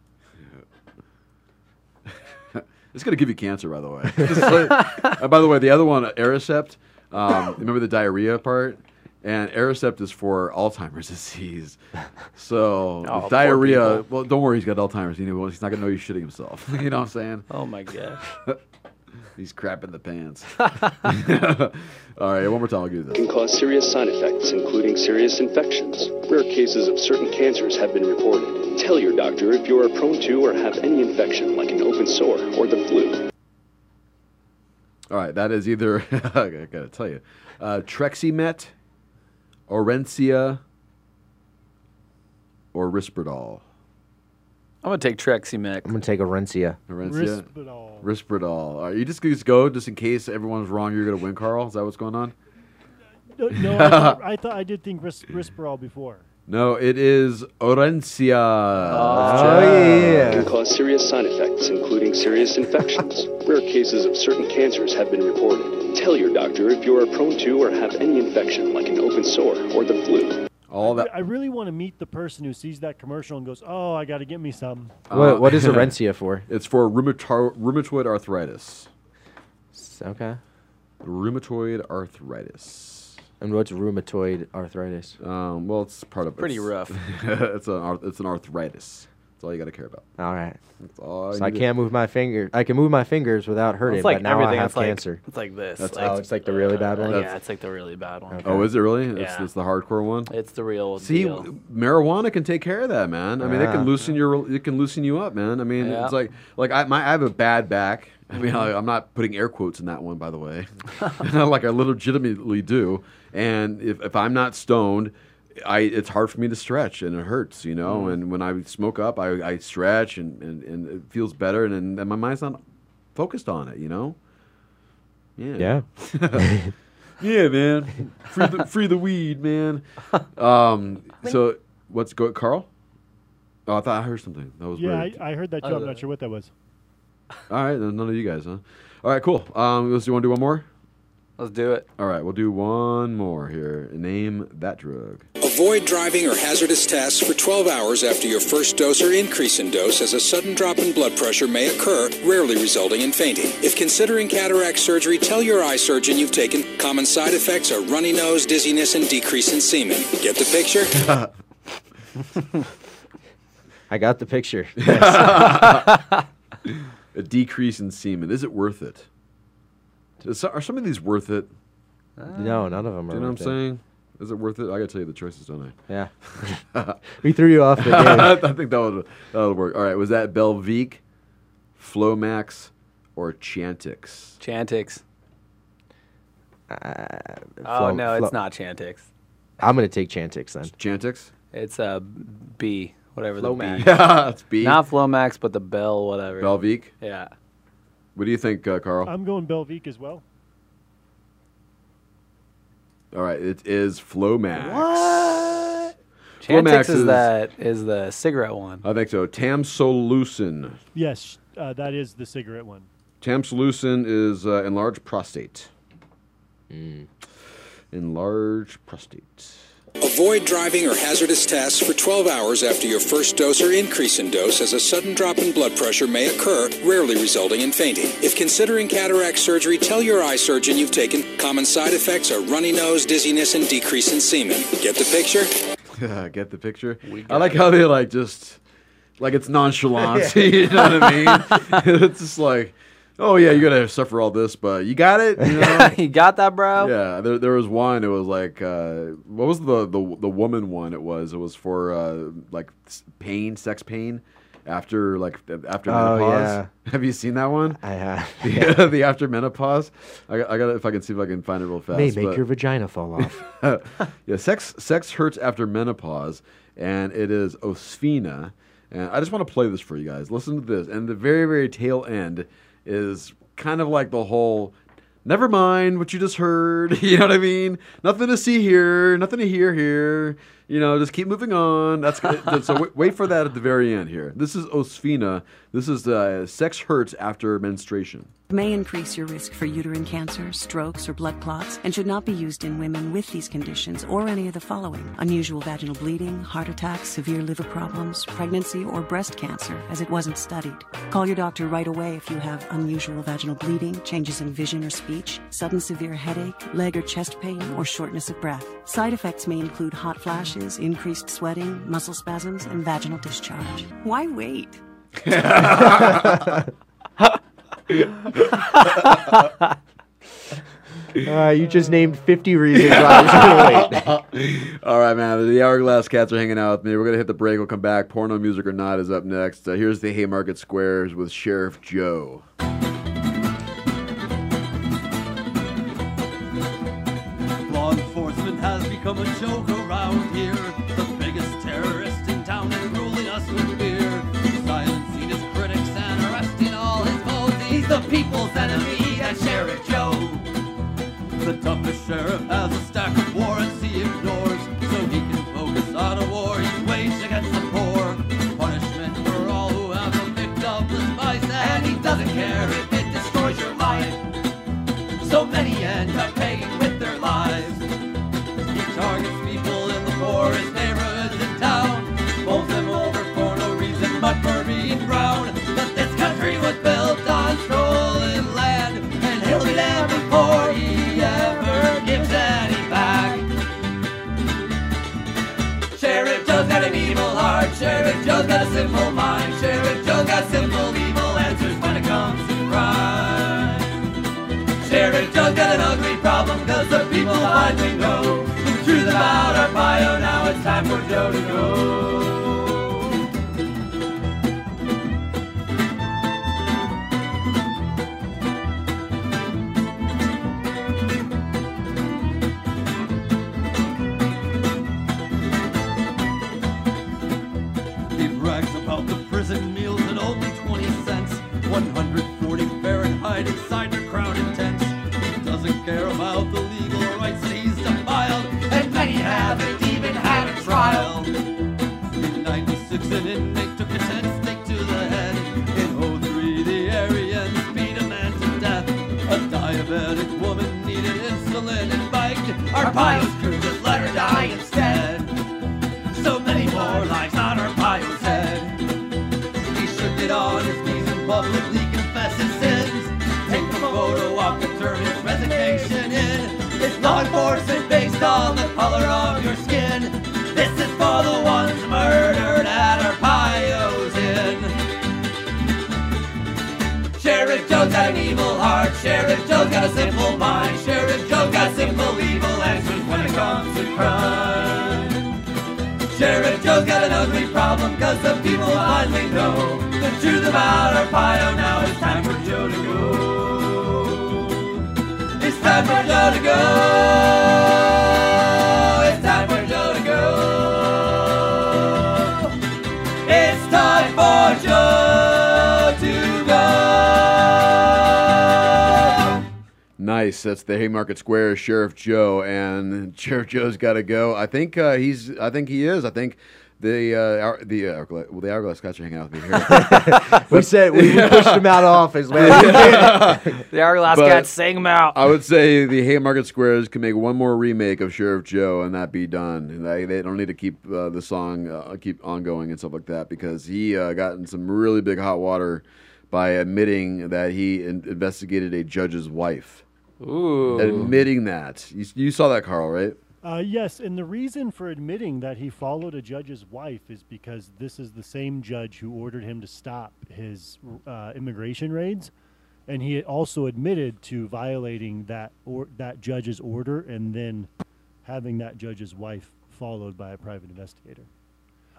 It's going to give you cancer, by the way. Just like- uh, by the way, the other one, Aricept, um, remember the diarrhea part? And Aricept is for Alzheimer's disease. So
Oh, poor
diarrhea.
people.
Well, don't worry, he's got Alzheimer's. You know, he's not going to know he's shitting himself. you know what I'm saying?
Oh my gosh.
He's crapping the pants. All right, one more time. I'll give you this.
Can cause serious side effects, including serious infections. Rare cases of certain cancers have been reported. Tell your doctor if you are prone to or have any infection, like an open sore or the flu.
All right, that is either I gotta tell you, uh, Treximet, Orencia, or Risperdal.
I'm gonna take Treximet.
I'm gonna take Orencia.
Orencia? Risperdal. All right, you just, you just go just in case everyone's wrong. You're gonna win, Carl. Is that what's going on?
No, no I, thought, I thought I did think Ris- Risperol before.
No, it is Orencia. Oh,
Oh,
Can cause serious side effects, including serious infections. Rare cases of certain cancers have been reported. Tell your doctor if you are prone to or have any infection, like an open sore or the flu.
All
I- I really want to meet the person who sees that commercial and goes, "Oh, I got to get me some."
Oh,
What- what is Orencia for?
Uh, It's for rheumato- rheumatoid arthritis.
Okay.
Rheumatoid arthritis.
And what's rheumatoid arthritis?
Um, well, it's part of
Pretty rough.
it's an arth- it's an arthritis. That's all you got to care about.
All right.
That's all
So I
need to-
can't move my finger. I can move my fingers without hurting,
It's like
but now I
everything.
have
it's like,
cancer.
It's like this.
That's oh, it's like the really bad one.
Yeah, it's like the really bad one.
Oh, is it really? It's,
Yeah.
it's the hardcore one.
It's the real
See,
deal.
w- marijuana can take care of that, man. I mean, it
Yeah.
Ah.
can loosen your it can loosen you up, man. I mean,
Yeah.
it's like like I my I have a bad back. I mean, I, I'm not putting air quotes in that one, by the way. like I legitimately do. And if if I'm not stoned, I it's hard for me to stretch and it hurts, you know.
Mm.
And when I smoke up, I, I stretch and, and, and it feels better, and, and and my mind's not focused on it, you know. Yeah. Yeah. yeah, man. Free the, free the weed, man. Um, so what's go Carl? Oh, I thought I heard something. That was
Yeah, I,
weird.
I heard that too. I'm not sure what that was.
All right, then none of you guys, huh? All right, cool. Um, let's do. Want to do one more?
Let's do it.
All right, we'll do one more here. Name that drug.
Avoid driving or hazardous tasks for 12 hours after your first dose or increase in dose, as a sudden drop in blood pressure may occur, rarely resulting in fainting. If considering cataract surgery, tell your eye surgeon you've taken. Common side effects are runny nose, dizziness, and decrease in semen. Get the picture?
I got the picture.
A decrease in semen. Is it worth it? Is- are some of these worth it?
No, none of them
Do
are
you know
worth
what I'm saying? Is it worth it? I gotta tell you the choices, don't I?
Yeah. We threw you off the game.
I think that would that would work. All right, was that Belvique, Flomax, or Chantix?
Chantix.
Uh,
oh no, it's not Chantix.
I'm gonna take Chantix then.
Chantix.
It's a B, whatever the
Flomax.
B.
Yeah, it's B.
Not Flomax, but the Bell, whatever.
Belvique.
Yeah.
What do you think, uh, Carl?
I'm going Belvique as well.
All right, it is Flomax.
What?
Flomax
Chantix is that is the cigarette one.
I think so. Tamsolucin.
Yes, uh, that is the cigarette one.
Tamsolucin is uh, enlarged prostate.
Hmm.
Enlarged prostate.
Avoid driving or hazardous tasks for 12 hours after your first dose or increase in dose, as a sudden drop in blood pressure may occur, rarely resulting in fainting. If considering cataract surgery, tell your eye surgeon you've taken. Common side effects are runny nose, dizziness, and decrease in semen. Get the picture?
Uh, Get the picture? I like how they like just like it's nonchalant.
Yeah.
you know what I mean? it's just like, oh yeah, you're gonna suffer all this, but you got it. You, know?
you got that, bro.
Yeah, there, there was one. It was like, uh, what was the, the the woman one? It was it was for uh, like s- pain, sex pain, after like after
Oh,
menopause.
yeah.
Have you seen that one?
I have.
The, the after menopause. I, got- I gotta if I can see if I can find it real fast.
May make
but-
your vagina fall off.
yeah, sex sex hurts after menopause, and it is Osphina. And I just want to play this for you guys. Listen to this, and the very very tail end is kind of like the whole. Never mind what you just heard. You know what I mean? Nothing to see here. Nothing to hear here. You know, just keep moving on. That's good. so. Wait, wait for that at the very end here. This is Osphina. This is uh, sex hurts after menstruation.
may increase your risk for uterine cancer, strokes, or blood clots, and should not be used in women with these conditions or any of the following unusual vaginal bleeding, heart attacks, severe liver problems, pregnancy, or breast cancer, as it wasn't studied. Call your doctor right away if you have unusual vaginal bleeding, changes in vision or speech, sudden severe headache, leg or chest pain, or shortness of breath. Side effects may include hot flashes, increased sweating, muscle spasms, and vaginal discharge. Why wait?
Uh, you just named 50 reasons why I was gonna wait.
All right, man. The Hourglass Cats are hanging out with me. We're gonna hit the break. We'll come back. Porno music or not is up next. Uh, here's the Haymarket Squares with Sheriff Joe.
Law enforcement has become a joke around here. The biggest terrorist in town and ruling us with fear. Silencing his critics and arresting all his foes. He's the people's enemy, that Sheriff Joe. The toughest sheriff has a stack of warrants he ignores. So he can focus on a war he's waged against the poor. Punishment for all who have a victimless vice. And he doesn't care if it destroys your life. So many end up paying with their lives. He targets people in the poorest neighborhoods in town. Bowls them over for no reason but for being brown. But this country was built on stolen land. And he'll be there before he ever gives any back. Sheriff Joe's got an evil heart. Sheriff Joe's got a simple mind. Sheriff Joe's got simple evil answers when it comes to crime. Sheriff Joe's got an ugly problem because the people finally know the truth about our bio. Now it's time for Joe to go. He brags about the prison meals at only 20 cents. 140 Fahrenheit inside the crowded tents. He doesn't care about the legal rights that he's defiled. And many haven't even had a trial. In 96, an inmate took a 10 stake to the head. In 03, the Aryans beat a man to death. A diabetic woman needed insulin and begged. Our piles crew just let her die instead. So many more lives on our piles head. He shook it on his knees and publicly confessed his sins. Take a photo op and turn his resignation in. It's law enforcement based on the color of your skin. This is for the ones murdered at our pios inn. Sheriff Joe's got an evil heart. Sheriff Joe's got a simple mind. Sheriff Joe's got simple evil answers when it comes to crime. Sheriff Joe's got an ugly problem Cause the people finally know The truth about our bio Now it's time for Joe to go It's time for Joe to go It's time for
Nice. That's the Haymarket Square Sheriff Joe, and Sheriff Joe's got to go. I think uh, he's. I think he is. I think. The uh, hour, the uh, hourglass- well, the hourglass guys are hanging out with me here.
We said- we- we pushed him out of office, man.
The hourglass
But
got sang him out.
I would say the Haymarket Squares can make one more remake of Sheriff Joe and that be done. And They, they don't need to keep uh, the song uh, keep ongoing and stuff like that because he uh, got in some really big hot water by admitting that he in- investigated a judge's wife.
Ooh.
Admitting that. You, you saw that, Carl, right?
Uh, yes, and the reason for admitting that he followed a judge's wife is because this is the same judge who ordered him to stop his uh, immigration raids, and he had also admitted to violating that or that judge's order and then having that judge's wife followed by a private investigator.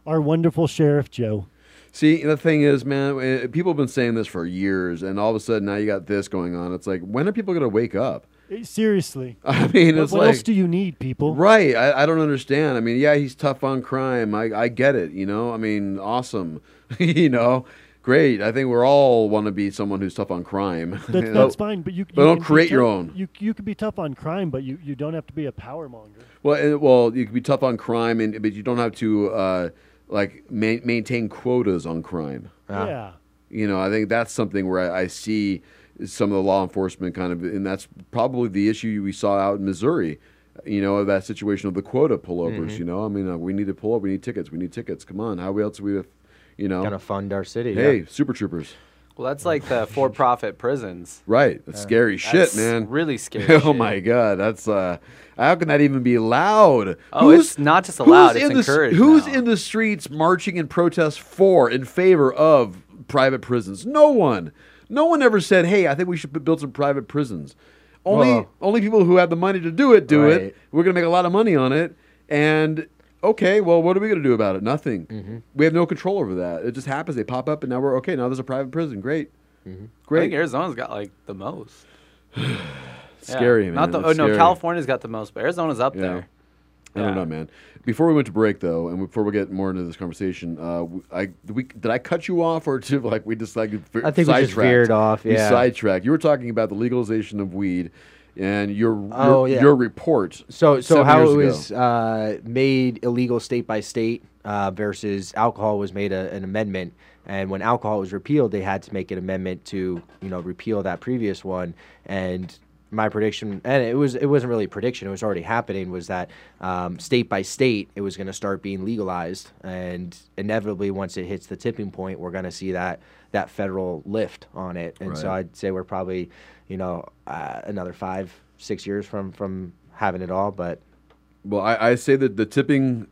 Our wonderful sheriff Joe.
See, the thing is, man, eh, people have been saying this for years, and all of a sudden now you got this going on. It's like, when are people going to wake up?
Eh, Seriously,
I mean,
what,
it's
what
like,
else do you need, people?
Right. I, I don't understand. I mean, yeah, he's tough on crime. I, I get it, you know? I mean, awesome. you know? Great. I think we're all want to be someone who's tough on crime. you
That's,
know?
that's fine, but you, you
But don't
can be
create your
tough-
own.
You you could be tough on crime, but you, you don't have to be a power monger.
Well, eh, well, you can be tough on crime, and but you don't have to uh, like ma- maintain quotas on crime.
Ah.
Yeah. Yeah.
You know, I think that's something where I, I see some of the law enforcement kind of, and that's probably the issue we saw out in Missouri. You know, that situation of the quota pullovers.
Mhm.
You know, I mean, uh, we need to pull up. We need tickets. We need tickets. Come on, how else we, you know,
Gotta fund our city, yeah.
Hey, super troopers.
Well, that's like the for-profit prisons.
Right. That's
Uh,
scary
that's
shit, man.
Really scary.
oh
shit.
my god, that's uh how can that even be allowed?
Oh, it's not just allowed, it's
in the s-
encouraged
who's in the streets marching in protest for in favor of private prisons? No one. No one ever said, "Hey, I think we should b- build some private prisons." Only
Well-
only people who have the money to do it do
Right.
it. We're going to make a lot of money on it and Okay, well, what are we going to do about it? Nothing.
Mm-hmm.
We have no control over that. It just happens. They pop up, and now we're okay. Now there's a private prison. Great.
Mm-hmm. I
Great.
think Arizona's got like the most. Yeah.
Scary,
Not
man.
the,
It's
oh, no,
scary.
California's got the most, but Arizona's up there.
I don't know, man. Before we went to break, though, and before we get more into this conversation, uh, w- I did we did I cut you off or did like we just like v-
I think we just
sidetracked?
veered off,
We
yeah.
sidetracked. You were talking about the legalization of weed and your your,
Oh, yeah.
your report.
So, so
seven
how
years
it
ago.
was uh, made illegal state by state uh, versus alcohol was made a, an amendment, and when alcohol was repealed, they had to make an amendment to you know repeal that previous one. And my prediction, and it was it wasn't really a prediction; it was already happening. Was that um, state by state, it was going to start being legalized, and inevitably, once it hits the tipping point, we're going to see that that federal lift on it. And so,
Right.
I'd say we're probably you know uh, another five six years from from having it all but
Well, I, I say that the tipping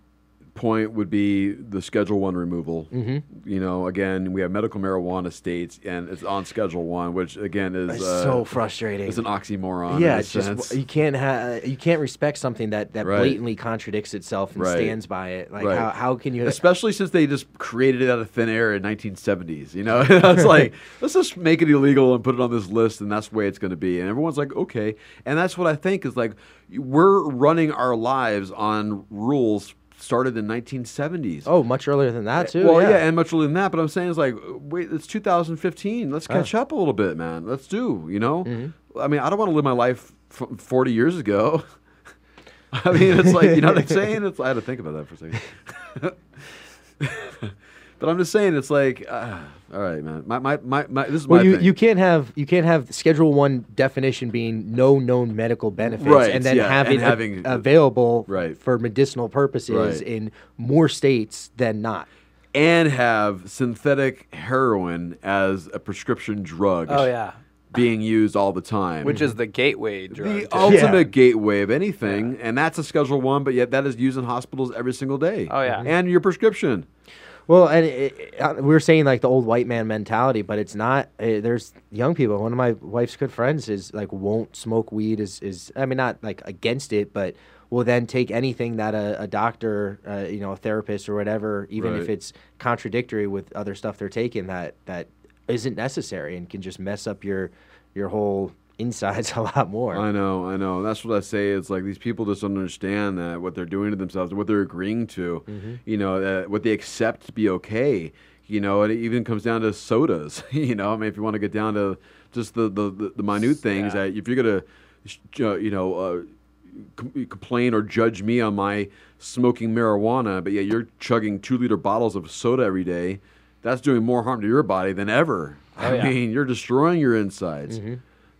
point would be the Schedule One removal.
Mhm.
You know, again, we have medical marijuana states, and it's on Schedule One, which again is
It's
uh,
so frustrating.
It's an oxymoron. in
yeah
a
it's just
sense.
you can't ha- uh, you can't respect something that that
Right.
blatantly contradicts itself and
Right.
stands by it like
Right.
how, how can you
Especially since they just created it out of thin air in 1970s. You know, it's like let's just make it illegal and put it on this list, and that's the way it's going to be. And everyone's like, okay. And that's what I think is like we're running our lives on rules started in 1970s.
oh much earlier than that too
Well, yeah.
yeah,
and much earlier than that. But I'm saying it's like, wait, it's 2015. Let's catch
Uh.
up a little bit, man. Let's do. You know,
Mm-hmm.
I mean, I don't want to live my life f- 40 years ago. I mean, it's like you know what I'm saying. It's I had to think about that for a second. but I'm just saying, it's like, uh, all right, man. My, my, my, my this is
well
my
you,
thing.
you can't have you can't have schedule one definition being no known medical benefits
Right,
and then
yeah,
have
and
it a-
having-
available for medicinal purposes
Right.
in more states than not
and have synthetic heroin as a prescription drug.
Oh, yeah.
being used all the time,
Which is the gateway drug.
the
to-
ultimate gateway of anything, and that's a Schedule One, but yet that is used in hospitals every single day.
Oh, yeah. Mhm.
and your prescription.
Well, and it, it, uh, we were saying like the old white man mentality, but it's not. Uh, there's young people. One of my wife's good friends is like won't smoke weed. Is is I mean not like against it, but will then take anything that a, a doctor, uh, you know, a therapist or whatever, even if
Right.
it's contradictory with other stuff they're taking that that isn't necessary and can just mess up your your whole insides a lot more.
I know, I know. That's what I say. It's like these people just don't understand that what they're doing to themselves, what they're agreeing to,
Mm-hmm.
Mhm.
you know, uh, what they accept to be okay. You know, and it even comes down to sodas. you know, I mean, if you want to get down to just the the, the, the minute things, that if you're gonna sh- uh, you know, uh, com- complain or judge me on my smoking marijuana, but yeah, you're chugging two liter bottles of soda every day. That's doing more harm to your body than ever.
Oh,
I
yeah.
mean, you're destroying your insides.
Mhm.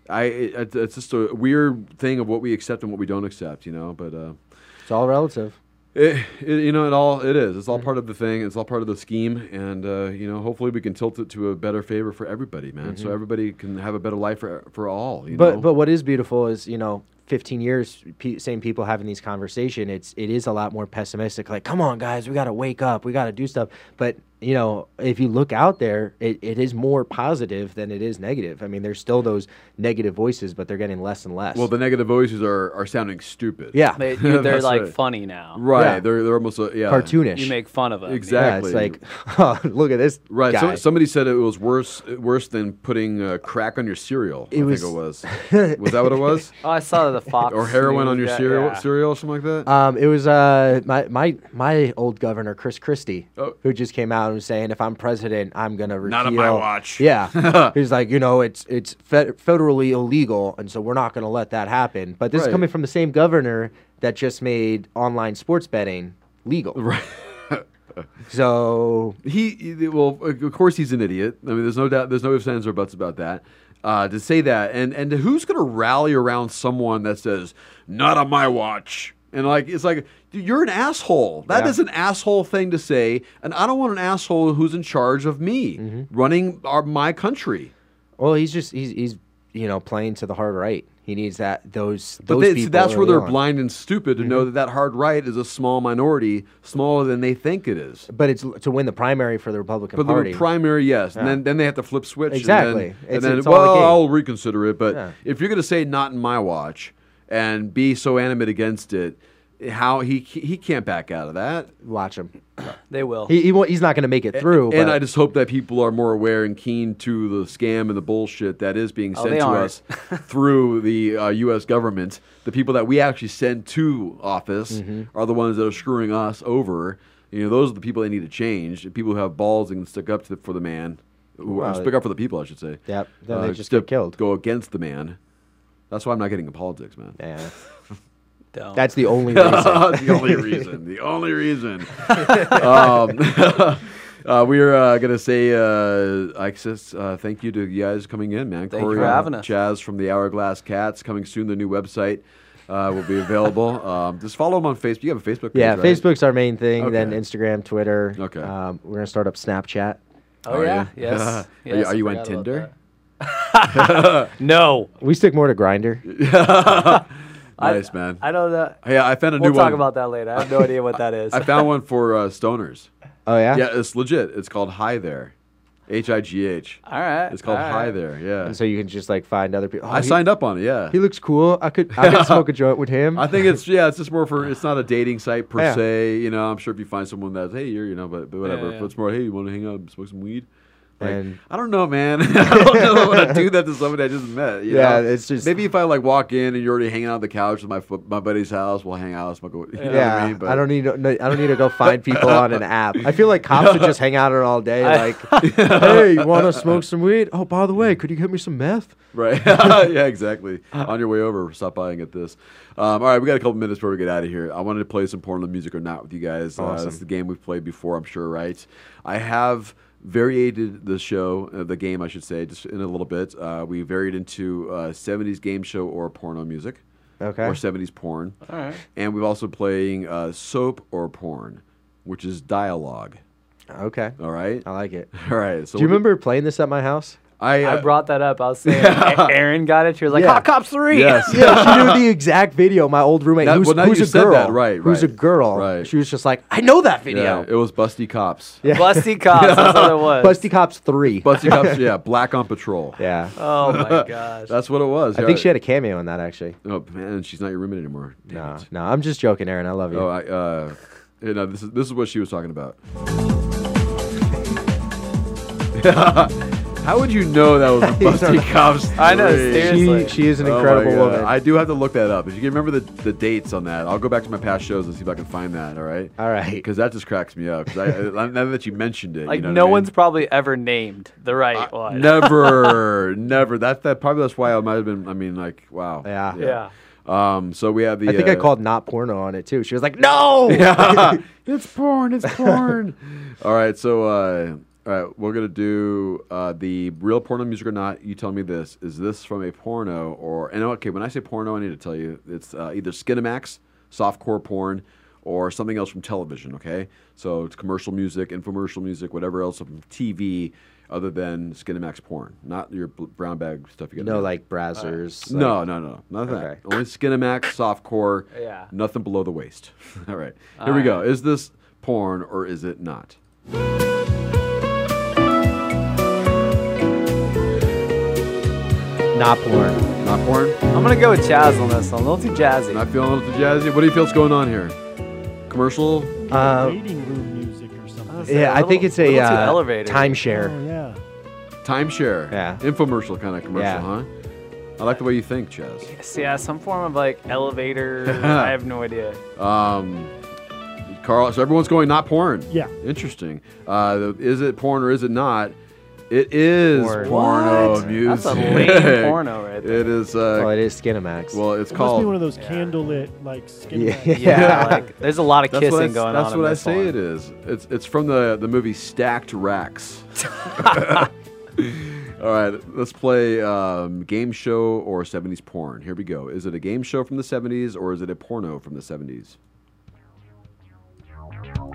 I it, it's- it's just a weird thing of what we accept and what we don't accept, you know. But uh,
it's all relative.
It, it, you know, it all it is. It's all part of the thing. It's all part of the scheme, and uh, you know, hopefully, we can tilt it to a better favor for everybody, man. So
Mhm.
everybody can have a better life for for all. You
but
know?
but what is beautiful is you know 15 years pe- same people having these conversation it's it is a lot more pessimistic like come on guys we got to wake up we got to do stuff but you know if you look out there it, it is more positive than it is negative i mean there's still those negative voices but they're getting less and less
well, the negative voices are, are sounding stupid.
Yeah. They- they're
That's
like funny now.
Right?
Yeah.
They're they're almost uh, yeah
Cartoonish.
You make fun of 'em. Yeah, it's
Exactly.
like, oh, look at this
Right.
guy.
So, somebody said it was worse worse than putting uh, crack on your cereal.
It
I
was-
think it was. was that what it was?
Oh, I saw the Fox.
Or heroin on
news
your
guy-
cereal,
yeah.
cereal, or something like that.
Um, it was uh, my, my my old governor Chris Christie who just came out and was saying if I'm president I'm gonna repeal.
Oh. Not on my watch.
Yeah, he's like you know it's it's fe- federally illegal and so we're not gonna let that happen. But this
Right.
is coming from the same governor that just made online sports betting legal.
Right.
so
he he- well of course he's an idiot. I mean there's no doubt there's no ifs ands or buts about that. Uh, to say that and and who's going to rally around someone that says not on my watch and like it's like dude, you're an asshole. That is
Yeah.
an asshole thing to say and I don't want an asshole who's in charge of me
Mm-hmm.
running our, my country.
Well, he's just he's he's you know playing to the hard right. He needs that those
But
those
they, see,
people.
that's where
early
they're
on. Mm-hmm.
blind and stupid to know that that hard right is a small minority, smaller than they think it is.
But it's l- to win the primary for the Republican
But
Party.
the primary, yes, and
Yeah.
then, then they have to flip switch.
Exactly.
And then,
It's-
and then,
it's all a
well,
game."
I'll reconsider it. But
Yeah.
if you're going to say not in my watch and be so animate against it, how he he can't back out of that.
Watch him.
They will.
He, he won't, he's not going to make it through.
And
but-
I just hope that people are more aware and keen to the scam and the bullshit that is being
Oh,
sent
they
to
aren't.
us through the uh, U.S. government. The people that we actually send to office
Mhm.
Mm-hmm.
are the ones that are screwing us over. You know, those are the people that need to change. The people who have balls and can stick up to, for the man, who,
Well,
stick up for the people, I should say.
Yep. Then they just
to
get killed.
Go against the man. That's why I'm not getting in politics, man.
Yeah.
Don't.
That's the only reason.
the only reason. The only reason. um, uh, we are uh, gonna say, uh, Ixis, uh, thank you to you guys coming in, man.
Thank you for having us.
Chaz from the Hourglass Cats coming soon. The new website uh, will be available. um, just follow them on Facebook. You have a Facebook page,
yeah,
right?
Facebook's our main thing. Then
Okay.
Instagram, Twitter. Okay. Um, we're gonna start up Snapchat.
Oh, Are yeah? you? Yes. Are you- Yes, are I you on forgot about Tinder?
no.
We stick more to Grinder.
nice, man.
I don't know.
Yeah, I found a
we'll
new
talk
one.
about that later. I have no idea what that is.
I found one for uh, stoners.
Oh yeah.
Yeah, it's legit. It's called Hi There, H I G H.
All right.
It's called
all
Hi
right.
There. Yeah.
And so you can just like find other oh, people.
I signed up on it. Yeah.
He looks cool. I could I could smoke a joint with him.
I think it's yeah, it's just more for it's not a dating site per
Yeah.
se. You know, I'm sure if you find someone that's hey, you're you know, but, but whatever.
Yeah, yeah.
But it's more hey, you want to hang out, and smoke some weed. Like,
And-
I don't know, man. I don't know if I want to do that to somebody I just met. you
Yeah,
know?
it's just-
maybe if I like walk in and you're already hanging out on the couch with my fu- my buddy's house, we'll hang out, smoke. A, you know
yeah,
what I, mean? But-
don't need to, no, I don't need to go find people on an app. I feel like cops would just hang out on all day.
I-
Like, hey, you want to smoke some weed? Oh, by the way, could you get me some meth?
Right. yeah, exactly. On your way over, stop by and get this. Um, all right, we got a couple minutes before we get out of here. I wanted to play some Portland music or not with you guys. Uh,
Awesome.
it's the game we've played before, I'm sure, right? I have variated the show, uh, the game, I should say, just in a little bit. Uh, we varied into uh, 70s game show or porno music.
Okay.
Or 70s porn.
All right.
And we've also playing uh, soap or porn, which is dialogue.
Okay.
All right. I
like it.
All right. So
Do you
we'll-
remember playing this at my house?
I,
I
uh,
brought that up. I was saying, A- Aaron got it. She was like,
Yeah.
Hot Cops 3.
yeah, she knew the exact video. My old roommate,
That-
who's,
well, now
who's
you
a
said
girl,
that, right,
Who's a
right,
girl?
right.
She was just like, I know that video.
Yeah, it was Busty Cops.
Yeah.
Busty Cops, that's what it was.
Busty Cops Three.
Busty Cops, yeah, Black on Patrol.
Yeah.
Oh my gosh.
That's what it was.
I think she had a cameo in that actually.
Oh man, she's not your roommate anymore.
No, no, I'm just joking, Aaron. I love you.
Oh, I, uh, you know, this is this is what she was talking about. How would you know that was a Busty Cops?
I know,
three?
seriously. She- she is an incredible
my God.
woman.
I do have to look that up. If you can remember the, the dates on that, I'll go back to my past shows and see if I can find that. All right. All right. Because that just cracks me up. 'cause I, I- now that you mentioned it,
Like
you know what I
no
mean?
one's probably ever named the right one.
Never, never. That that probably that's why I might have been. I mean, like, wow.
Yeah.
Um. So we have the.
I think I
uh,
called not porno on it too. She was like, "No,
Yeah.
It's porn. It's porn.
All right, so uh, all right, we're gonna do uh, the real porno music or not. You tell me this: is this from a porno or? And okay, when I say porno, I need to tell you it's uh, either Skinamax, softcore porn, or something else from television. Okay, so it's commercial music, infomercial music, whatever else from TV. Other than Skinamax porn, not your bl- brown bag stuff you get.
No, like Brazzers,
Uh, no,
like-
no, no, nothing.
Okay.
Only Skinamax, softcore.
Yeah.
Nothing below the waist. All right. Here
All
we
right.
go. Is this porn or is it not?
not porn."
Not porn?
I'm gonna go with Chaz on this one. A little too jazzy.
Not feeling a little too jazzy. What do you feel's going on here? Commercial?
Uh,
Waiting room music or something.
yeah, I think it's a uh, timeshare.
Oh, yeah.
Timeshare. Yeah. Infomercial kind of commercial,
Yeah.
huh? I like the way you think, Chaz.
So, yeah, some form of like elevator. I have no idea.
Um, Carl, so everyone's going not porn.
Yeah.
Interesting. Uh, the- is it porn or is it not? It is
Porn.
porno
What?
music.
That's a lame porno right there.
It is. Uh,
Well, it is Skinamax.
Well,
It must
it's
be
called.
one of those candlelit, like, skin
Yeah. Yeah, like,
there's a lot of
That's what I-
kissing going
that's
on in
what I
this
say
one.
it is. It's it's from the the movie Stacked Racks. All right, let's play um, game show or 70s porn. Here we go. Is it a game show from the 70s or is it a porno from the 70s?
Oh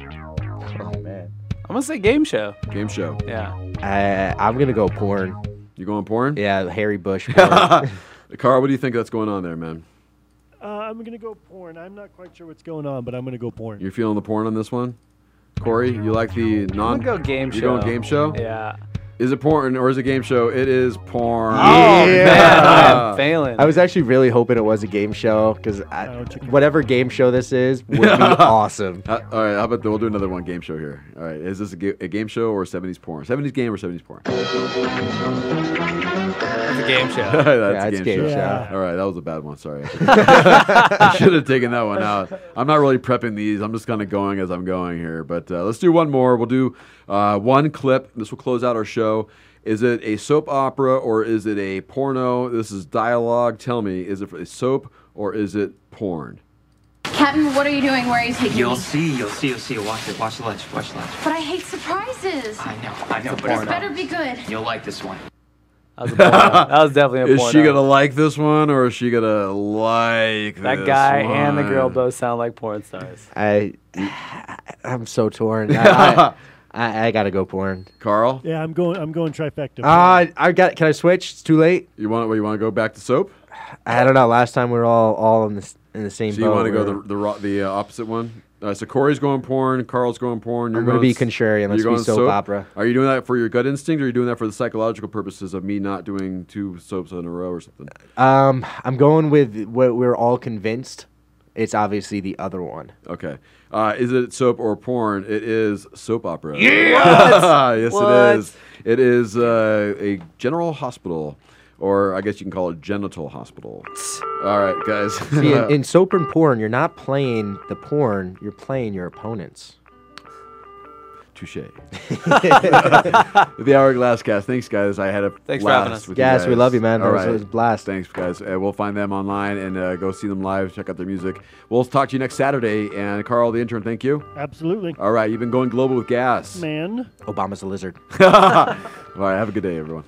man. I'm gonna say game show.
Game show.
Yeah.
Uh, I'm gonna go porn.
You going porn?
Yeah, Harry Bush. porn.
Carl, what do you think that's going on there, man?
Uh, I'm going to go porn. I'm not quite sure what's going on, Uh, but I'm going to go porn.
You're feeling the porn on this one? Corey, you like the non
go game
You're going
show.
game show?
Yeah.
Is it porn or is it game show? It is porn.
failing.
I was actually really hoping it was a game show because whatever game show this is would be awesome.
Uh, all right, how about the, we'll do another one game show here. All right, is this a, ga- a game show or 70s porn? 70s game or 70s porn?
It's a game show.
That's a game, show. All right, that was a bad one. Sorry. I should have taken that one out. I'm not really prepping these. I'm just kind of going as I'm going here. But uh, let's do one more. We'll do uh, one clip. This will close out our show. Is it a soap opera or is it a porno? This is dialogue. Tell me, is it a soap or is it porn?
Captain, what are you doing? Where are you taking
You'll
me?
see, you'll see, you'll see. Watch it, watch the lunch, watch the lunch.
But I hate surprises.
I know, I know, but
This better be good.
You'll like this one.
That was, a porno. that was definitely a
Is
porno.
she gonna like this one or is she gonna like
that
this
guy and the girl
one?
both sound like porn stars.
I, I'm so torn. I, I, I, I gotta go porn.
Carl.
Yeah, I'm going. I'm going trifecta.
Uh, I got. Can I switch? It's too late.
You want? Well, you want to go back to soap?
I don't know. Last time we were all all in the s- in the same
So
boat.
you want to go
We're-
the the, ro- the uh, opposite one? Uh, so Corey's going porn, Carl's going porn. You're
I'm gonna
going
be
s-
contrarian. Let's
you're
be
going
soap opera.
Are you doing that for your gut instinct, or are you doing that for the psychological purposes of me not doing two soaps in a row or something?
Um, I'm going with what we're all convinced. It's obviously the other one.
Okay. Uh, is it soap or porn? It is soap opera.
Yes!
yes,
What?
it is. It is uh, a general hospital, or I guess you can call it genital hospital. All right, guys.
See, in, in soap and porn, you're not playing the porn. You're playing your opponents.
Touche. the Hourglass Cast. Thanks, guys. I had a
Thanks for
blast
having us.
With
Yes,
you guys.
we love you, man.
All
That was-
right.
was a blast.
Thanks, guys. Uh, we'll find them online and uh, go see them live. Check out their music. We'll talk to you next Saturday. And Carl, the intern, thank you.
Absolutely.
All right, you've been going global with gas.
Man.
Obama's a lizard.
All right, have a good day, everyone.